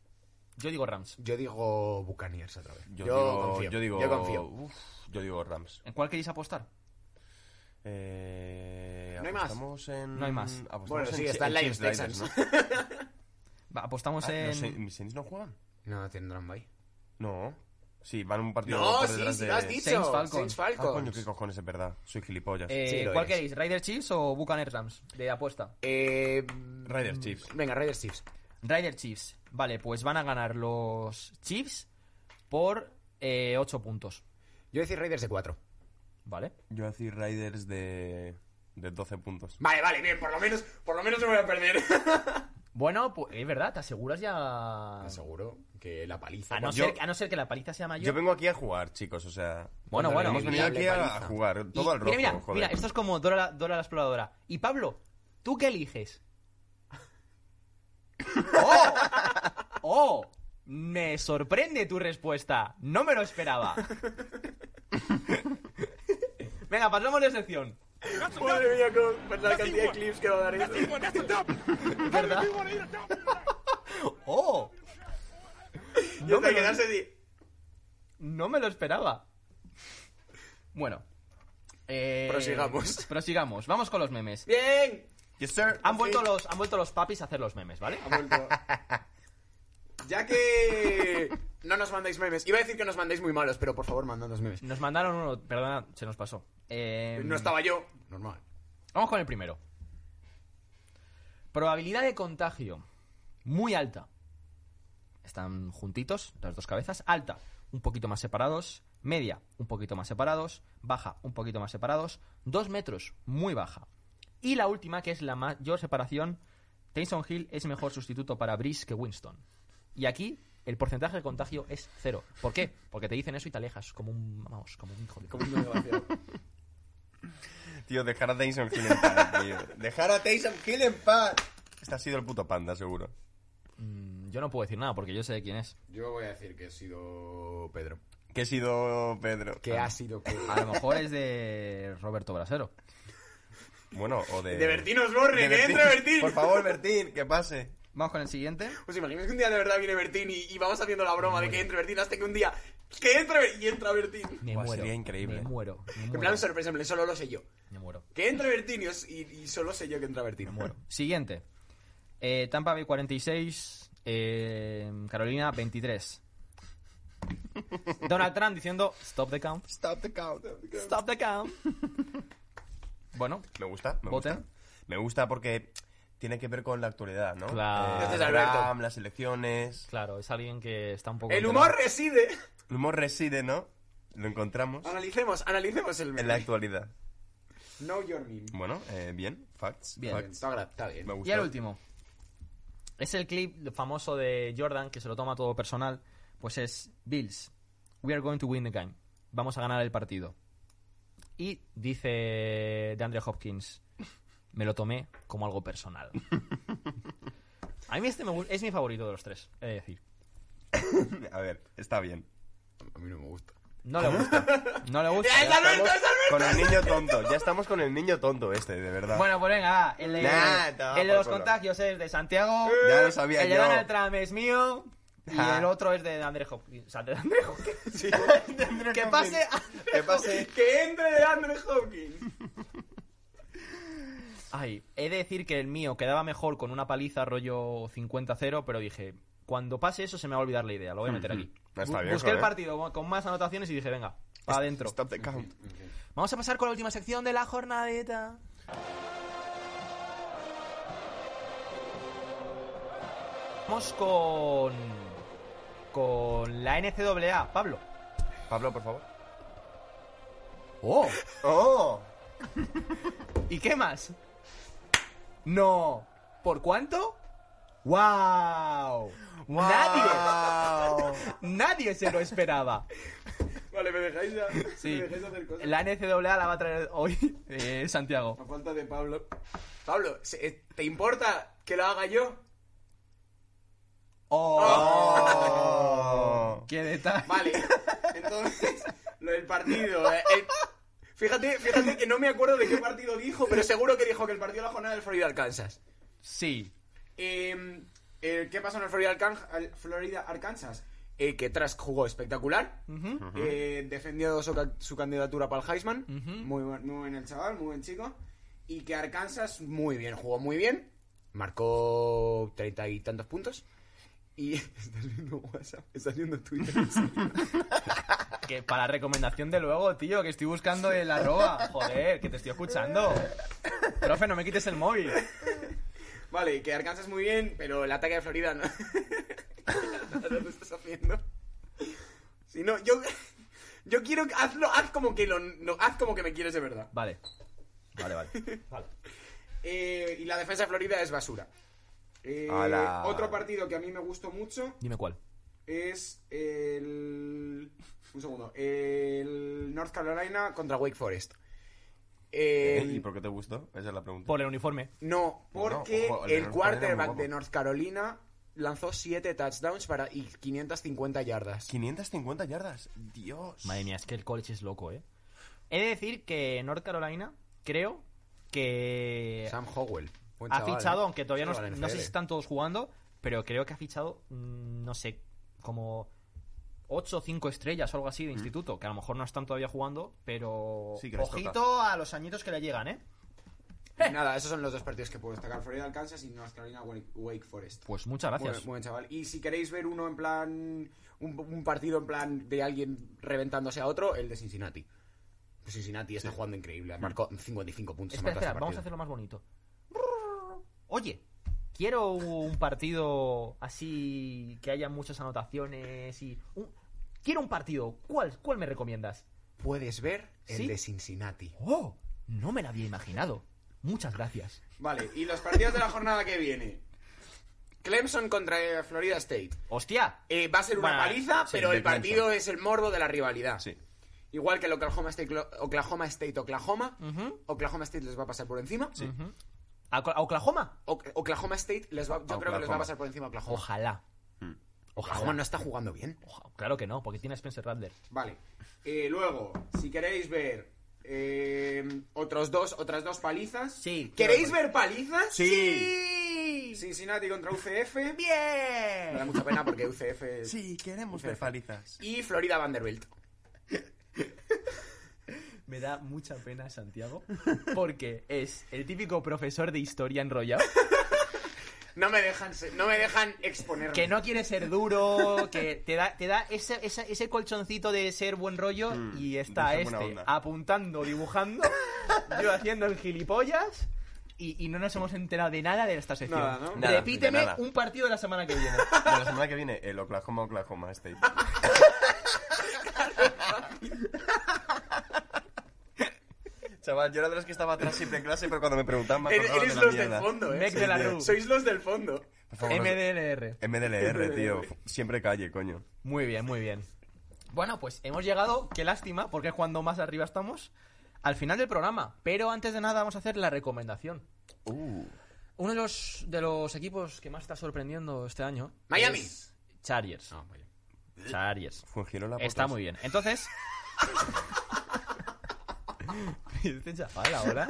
[SPEAKER 1] Yo digo Rams.
[SPEAKER 2] Yo digo Buccaneers otra vez. Yo,
[SPEAKER 4] digo,
[SPEAKER 2] confío.
[SPEAKER 4] Yo digo,
[SPEAKER 2] Yo confío.
[SPEAKER 4] uf, yo digo Rams.
[SPEAKER 1] ¿En cuál queréis apostar?
[SPEAKER 4] Eh,
[SPEAKER 2] No hay más.
[SPEAKER 4] apostamos En,
[SPEAKER 1] No hay más.
[SPEAKER 4] apostamos
[SPEAKER 2] Bueno,
[SPEAKER 4] en
[SPEAKER 2] sí,
[SPEAKER 4] Chi-
[SPEAKER 2] está
[SPEAKER 4] en
[SPEAKER 2] en Lions
[SPEAKER 4] Chiefs
[SPEAKER 2] Texans.
[SPEAKER 4] Riders, ¿no?
[SPEAKER 1] Va, apostamos
[SPEAKER 4] Ah,
[SPEAKER 1] en...
[SPEAKER 4] ¿los Saints- ¿Mis Saints no juegan?
[SPEAKER 2] No, tendrán bye.
[SPEAKER 4] No. Sí, van un partido
[SPEAKER 2] No,
[SPEAKER 4] por
[SPEAKER 2] sí,
[SPEAKER 4] detrás
[SPEAKER 2] sí,
[SPEAKER 4] de...
[SPEAKER 2] lo has dicho.
[SPEAKER 1] Saints Falcons.
[SPEAKER 2] Saints
[SPEAKER 4] Ah, coño,
[SPEAKER 2] Falcons.
[SPEAKER 4] qué cojones, es verdad. Soy gilipollas.
[SPEAKER 1] Eh,
[SPEAKER 2] Sí, lo
[SPEAKER 1] ¿Cuál
[SPEAKER 2] eres.
[SPEAKER 1] queréis? ¿Rider Chiefs o Buccaneers Rams? De apuesta.
[SPEAKER 2] Eh,
[SPEAKER 1] mm.
[SPEAKER 4] Raiders, Chiefs.
[SPEAKER 2] venga, Riders Chiefs.
[SPEAKER 1] Rider Chiefs. Vale, pues van a ganar los Chiefs por 8 puntos.
[SPEAKER 2] Yo voy a decir Riders de 4.
[SPEAKER 1] ¿Vale?
[SPEAKER 4] Yo hacía Raiders de... De 12 puntos.
[SPEAKER 2] Vale, vale, bien, por lo menos, por lo menos no me voy a perder.
[SPEAKER 1] Bueno, pues es verdad, te aseguras
[SPEAKER 4] Ah.
[SPEAKER 1] ya.
[SPEAKER 2] Seguro que la paliza.
[SPEAKER 1] A no,
[SPEAKER 4] Yo-
[SPEAKER 1] ser, a no ser que la paliza sea mayor.
[SPEAKER 4] Yo vengo aquí a jugar, chicos, o sea...
[SPEAKER 1] Bueno, bueno.
[SPEAKER 4] Hemos venido
[SPEAKER 2] Diable
[SPEAKER 4] aquí a,
[SPEAKER 2] paliza.
[SPEAKER 4] jugar.
[SPEAKER 1] Y
[SPEAKER 4] Todo al rojo,
[SPEAKER 1] mira, mira,
[SPEAKER 4] joder.
[SPEAKER 1] mira, esto es como Dora la, Dora la exploradora. Y Pablo, ¿tú qué eliges? ¡Oh! ¡Oh! Me sorprende tu respuesta. No me lo esperaba. Venga, pasamos de sección.
[SPEAKER 2] Madre mía, con con la cantidad de clips que va a dar esto.
[SPEAKER 1] ¿Verdad? ¡Oh! No me,
[SPEAKER 2] Hasta
[SPEAKER 1] lo,
[SPEAKER 2] quedarse así.
[SPEAKER 1] no me lo esperaba. Bueno, Eh,
[SPEAKER 2] Prosigamos.
[SPEAKER 1] Prosigamos. Vamos con los memes.
[SPEAKER 2] ¡Bien!
[SPEAKER 4] Yes, sir.
[SPEAKER 1] Han vuelto, los, han vuelto los papis a hacer los memes, ¿vale?
[SPEAKER 2] Ha vuelto. Ya que no nos mandéis memes. Iba a decir que nos mandéis muy malos, pero por favor, mandadnos memes.
[SPEAKER 1] Nos mandaron uno. Perdona, se nos pasó. Eh,
[SPEAKER 4] Em.
[SPEAKER 2] No estaba yo. Normal.
[SPEAKER 1] Vamos con el primero. Probabilidad de contagio. Muy alta. Están juntitos, las dos cabezas. Alta, un poquito más separados. Media, un poquito más separados. Baja, un poquito más separados. Dos metros, muy baja. Y la última, que es la mayor separación. Taysom Hill es mejor sustituto para Brice que Winston. Y aquí el porcentaje de contagio es cero. ¿Por qué? Porque te dicen eso y te alejas como un, vamos, como un hijo de...
[SPEAKER 2] Como un desgraciado.
[SPEAKER 4] Tío, dejar a Tyson Hill en paz, tío. Dejar a Tyson Hill en paz. Este ha sido el puto panda, seguro.
[SPEAKER 1] Mm, Yo no puedo decir nada porque yo sé quién es.
[SPEAKER 2] Yo voy a decir que he sido Pedro. Ah.
[SPEAKER 4] Que he sido Pedro.
[SPEAKER 2] Que ha sido Pedro.
[SPEAKER 1] A lo mejor es de Roberto Brasero.
[SPEAKER 4] Bueno, o de...
[SPEAKER 2] De Bertín Osborne, que
[SPEAKER 4] De Bertín.
[SPEAKER 2] entra Bertín.
[SPEAKER 4] Por favor, Bertín, que pase.
[SPEAKER 1] Vamos con el siguiente.
[SPEAKER 2] ¿Os imagináis que un día de verdad viene Bertín y, y vamos haciendo la broma de que entre Bertín hasta que un día. ¡Que entre! Ber- Y entra Bertín.
[SPEAKER 1] Me
[SPEAKER 4] Buah,
[SPEAKER 1] muero.
[SPEAKER 4] sería increíble.
[SPEAKER 1] Me muero. Me
[SPEAKER 2] En
[SPEAKER 1] muero.
[SPEAKER 2] plan sorpresa, en plan, solo lo sé yo.
[SPEAKER 1] Me muero.
[SPEAKER 2] Que entre Bertín y, os- y- y solo sé yo que entra Bertín.
[SPEAKER 1] Muero. Siguiente. Eh, Tampa Bay 46, eh, Carolina 23. Donald Trump diciendo Stop the count.
[SPEAKER 4] Stop the count.
[SPEAKER 1] Stop the count. bueno,
[SPEAKER 4] Me gusta, me
[SPEAKER 1] Voten.
[SPEAKER 4] gusta. Me gusta porque tiene que ver con la actualidad, ¿no?
[SPEAKER 1] Claro. Este
[SPEAKER 4] Eh,
[SPEAKER 2] Entonces, Alberto.
[SPEAKER 4] Trump, las elecciones.
[SPEAKER 1] claro, es alguien que está un poco.
[SPEAKER 2] El
[SPEAKER 1] enterado.
[SPEAKER 2] humor reside.
[SPEAKER 4] El humor reside, ¿no? Lo encontramos
[SPEAKER 2] Analicemos, analicemos el
[SPEAKER 4] en la
[SPEAKER 2] meme.
[SPEAKER 4] actualidad.
[SPEAKER 2] Know your meme.
[SPEAKER 4] Bueno, eh, bien. Facts.
[SPEAKER 1] Bien.
[SPEAKER 4] facts.
[SPEAKER 2] Está, gra- está bien.
[SPEAKER 4] Me gusta.
[SPEAKER 1] Y el último. Es el clip famoso de Jordan que se lo toma todo personal. Pues es Bills. We are going to win the game. Vamos a ganar el partido. Y dice DeAndre Hopkins. Me lo tomé como algo personal. A mí este me gu- es mi favorito de los tres, he de decir.
[SPEAKER 4] A ver, está bien.
[SPEAKER 2] A mí no me gusta.
[SPEAKER 1] No le gusta. No le gusta.
[SPEAKER 2] ¡Es Alberto,
[SPEAKER 4] Estamos
[SPEAKER 2] es Alberto!
[SPEAKER 4] Con el niño tonto. Ya estamos con el niño tonto este, de verdad.
[SPEAKER 1] Bueno, pues venga, va. El de,
[SPEAKER 4] Nah, toma
[SPEAKER 1] el de
[SPEAKER 4] por
[SPEAKER 1] los
[SPEAKER 4] culo.
[SPEAKER 1] contagios es de Santiago.
[SPEAKER 4] Ya lo sabía
[SPEAKER 1] el de
[SPEAKER 4] yo.
[SPEAKER 1] Donald Trump es mío. Y
[SPEAKER 4] Ah.
[SPEAKER 1] el otro es de André Hopkins. O sea, de André Hopkins.
[SPEAKER 4] Sí.
[SPEAKER 1] Que pase.
[SPEAKER 4] Que pase.
[SPEAKER 2] Que entre de Andre Hopkins.
[SPEAKER 1] Ay, he de decir que el mío quedaba mejor con una paliza rollo 50-0, pero dije, cuando pase eso se me va a olvidar la idea, lo voy a meter aquí.
[SPEAKER 4] No está
[SPEAKER 1] Bu-
[SPEAKER 4] bien,
[SPEAKER 1] Busqué el
[SPEAKER 4] joder.
[SPEAKER 1] partido con- con más anotaciones y dije, venga, para adentro.
[SPEAKER 4] Stop the count.
[SPEAKER 1] Vamos a pasar con la última sección de la jornadita. Vamos con con la NCAA, Pablo.
[SPEAKER 4] Pablo, por favor.
[SPEAKER 1] Oh,
[SPEAKER 4] ¡Oh!
[SPEAKER 1] ¿y qué más? No, ¿por cuánto? ¡Wow! Nadie. Nadie se lo esperaba.
[SPEAKER 2] Vale, me dejáis, ya,
[SPEAKER 1] Sí.
[SPEAKER 2] me dejáis hacer cosas.
[SPEAKER 1] La NCAA la va a traer hoy eh, Santiago.
[SPEAKER 2] A falta de Pablo. Pablo, ¿se- eh, ¿te importa que lo haga yo?
[SPEAKER 4] ¡Oh!
[SPEAKER 1] ¡Qué detalle!
[SPEAKER 2] Vale. Entonces, lo del partido. eh, el- Fíjate, fíjate que no me acuerdo de qué partido dijo, pero seguro que dijo que el partido de la jornada del Florida Arkansas.
[SPEAKER 1] Sí.
[SPEAKER 2] Eh, eh, ¿Qué pasó en el Florida, Arcan- al- Florida Arkansas? Eh, que Trask jugó espectacular.
[SPEAKER 1] Ujú.
[SPEAKER 2] Eh, defendió su, ca- su candidatura para el Heisman.
[SPEAKER 1] Ujú.
[SPEAKER 2] muy, buen, muy buen el chaval, muy buen chico. Y que Arkansas muy bien, jugó muy bien. Marcó treinta y tantos puntos. Y estás viendo WhatsApp, estás viendo Twitter.
[SPEAKER 1] Que para recomendación de luego, tío, que estoy buscando el arroba. Joder, que te estoy escuchando. Profe, no me quites el móvil.
[SPEAKER 2] vale, que Arkansas muy bien, pero el ataque de Florida no. no lo estás haciendo. Si no, yo. Yo quiero que- hazlo, haz como que lo, no, haz como que me quieres de verdad.
[SPEAKER 1] Vale. Vale, vale.
[SPEAKER 2] Eh, y la defensa de Florida es basura. Eh,
[SPEAKER 4] Ala.
[SPEAKER 2] otro partido que a mí me gustó mucho
[SPEAKER 1] Dime cuál.
[SPEAKER 2] es el. Un segundo. El North Carolina contra Wake Forest. El-
[SPEAKER 4] Eh, ¿Y por qué te gustó? Esa es la pregunta.
[SPEAKER 1] Por el uniforme.
[SPEAKER 2] No, porque
[SPEAKER 4] No, ojo, el de
[SPEAKER 2] el,
[SPEAKER 4] North Carolina muy
[SPEAKER 2] quarterback
[SPEAKER 4] guapo.
[SPEAKER 2] de North Carolina lanzó 7 touchdowns para y 550 yardas.
[SPEAKER 4] 550 yardas. Dios.
[SPEAKER 1] Madre mía, es que el college es loco, ¿eh? He de decir que North Carolina, creo que
[SPEAKER 2] Sam Howell. buen
[SPEAKER 1] Eh, ha
[SPEAKER 2] chaval,
[SPEAKER 1] fichado,
[SPEAKER 2] ¿eh?
[SPEAKER 1] aunque todavía no,
[SPEAKER 2] Chaval
[SPEAKER 1] no sé si
[SPEAKER 2] NFL.
[SPEAKER 1] están todos jugando, pero creo que ha fichado, mm, no sé, como 8 o 5 estrellas o algo así de instituto, que a lo mejor no están todavía jugando, pero
[SPEAKER 4] Mm. Sí, que les
[SPEAKER 1] ojito a los añitos que le llegan, ¿eh?
[SPEAKER 2] Nada, esos son los dos partidos que puedo destacar. Florida Kansas y North Carolina Wake Wake Forest.
[SPEAKER 1] Pues muchas
[SPEAKER 2] Muy,
[SPEAKER 1] gracias.
[SPEAKER 2] muy bien, chaval. Y si queréis ver uno en plan. Un, un partido en plan de alguien reventándose a otro, el de Cincinnati. Cincinnati está jugando increíble. Marcó 55 puntos.
[SPEAKER 1] Espera, espera, vamos a hacerlo
[SPEAKER 2] hacerlo
[SPEAKER 1] más bonito. Oye, quiero un partido así que haya muchas anotaciones y un- quiero un partido. ¿Cuál cuál me recomiendas?
[SPEAKER 2] Puedes ver el
[SPEAKER 1] ¿Sí?
[SPEAKER 2] de Cincinnati.
[SPEAKER 1] Oh, no me la había imaginado. Muchas gracias.
[SPEAKER 2] Vale, y los partidos de la jornada que viene. Clemson contra eh, Florida State.
[SPEAKER 1] Hostia,
[SPEAKER 2] Eh, va a ser una
[SPEAKER 1] Bueno,
[SPEAKER 2] paliza,
[SPEAKER 4] sí,
[SPEAKER 2] pero
[SPEAKER 4] de
[SPEAKER 2] el partido
[SPEAKER 4] Clemson.
[SPEAKER 2] es el morbo de la rivalidad.
[SPEAKER 4] Sí.
[SPEAKER 2] Igual que el Oklahoma State, Oklahoma State, Oklahoma. Oklahoma State les va a pasar por encima.
[SPEAKER 1] ¿a Oc- a Oklahoma?
[SPEAKER 2] O- Oklahoma State les va, yo creo que les va a
[SPEAKER 4] Oklahoma.
[SPEAKER 2] pasar por encima a Oklahoma.
[SPEAKER 1] Ojalá.
[SPEAKER 2] Oklahoma no está jugando bien.
[SPEAKER 1] Oja- Claro que no, porque tiene a Spencer Radler.
[SPEAKER 2] Vale. Eh, luego, si queréis ver eh, otros dos, otras dos palizas.
[SPEAKER 1] Sí,
[SPEAKER 2] ¿Queréis
[SPEAKER 1] quiero
[SPEAKER 2] ver palizas?
[SPEAKER 4] Sí.
[SPEAKER 2] Cincinnati contra UCF. Me da
[SPEAKER 4] Bien.
[SPEAKER 2] mucha pena porque UCF. es-
[SPEAKER 4] Sí, queremos ver palizas.
[SPEAKER 2] Y Florida Vanderbilt.
[SPEAKER 1] Me da mucha pena Santiago, porque es el típico profesor de historia enrollado.
[SPEAKER 2] No me dejan, se- no me dejan exponerme.
[SPEAKER 1] Que no quiere ser duro, que te da, te da ese, ese- ese colchoncito de ser buen rollo
[SPEAKER 4] Mm,
[SPEAKER 1] y
[SPEAKER 4] de
[SPEAKER 1] está
[SPEAKER 4] ser buena
[SPEAKER 1] este
[SPEAKER 4] onda.
[SPEAKER 1] apuntando, dibujando, yo haciendo el gilipollas y, y no nos hemos enterado de nada de esta sección.
[SPEAKER 2] Nada, ¿no?
[SPEAKER 4] Nada,
[SPEAKER 1] Repíteme
[SPEAKER 4] de nada.
[SPEAKER 1] un partido de la semana que viene.
[SPEAKER 4] De la semana que viene, el Oklahoma, Oklahoma State. Chaval, yo era de los que estaba atrás siempre en clase, pero cuando me preguntaban me
[SPEAKER 2] Eres,
[SPEAKER 4] acordaba
[SPEAKER 2] eres
[SPEAKER 4] de la
[SPEAKER 2] los
[SPEAKER 4] mierda.
[SPEAKER 2] del fondo, eh.
[SPEAKER 1] Mec de la Rue.
[SPEAKER 2] Sois los del fondo.
[SPEAKER 4] Por favor, los-
[SPEAKER 1] MDLR.
[SPEAKER 4] MDLR, tío. Siempre calle, coño.
[SPEAKER 1] Muy bien, muy bien. Bueno, pues hemos llegado, qué lástima, porque es cuando más arriba estamos, al final del programa. Pero antes de nada vamos a hacer la recomendación.
[SPEAKER 4] Uh.
[SPEAKER 1] Uno de los, de los equipos que más está sorprendiendo este año.
[SPEAKER 2] Miami.
[SPEAKER 1] es Chargers. Chargers.
[SPEAKER 4] Fuengirola.
[SPEAKER 1] Ah. Está
[SPEAKER 4] Potas.
[SPEAKER 1] muy bien. Entonces. ¿Y este chaval ahora?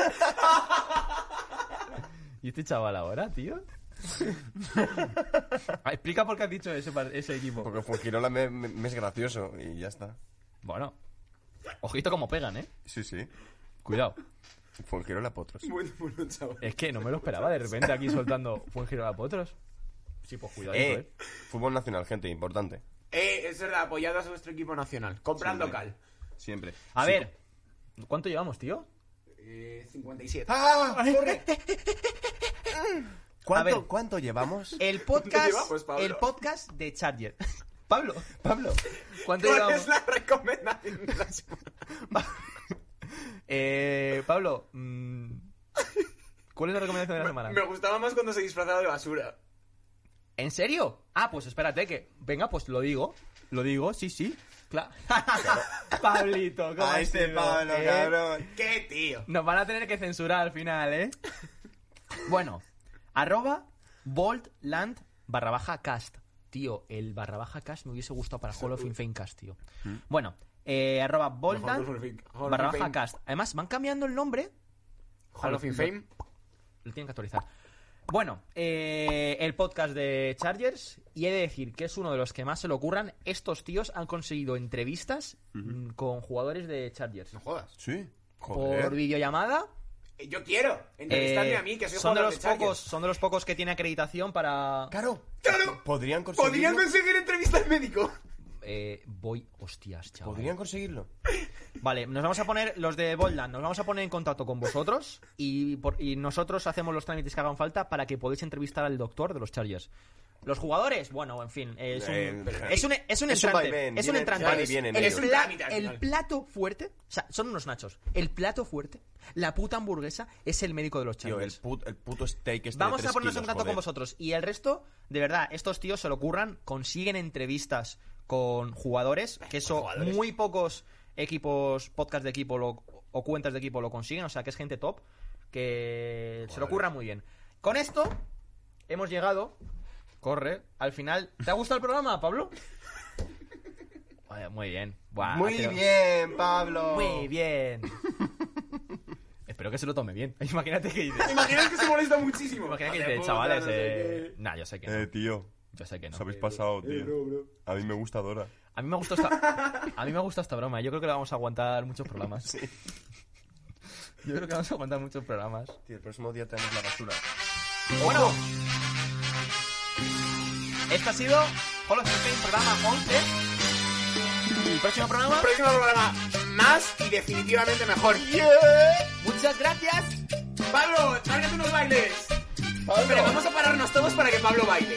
[SPEAKER 1] ¿Y este chaval ahora, tío? Ah, Explica por qué has dicho ese, par- ese equipo.
[SPEAKER 4] Porque Fuengirola me, me- me es gracioso y ya está.
[SPEAKER 1] Bueno, ojito como pegan, ¿eh?
[SPEAKER 4] Sí, sí.
[SPEAKER 1] Cuidado.
[SPEAKER 4] Fuengirola Potros.
[SPEAKER 2] Muy bueno, chaval.
[SPEAKER 1] Es que no me lo esperaba de repente aquí soltando fue un giro a potros. Sí, pues cuidado,
[SPEAKER 4] Eh, fútbol nacional, gente, importante.
[SPEAKER 2] Eh, es verdad, apoyad a vuestro equipo nacional. Comprad
[SPEAKER 4] Siempre.
[SPEAKER 2] local.
[SPEAKER 4] Siempre.
[SPEAKER 1] A
[SPEAKER 4] Sí.
[SPEAKER 1] ver, ¿cuánto llevamos, tío?
[SPEAKER 2] Eh, 57.
[SPEAKER 4] ¡Ah!
[SPEAKER 1] A ver.
[SPEAKER 4] ¿Cuánto, ¿Cuánto llevamos?
[SPEAKER 1] El podcast,
[SPEAKER 2] llevamos, Pablo?
[SPEAKER 1] el podcast de Charger. Pablo,
[SPEAKER 4] Pablo.
[SPEAKER 1] ¿cuánto
[SPEAKER 2] ¿Cuál es
[SPEAKER 1] llevamos?
[SPEAKER 2] la recomendación? de la semana?
[SPEAKER 1] Eh, Pablo, mm, ¿cuál es la recomendación de la semana?
[SPEAKER 2] Me gustaba más cuando se disfrazaba de basura.
[SPEAKER 1] ¿En serio? Ah, pues espérate que, venga, pues lo digo, lo digo, sí, sí, claro. Pablito, ¿cómo
[SPEAKER 4] A
[SPEAKER 1] has
[SPEAKER 4] este
[SPEAKER 1] sido,
[SPEAKER 4] Pablo,
[SPEAKER 1] eh?
[SPEAKER 4] cabrón.
[SPEAKER 2] ¡Qué tío!
[SPEAKER 1] Nos van a tener que censurar al final, ¿eh? Bueno, arroba boltland barra baja cast. Tío, el barra baja cast me hubiese gustado para Hall of Fame Cast, tío. Bueno, eh, arroba
[SPEAKER 2] Mm. Hall of Fame-
[SPEAKER 1] boltland
[SPEAKER 2] Hall of
[SPEAKER 1] barra
[SPEAKER 2] Fame.
[SPEAKER 1] baja cast. Además, van cambiando el nombre.
[SPEAKER 2] Hall of Fame.
[SPEAKER 1] Lo tienen que actualizar. Bueno, eh, el podcast de Chargers, y he de decir que es uno de los que más se le ocurran. Estos tíos han conseguido entrevistas mm, con jugadores de Chargers.
[SPEAKER 2] No jodas.
[SPEAKER 4] Sí. Joder.
[SPEAKER 1] Por videollamada,
[SPEAKER 2] Eh, Yo quiero. Entrevistadme
[SPEAKER 1] eh,
[SPEAKER 2] a mí, que soy
[SPEAKER 1] son de
[SPEAKER 2] jugador
[SPEAKER 1] los
[SPEAKER 2] Chargers.
[SPEAKER 1] pocos, son de los pocos que tiene acreditación para
[SPEAKER 4] Claro.
[SPEAKER 2] Claro.
[SPEAKER 4] ¿Podrían conseguirlo?
[SPEAKER 2] ¿Podrían conseguir entrevista al médico?
[SPEAKER 1] eh, voy hostias, chaval.
[SPEAKER 4] ¿Podrían conseguirlo?
[SPEAKER 1] Vale, nos vamos a poner los de Boldan, nos vamos a poner en contacto con vosotros y, por- y nosotros hacemos los trámites que hagan falta para que podáis entrevistar al doctor de los Chargers. Los jugadores, bueno, en fin, es un,
[SPEAKER 4] Eh,
[SPEAKER 1] es un, es un
[SPEAKER 4] es un
[SPEAKER 1] entrante,
[SPEAKER 4] vaivén,
[SPEAKER 1] es un
[SPEAKER 4] vienen-
[SPEAKER 1] entrante.
[SPEAKER 4] van y vienen
[SPEAKER 1] el,
[SPEAKER 4] ellos.
[SPEAKER 1] pla-
[SPEAKER 2] Es un trámite al
[SPEAKER 1] el
[SPEAKER 2] final.
[SPEAKER 1] plato fuerte, o sea, son unos nachos. El plato fuerte, la puta hamburguesa es el médico de los
[SPEAKER 4] Tío, el,
[SPEAKER 1] Chargers.
[SPEAKER 4] put- el puto steak este de
[SPEAKER 1] Vamos a
[SPEAKER 4] tres
[SPEAKER 1] ponernos en
[SPEAKER 4] kilos,
[SPEAKER 1] contacto con
[SPEAKER 4] joder.
[SPEAKER 1] vosotros. Y el resto, de verdad, estos tíos se lo curran, consiguen entrevistas con jugadores, que eso
[SPEAKER 2] jugadores.
[SPEAKER 1] muy pocos equipos, podcast de equipo lo- o cuentas de equipo lo consiguen, o sea que es gente top, que se lo curran muy bien. Con esto, hemos llegado, corre, al final. ¿Te ha gustado el programa, Pablo? Vaya, Muy bien. Buah,
[SPEAKER 4] Muy
[SPEAKER 1] tío.
[SPEAKER 4] bien, Pablo.
[SPEAKER 1] Ah, Muy bien. Espero que se lo tome bien. Imagínate que dices.
[SPEAKER 2] Imagináis que se molesta muchísimo.
[SPEAKER 1] Imagina que
[SPEAKER 2] Hijo de
[SPEAKER 1] dice,
[SPEAKER 2] puta,
[SPEAKER 1] chavales,
[SPEAKER 2] no sé
[SPEAKER 1] eh...
[SPEAKER 2] qué.
[SPEAKER 1] Nah, yo sé que no.
[SPEAKER 4] Eh, tío.
[SPEAKER 1] Yo sé que no.
[SPEAKER 4] Os habéis pasado, tío. A mí me gusta Dora.
[SPEAKER 1] A mí me gusta esta, a mí me gusta esta broma. eh. Yo creo que la vamos a aguantar muchos programas. Yo creo que vamos a aguantar muchos programas.
[SPEAKER 4] Tío, el próximo día tenemos la basura.
[SPEAKER 8] Bueno, este ha sido Hall of Fame programa 11. El próximo programa.
[SPEAKER 2] Próximo programa más y definitivamente mejor.
[SPEAKER 8] Muchas gracias.
[SPEAKER 2] Pablo, cárgate unos bailes. Pero vamos a pararnos todos para que Pablo baile.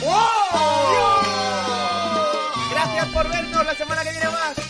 [SPEAKER 2] ¡Wow!
[SPEAKER 8] Gracias por vernos la semana que viene más.